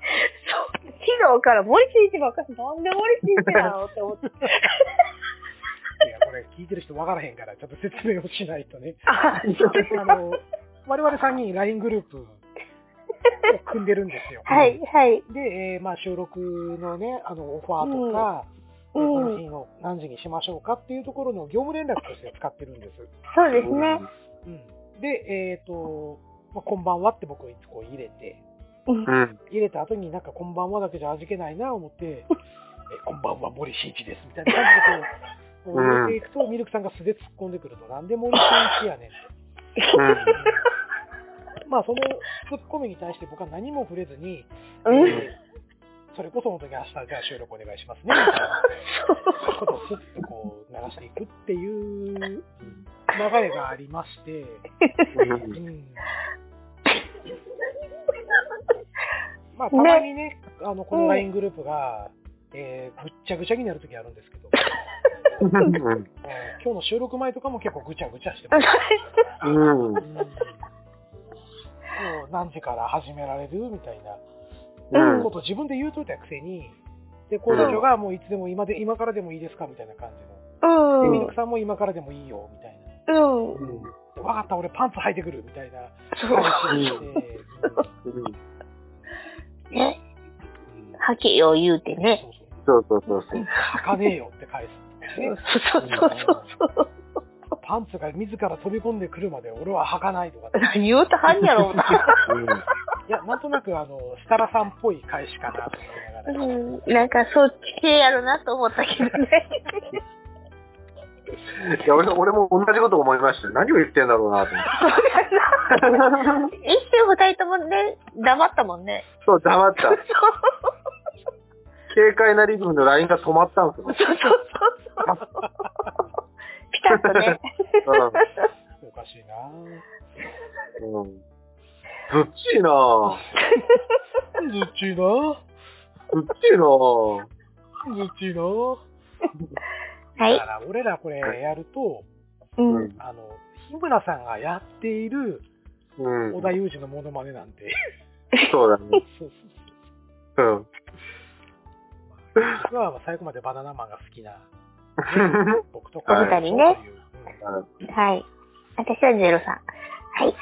日から森進一ばっかり、なんで森進一なのって思って。いや、これ聴いてる人わからへんから、ちょっと説明をしないと ね。 あ、あの、我々3人 LINE グループを組んでるんですよ。はい、はい。で、えーまあ、収録のね、あの、オファーとか、うんえーうんこの日の何時にしましょうかっていうところの業務連絡として使ってるんです。そうですね。うん、で、えっ、と、まあ、こんばんはって僕をいつこう入れて、うん。入れた後になんかこんばんはだけじゃ味気ないな思って、えこんばんは森進一ですみたいな感じでこう、うん入れていくと、ミルクさんが素で突っ込んでくると、なんで森進一やねんって。うん。まあ、その突っ込みに対して僕は何も触れずに、うんえーそれこそ本当に明日じゃあ収録お願いしますね、みたいなことをスッとこう流していくっていう流れがありまして、ううんん、 まあ、たまにね、あの、この LINE グループが、えーぐっちゃぐちゃになるときあるんですけど、えー今日の収録前とかも結構ぐちゃぐちゃしてます。うんうん今日何時から始められるみたいなうんことを自分で言うといたくせに、で、彼女がもういつでも今で、今からでもいいですかみたいな感じの。うん。うで、ミんルクさんも今からでもいいよ、みたいな。うん。でわかった、俺パンツ履いてくる、みたいなそう。話をして、うんね。はけよ、言うてね。そうそう。そうそうそうそう。履かねえよって返す。そうそうそうそうそう。パンツが自ら飛び込んでくるまで俺は履かないとかって。何言うたはんやろうな。いや、なんとなくあの、設楽さんっぽい返しかなと思ういながら。ん。なんかそっち系やろなと思ったけど ね。いや俺俺も同じこと思いましたよ。何を言ってんだろうなと思って。一瞬二人ともね、黙ったもんね。そう、黙った。軽快なリズムのラインが止まったんですよそう。そうそうそう。ピタッとね。おかしいなぁ。うん。うんずっちいなぁ。ずっちいなぁ。ずっちいなぁ。ずっちいなぁ。はいだから、俺らこれやると、うん。うんあの、日村さんがやっているうん。織田裕二のモノマネなんて、そうだね。そううん。僕は最後までバナナマンが好きな僕とはいか、お二人ねそういうはい。私はゼロさん。はい。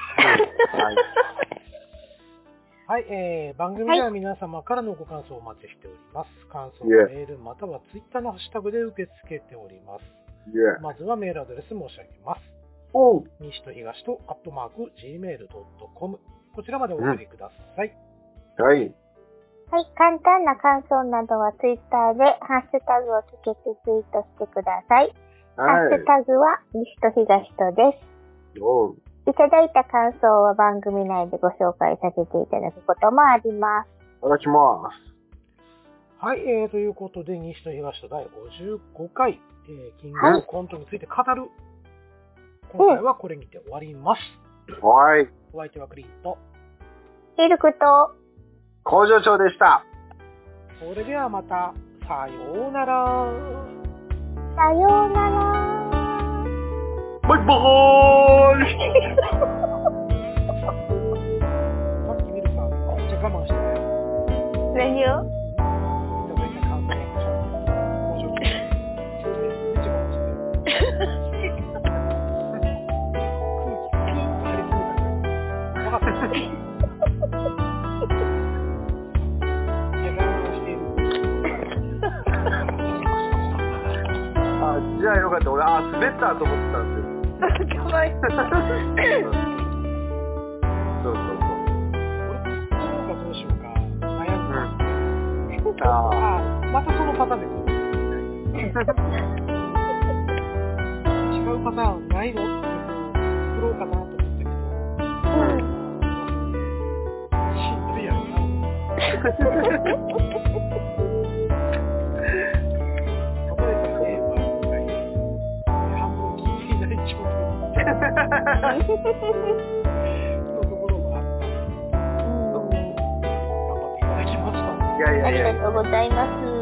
はいはい、えー、番組では皆様からのご感想をお待ちしております。感想、いえメール、またはツイッターのハッシュタグで受け付けております。いやまずはメールアドレス申し上げます。おう西と東と、アットマーク、gmail.com。こちらまでお送りください。はい。はい。簡単な感想などはツイッターで、ハッシュタグをつけてツイートしてください。ハッシはュタグは、西と東とです。い。おういただいた感想は番組内でご紹介させていただくこともあります。いただきます。はい、えー、ということで、西と東と第55回、えー、キングオブコントについて語る。今回はこれにて終わります。はい。お相手はクリント。ヒルクと、工場長でした。それではまた、さようなら。さようなら。バイバーイさっき見るさん、めっちゃ我慢してたよ。何を 네.いただいた感想をちょっと工場長に説明してめっちゃ我慢して空気がピンと張り詰めたから分かっためっちゃ我慢してるあ、じゃあよかった。俺、あ、滑ったと思ってたん ですよ。 そどうそうそう。うかどうしようか悩うんだん。ああまたそのパターンで来る違うパターンないのって作ろうかなと思ったけどしんどいやろな例えばね、まあ、今回、半分聞いていない状態で、のところもあったので、頑張っていただきました。あ。いやいあやいりやが。とうございます。